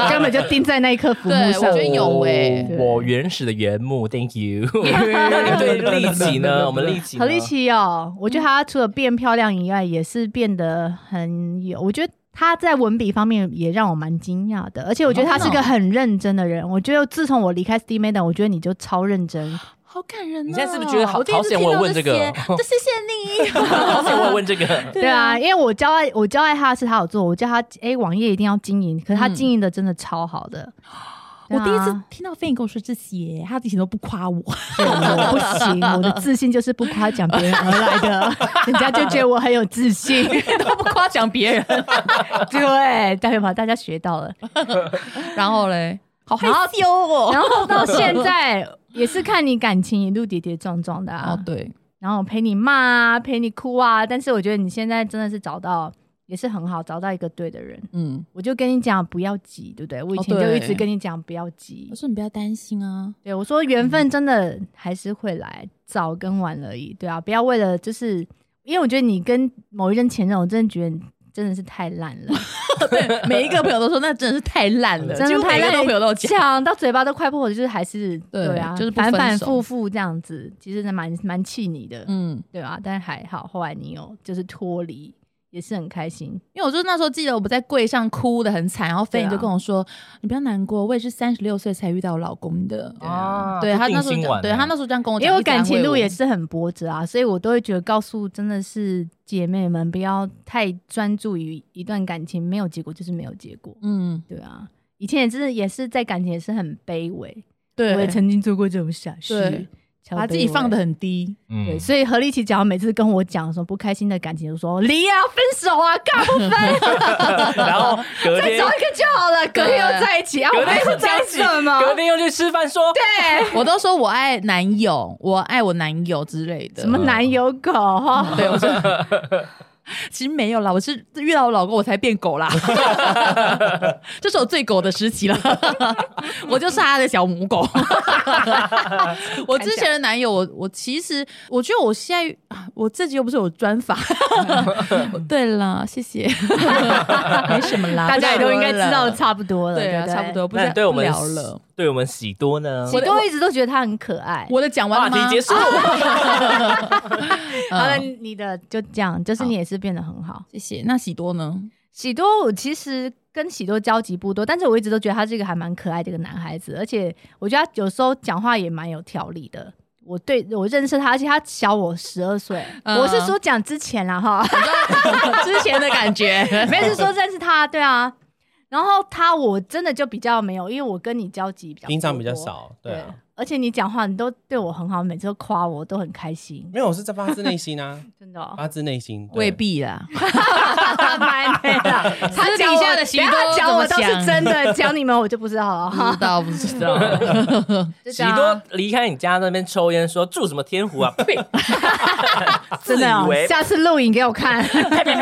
[SPEAKER 4] 根本就钉在那一颗浮木
[SPEAKER 5] 对
[SPEAKER 4] 上。
[SPEAKER 5] 我觉得有欸
[SPEAKER 6] 哦
[SPEAKER 5] 诶、
[SPEAKER 4] 对
[SPEAKER 7] 哦我原始的原木，Thank you。那 你们对力气呢？我们力气呢，
[SPEAKER 4] 何立奇哦，我觉得她除了变漂亮以外，也是变得很有。我觉得她在文笔方面也让我蛮惊讶的，而且我觉得她是个很认哦真的人。我觉得自从我离开 Steam Maiden，我觉得你就超认真。
[SPEAKER 5] 好感人、哦！
[SPEAKER 7] 你现在是不是觉得好
[SPEAKER 5] 我第一次
[SPEAKER 7] 好险我
[SPEAKER 5] 听到
[SPEAKER 7] 问这 个
[SPEAKER 5] 些就谢 谢你。
[SPEAKER 7] 好想问问这 个。
[SPEAKER 4] 对啊，因为我教爱我教爱她的是她有做，我叫她哎、网页一定要经营，可是她
[SPEAKER 5] 嗯
[SPEAKER 4] 经营的真的超好 的。
[SPEAKER 5] 我第一
[SPEAKER 4] 对
[SPEAKER 5] 次
[SPEAKER 4] 啊
[SPEAKER 5] 听到飞影跟我说这些，他以前都不夸我。
[SPEAKER 4] 对我不行，我的自信就是不夸奖别人而来 的，人家就觉得我很有自 信，
[SPEAKER 5] 都不夸奖别 人。
[SPEAKER 4] 对，代表把大家学到了。
[SPEAKER 5] 然后嘞，好害羞 哦。
[SPEAKER 4] 然后到现在也是看你感情一路跌跌撞撞的啊，
[SPEAKER 5] 哦，对，
[SPEAKER 4] 然后陪你骂啊，陪你哭啊，但是我觉得你现在真的是找到。也是很好，找到一个对的人。
[SPEAKER 5] 嗯，
[SPEAKER 4] 我就跟你讲，不要急，对不对？我以前
[SPEAKER 5] 哦
[SPEAKER 4] 就
[SPEAKER 5] 对
[SPEAKER 4] 一直跟你讲，不要急。
[SPEAKER 5] 我说你不要担心啊。
[SPEAKER 4] 对我说，缘分真的还是会来，早跟晚而已。对啊，不要为了就是，因为我觉得你跟某一任前任，我真的觉得你真的是太烂了。
[SPEAKER 5] 每一个朋友都说那真的是太烂了，
[SPEAKER 4] 真的
[SPEAKER 5] 几乎
[SPEAKER 4] 太
[SPEAKER 5] 每个
[SPEAKER 4] 烂了
[SPEAKER 5] 都朋友都有讲。
[SPEAKER 4] 讲到嘴巴都快破，就是还是
[SPEAKER 5] 对
[SPEAKER 4] 对啊，
[SPEAKER 5] 就是不
[SPEAKER 4] 反
[SPEAKER 5] 分
[SPEAKER 4] 反
[SPEAKER 5] 手
[SPEAKER 4] 复复这样子，其实蛮蛮气你的，
[SPEAKER 5] 嗯，
[SPEAKER 4] 对啊，但还好，后来你有就是脱离，也是很开心。
[SPEAKER 5] 因为我就那时候记得我们在柜上哭的很惨，然后飞影
[SPEAKER 4] 对啊
[SPEAKER 5] 就跟我说：“你不要难过，我也是三十六岁才遇到我老公的。
[SPEAKER 7] 啊
[SPEAKER 5] 对
[SPEAKER 7] 这
[SPEAKER 5] 他那
[SPEAKER 7] 定
[SPEAKER 5] 时候
[SPEAKER 7] 心
[SPEAKER 5] 这样，
[SPEAKER 7] 丸
[SPEAKER 5] 对
[SPEAKER 7] 欸
[SPEAKER 5] 他那时候这样跟我讲，
[SPEAKER 4] 因为我
[SPEAKER 5] 一直安
[SPEAKER 4] 感情
[SPEAKER 5] 慰
[SPEAKER 4] 路
[SPEAKER 5] 我
[SPEAKER 4] 也是很波折啊，所以我都会觉得告诉真的是姐妹们不要太专注于一段感情，没有结果就是没有结果，
[SPEAKER 5] 嗯，
[SPEAKER 4] 对啊。以前也是也是在感情也是很卑微，我
[SPEAKER 5] 对
[SPEAKER 4] 也，曾经做过这种傻
[SPEAKER 5] 对
[SPEAKER 4] 事，超
[SPEAKER 5] 把自己
[SPEAKER 4] 卑微
[SPEAKER 5] 放得很低，
[SPEAKER 4] 对，
[SPEAKER 8] 嗯，
[SPEAKER 4] 所以何立奇只要每次跟我讲说不开心的感情，就说离啊，分手啊，干嘛不分，
[SPEAKER 7] 然后隔
[SPEAKER 4] 再
[SPEAKER 7] 天
[SPEAKER 4] 找一个就好了，隔天又在一起啊，我
[SPEAKER 7] 隔
[SPEAKER 4] 们
[SPEAKER 7] 天
[SPEAKER 4] 是
[SPEAKER 7] 又
[SPEAKER 4] 在
[SPEAKER 7] 在一起
[SPEAKER 4] 什
[SPEAKER 5] 啊
[SPEAKER 4] 么？
[SPEAKER 7] 隔天又去吃饭，说
[SPEAKER 4] 对，
[SPEAKER 5] 我都说我爱男友，我爱我男友之类的。
[SPEAKER 4] 什么男友狗哈，
[SPEAKER 5] 对，我说其实没有啦，我是遇到我老公我才变 狗啦，这是我最狗的时期了， 我就是他的小母 狗。我之前的男友，我我其实我觉得我现在啊我自己又不是有专 访，对了，谢谢， 没什么 啦，
[SPEAKER 4] 大家也都应该知道
[SPEAKER 5] 不
[SPEAKER 4] 差不多了，
[SPEAKER 5] 多了，对
[SPEAKER 4] 对
[SPEAKER 5] 啊，
[SPEAKER 4] 不
[SPEAKER 5] 差不。多，不
[SPEAKER 7] 那
[SPEAKER 5] 是
[SPEAKER 7] 你对我
[SPEAKER 5] 不
[SPEAKER 7] 们
[SPEAKER 5] 聊了。
[SPEAKER 7] 对我们喜多呢？
[SPEAKER 4] 我都一直都觉得他很可爱。
[SPEAKER 5] 我的讲完
[SPEAKER 7] 话
[SPEAKER 5] 了吗啊嗯
[SPEAKER 7] 题结束，
[SPEAKER 4] 好了，你的就这样，就是你也是变得很好。
[SPEAKER 5] 谢谢。那喜多呢？
[SPEAKER 4] 喜多，我其实跟喜多交集不多，但是我一直都觉得他是一个还蛮可爱的一个男孩子，而且我觉得他有时候讲话也蛮有条理的。我对我认识他，而且他小我十二岁，
[SPEAKER 5] 嗯
[SPEAKER 4] 我是说讲之前啦 哈，
[SPEAKER 5] 之前的感 觉，
[SPEAKER 4] 没有是说认识他，对啊。然后他我真的就比较没有，因为我跟你交集比较
[SPEAKER 8] 平常比较
[SPEAKER 4] 多，
[SPEAKER 8] 少，对
[SPEAKER 4] 对
[SPEAKER 8] 啊。。
[SPEAKER 4] 而且你讲话你都对我很好，每次都夸我，我都很开心，
[SPEAKER 8] 没有，我是在发自内心啊，
[SPEAKER 4] 真的、 哦。
[SPEAKER 8] 发自内心。对
[SPEAKER 5] 未，必啦。
[SPEAKER 4] 他
[SPEAKER 5] 私底
[SPEAKER 4] 讲我
[SPEAKER 5] 下的行
[SPEAKER 4] 等一啊下
[SPEAKER 5] 都
[SPEAKER 4] 他
[SPEAKER 5] 怎
[SPEAKER 4] 讲嗯我都
[SPEAKER 5] 么想
[SPEAKER 4] 是真 的，讲你们我就不知道了
[SPEAKER 5] 不
[SPEAKER 4] 哈
[SPEAKER 5] 知。道，不知道。
[SPEAKER 4] 就这
[SPEAKER 7] 喜
[SPEAKER 4] 样啊
[SPEAKER 7] 多离开你家那边抽烟，说住什么天湖啊？呸！
[SPEAKER 4] 真
[SPEAKER 7] 自以
[SPEAKER 4] 的、哦，
[SPEAKER 7] 为
[SPEAKER 4] 下次录影给 我看。
[SPEAKER 5] 但是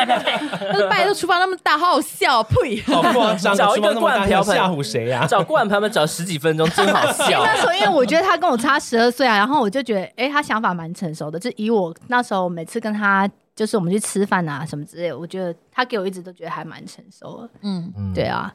[SPEAKER 5] 拜托，厨房那么大，好好笑，呸！
[SPEAKER 8] 好夸张，
[SPEAKER 7] 找一个
[SPEAKER 8] 厨房那么大
[SPEAKER 7] 罐瓢
[SPEAKER 8] 要
[SPEAKER 7] 盆
[SPEAKER 8] 吓唬谁啊呀？
[SPEAKER 7] 找顾问他们找十几分钟，真好 笑。
[SPEAKER 4] 那时候因为我觉得他跟我差十二岁啊，然后我就觉得，哎、他想法蛮成熟的。就以我那时候每次跟他，就是我们去吃饭啊什么之类的，我觉得他给我一直都觉得还蛮成熟的。
[SPEAKER 5] 嗯，
[SPEAKER 4] 对啊，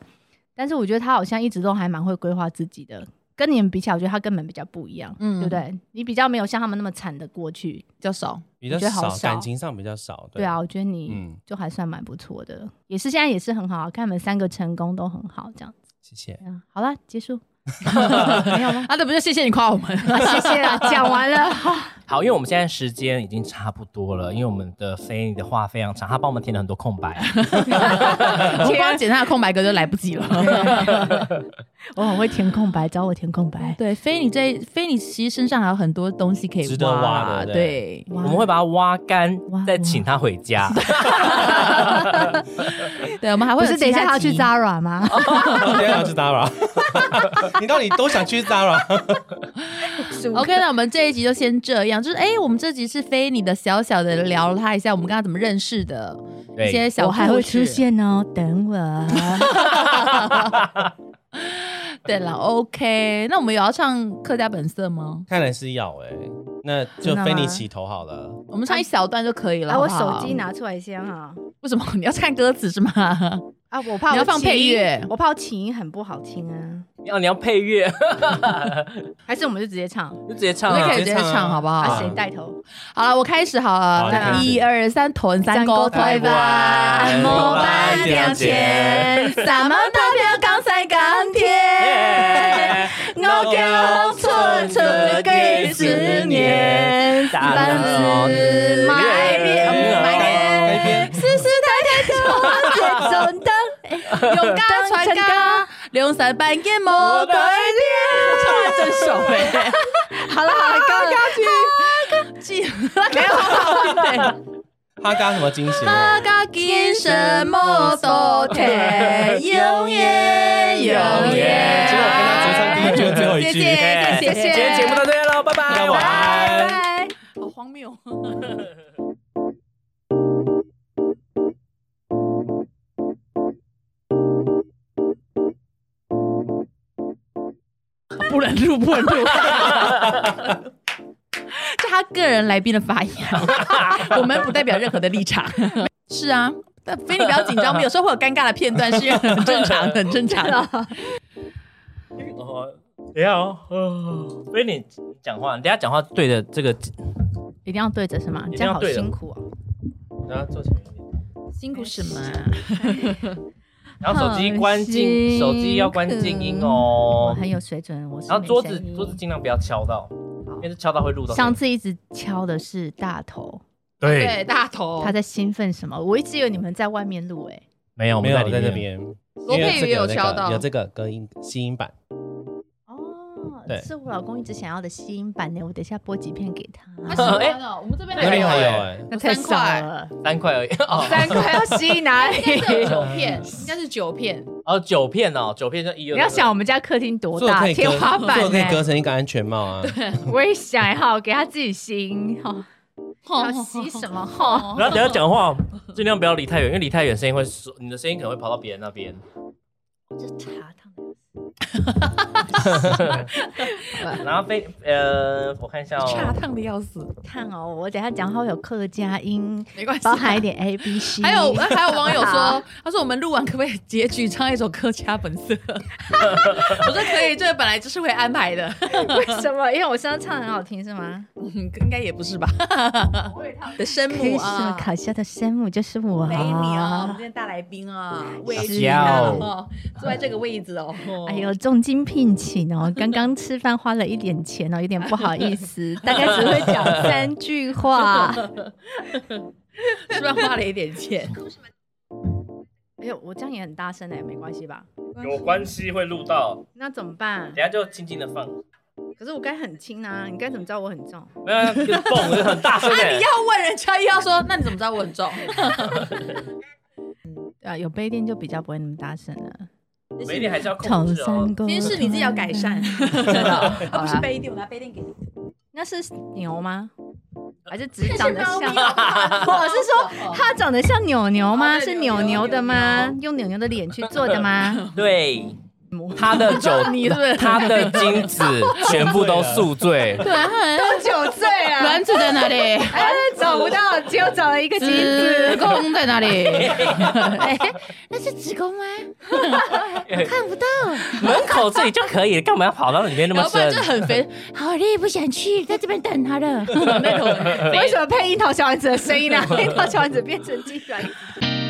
[SPEAKER 4] 但是我觉得他好像一直都还蛮会规划自己的。跟你们比起来，我觉得他根本比较不一样，
[SPEAKER 5] 嗯
[SPEAKER 4] 对不对？你比较没有像他们那么惨的过去，
[SPEAKER 5] 比较少。
[SPEAKER 8] 比较
[SPEAKER 4] 我觉得好
[SPEAKER 8] 少，
[SPEAKER 4] 少
[SPEAKER 8] 感情上比较少。
[SPEAKER 4] 对啊，，我觉得你
[SPEAKER 8] 嗯
[SPEAKER 4] 就还算蛮不错的，也是现在也是很好，看你们三个成功都很好，这样子。
[SPEAKER 8] 谢谢。
[SPEAKER 4] 嗯，好了，结束，没有吗？
[SPEAKER 5] 啊，那不就谢谢你夸我们？
[SPEAKER 4] 啊谢谢啦，讲完了。
[SPEAKER 7] 好，因为我们现在时间已经差不多了，因为我们的 Fanny 的话非常长，他帮我们填了很多空白。
[SPEAKER 5] 我光简单的空白格就来不及 了。
[SPEAKER 4] 我很会填空白，找我填空白。
[SPEAKER 5] 对，菲你这菲你其实身上还有很多东西可以
[SPEAKER 8] 值得挖的对
[SPEAKER 5] 对，
[SPEAKER 4] 我
[SPEAKER 7] 我们会把它挖干
[SPEAKER 4] 哇，
[SPEAKER 7] 再请他回家。
[SPEAKER 5] 对，我们还
[SPEAKER 4] 不
[SPEAKER 5] 会
[SPEAKER 4] 是等一下他要去
[SPEAKER 5] 扎，
[SPEAKER 4] Zara 吗？
[SPEAKER 8] 你要去 Zara，你到底都想去 Zara？
[SPEAKER 5] OK，那我们这一集就先这样。就是哎、我们这集是菲你的小小的聊了他一下，我们跟他怎么认识的，
[SPEAKER 4] 一些小
[SPEAKER 5] 我还
[SPEAKER 4] 故
[SPEAKER 5] 会
[SPEAKER 4] 事
[SPEAKER 5] 出现
[SPEAKER 4] 哦，等我。
[SPEAKER 5] 对了，OK，那我们有要唱客家本色吗？
[SPEAKER 8] 看来是要哎、那就
[SPEAKER 5] 真的
[SPEAKER 8] 非你
[SPEAKER 5] 吗
[SPEAKER 8] 起头好了。
[SPEAKER 5] 我们唱一小段就可以了。
[SPEAKER 4] 来，啊我
[SPEAKER 5] 好不好
[SPEAKER 4] 手机，拿出来先哈。
[SPEAKER 5] 为什么 你要看歌词是吗？
[SPEAKER 4] 啊，我
[SPEAKER 5] 你
[SPEAKER 4] 怕我
[SPEAKER 5] 要放
[SPEAKER 4] 起音
[SPEAKER 5] 配乐
[SPEAKER 4] 我怕我起音很不好听啊。
[SPEAKER 7] 要你要配乐，
[SPEAKER 4] 还是我们就直接唱，
[SPEAKER 7] 就直接 唱
[SPEAKER 5] 我们
[SPEAKER 7] 啊
[SPEAKER 5] 可以直接
[SPEAKER 8] 直接唱啊
[SPEAKER 5] 唱，好不好？
[SPEAKER 4] 啊，谁带头？
[SPEAKER 5] 好了，我开始好
[SPEAKER 8] 好
[SPEAKER 5] 了，
[SPEAKER 8] 你开始
[SPEAKER 5] 一二三，囤三高推吧，
[SPEAKER 4] 按摩班两千，三毛代表港西港铁，我叫村村给十年，三子买边嗯买边，世世代代都接中的，
[SPEAKER 5] 勇敢传家，两三半夜莫改变。唱完整首 呗。好了好了，高高举，没有
[SPEAKER 8] 哈嘎什么惊喜？
[SPEAKER 5] 大家今生莫多退，永远永 远。
[SPEAKER 8] 结果跟他主唱第一句跟最后一句
[SPEAKER 5] 谢谢谢谢，
[SPEAKER 7] 今天节目到这边喽，拜拜，
[SPEAKER 8] 大家晚安。
[SPEAKER 5] 好荒谬。 不能录，不能录。 这他个人来宾的发言， 我们不代表任何的立场。 是啊，但非你不要紧张，我们有时候会有尴尬的片段，是很正 常，很正常。
[SPEAKER 7] 哦，等一下哦，哦所以你讲话，你等一下讲话对着这个，
[SPEAKER 4] 一定要对着是吗？
[SPEAKER 7] 一
[SPEAKER 4] 这
[SPEAKER 7] 定要
[SPEAKER 4] 样好
[SPEAKER 7] 对着
[SPEAKER 4] 辛苦哦，
[SPEAKER 7] 呃
[SPEAKER 8] 然后坐前面一点。
[SPEAKER 5] 辛苦什么啊？
[SPEAKER 7] 然后手机关静，手机要关静音
[SPEAKER 4] 我
[SPEAKER 7] 哦，
[SPEAKER 4] 很有水准，我是
[SPEAKER 7] 然后
[SPEAKER 4] 没
[SPEAKER 7] 桌
[SPEAKER 4] 声
[SPEAKER 7] 子
[SPEAKER 4] 音
[SPEAKER 7] 桌子尽量不要敲到，因为敲到会录到。
[SPEAKER 4] 上次一直敲的是大头，
[SPEAKER 2] 对，
[SPEAKER 5] 对，大
[SPEAKER 8] 哦
[SPEAKER 5] 头
[SPEAKER 4] 他在兴奋什么？我一直以为你们在外面录欸诶，
[SPEAKER 7] 没有
[SPEAKER 8] 没有
[SPEAKER 7] 我们
[SPEAKER 8] 在
[SPEAKER 7] 里
[SPEAKER 8] 那
[SPEAKER 7] 面，
[SPEAKER 8] 边。
[SPEAKER 5] 罗
[SPEAKER 8] 因为
[SPEAKER 5] 佩
[SPEAKER 8] 这
[SPEAKER 5] 瑜
[SPEAKER 8] 个有
[SPEAKER 5] 有
[SPEAKER 8] 那
[SPEAKER 5] 敲
[SPEAKER 8] 个
[SPEAKER 5] 到
[SPEAKER 8] 有这个隔音吸音版，
[SPEAKER 4] 哦
[SPEAKER 8] 对
[SPEAKER 4] 是我老公一直想要的吸音版呢，我等一下播几片给他。
[SPEAKER 5] 他喜欢哦，我们这边
[SPEAKER 8] 那边哎还有
[SPEAKER 5] 有
[SPEAKER 8] 哎，
[SPEAKER 4] 那 太少了，
[SPEAKER 7] 三块而已 哦，
[SPEAKER 4] 三块要吸哪里？
[SPEAKER 5] 应该是有
[SPEAKER 7] 嗯
[SPEAKER 5] 九片，应该是九片。
[SPEAKER 7] 哦九片哦，九片就一。
[SPEAKER 4] 你要想我们家客厅多
[SPEAKER 8] 做
[SPEAKER 4] 大，
[SPEAKER 8] 可以
[SPEAKER 4] 天
[SPEAKER 8] 隔，
[SPEAKER 4] 花板哎
[SPEAKER 8] 做可以隔
[SPEAKER 4] 呢？
[SPEAKER 8] 成一个安全帽啊。
[SPEAKER 4] 我也想好给他自己 吸，哦要吸什 么？哦
[SPEAKER 7] 然后等一下讲话，尽量不要离太远，因为离太远声音会收，你的声音可能会跑到别人那 边。
[SPEAKER 4] 这茶烫的
[SPEAKER 7] 然后被呃，我看一下
[SPEAKER 5] 差
[SPEAKER 7] 哦，
[SPEAKER 5] 烫的要死，
[SPEAKER 4] 烫哦，我等一下讲好有客家 音，
[SPEAKER 5] 没关系
[SPEAKER 4] 包。含一点 A B C。
[SPEAKER 5] 还 有还有网友说，他说我们录完可不可以结局唱一首客家本色？ 我说可以，这本来就是会安排的，
[SPEAKER 4] 为什么？因为我现在唱得很好听是吗？
[SPEAKER 5] 嗯应该也不是吧？的声
[SPEAKER 4] 可以
[SPEAKER 5] 母
[SPEAKER 4] 说
[SPEAKER 5] 啊，
[SPEAKER 4] 考笑的山姆就是我
[SPEAKER 5] 美女啊，我们
[SPEAKER 4] 啊
[SPEAKER 5] 今！天大来宾啊，位
[SPEAKER 7] 小
[SPEAKER 5] 置
[SPEAKER 7] 娇
[SPEAKER 5] 哦，坐在这个位置哦，
[SPEAKER 4] 哎呦，重金聘 请哦！刚刚吃饭花了一点钱哦，有点不好意 思，大概只会讲三句话。
[SPEAKER 5] 是不是花了一点钱？
[SPEAKER 4] 哎呦，我这样也很大声哎，没关系吧？
[SPEAKER 7] 有关系会录到，
[SPEAKER 4] 那怎么办
[SPEAKER 7] 等？下就轻轻的 放，
[SPEAKER 4] 可是我该很轻啊，你该怎么知道我很重？
[SPEAKER 7] 没有蹦就很大声欸
[SPEAKER 5] 啊，你
[SPEAKER 7] 的。
[SPEAKER 5] 要问人家，又要说，那你怎么知道我很重？
[SPEAKER 4] 啊，有杯垫就比较不会那么大声了。
[SPEAKER 7] 每天还是要控
[SPEAKER 4] 头
[SPEAKER 7] 制哦
[SPEAKER 4] 三。公，
[SPEAKER 5] 其实是你自己要改善，
[SPEAKER 4] 真的哦。
[SPEAKER 5] 而
[SPEAKER 4] 好
[SPEAKER 5] 不是
[SPEAKER 4] 啦，
[SPEAKER 5] 杯垫，我拿杯垫给你。
[SPEAKER 4] 那是牛吗？
[SPEAKER 5] 呃
[SPEAKER 4] 还是只 是长得像？
[SPEAKER 5] 我
[SPEAKER 4] 我是说，它长得像扭牛吗？
[SPEAKER 5] 啊哦对
[SPEAKER 4] 是
[SPEAKER 5] 扭
[SPEAKER 4] 扭
[SPEAKER 5] 牛
[SPEAKER 4] 牛的吗
[SPEAKER 5] 扭？
[SPEAKER 4] 用扭牛的脸去做的吗？
[SPEAKER 7] 对，他的酒，
[SPEAKER 5] 你是不是
[SPEAKER 7] 他的精子全部都宿醉。
[SPEAKER 5] 对啊，
[SPEAKER 4] 都九岁了，
[SPEAKER 5] 卵子在哪里？
[SPEAKER 4] 哎，找不到，只有找了一个机
[SPEAKER 5] 子
[SPEAKER 4] 子。
[SPEAKER 5] 宫在哪 里？哎
[SPEAKER 4] 那是子宫吗？
[SPEAKER 7] 门口这里就可以，干嘛要跑到里面那么
[SPEAKER 5] 然后不
[SPEAKER 7] 深
[SPEAKER 5] 然？就很肥，
[SPEAKER 4] 好累，不想去，在这边等 他了。
[SPEAKER 5] 那种
[SPEAKER 4] 为什么配樱桃小丸子的声音呢？樱桃小丸子变成鸡卵。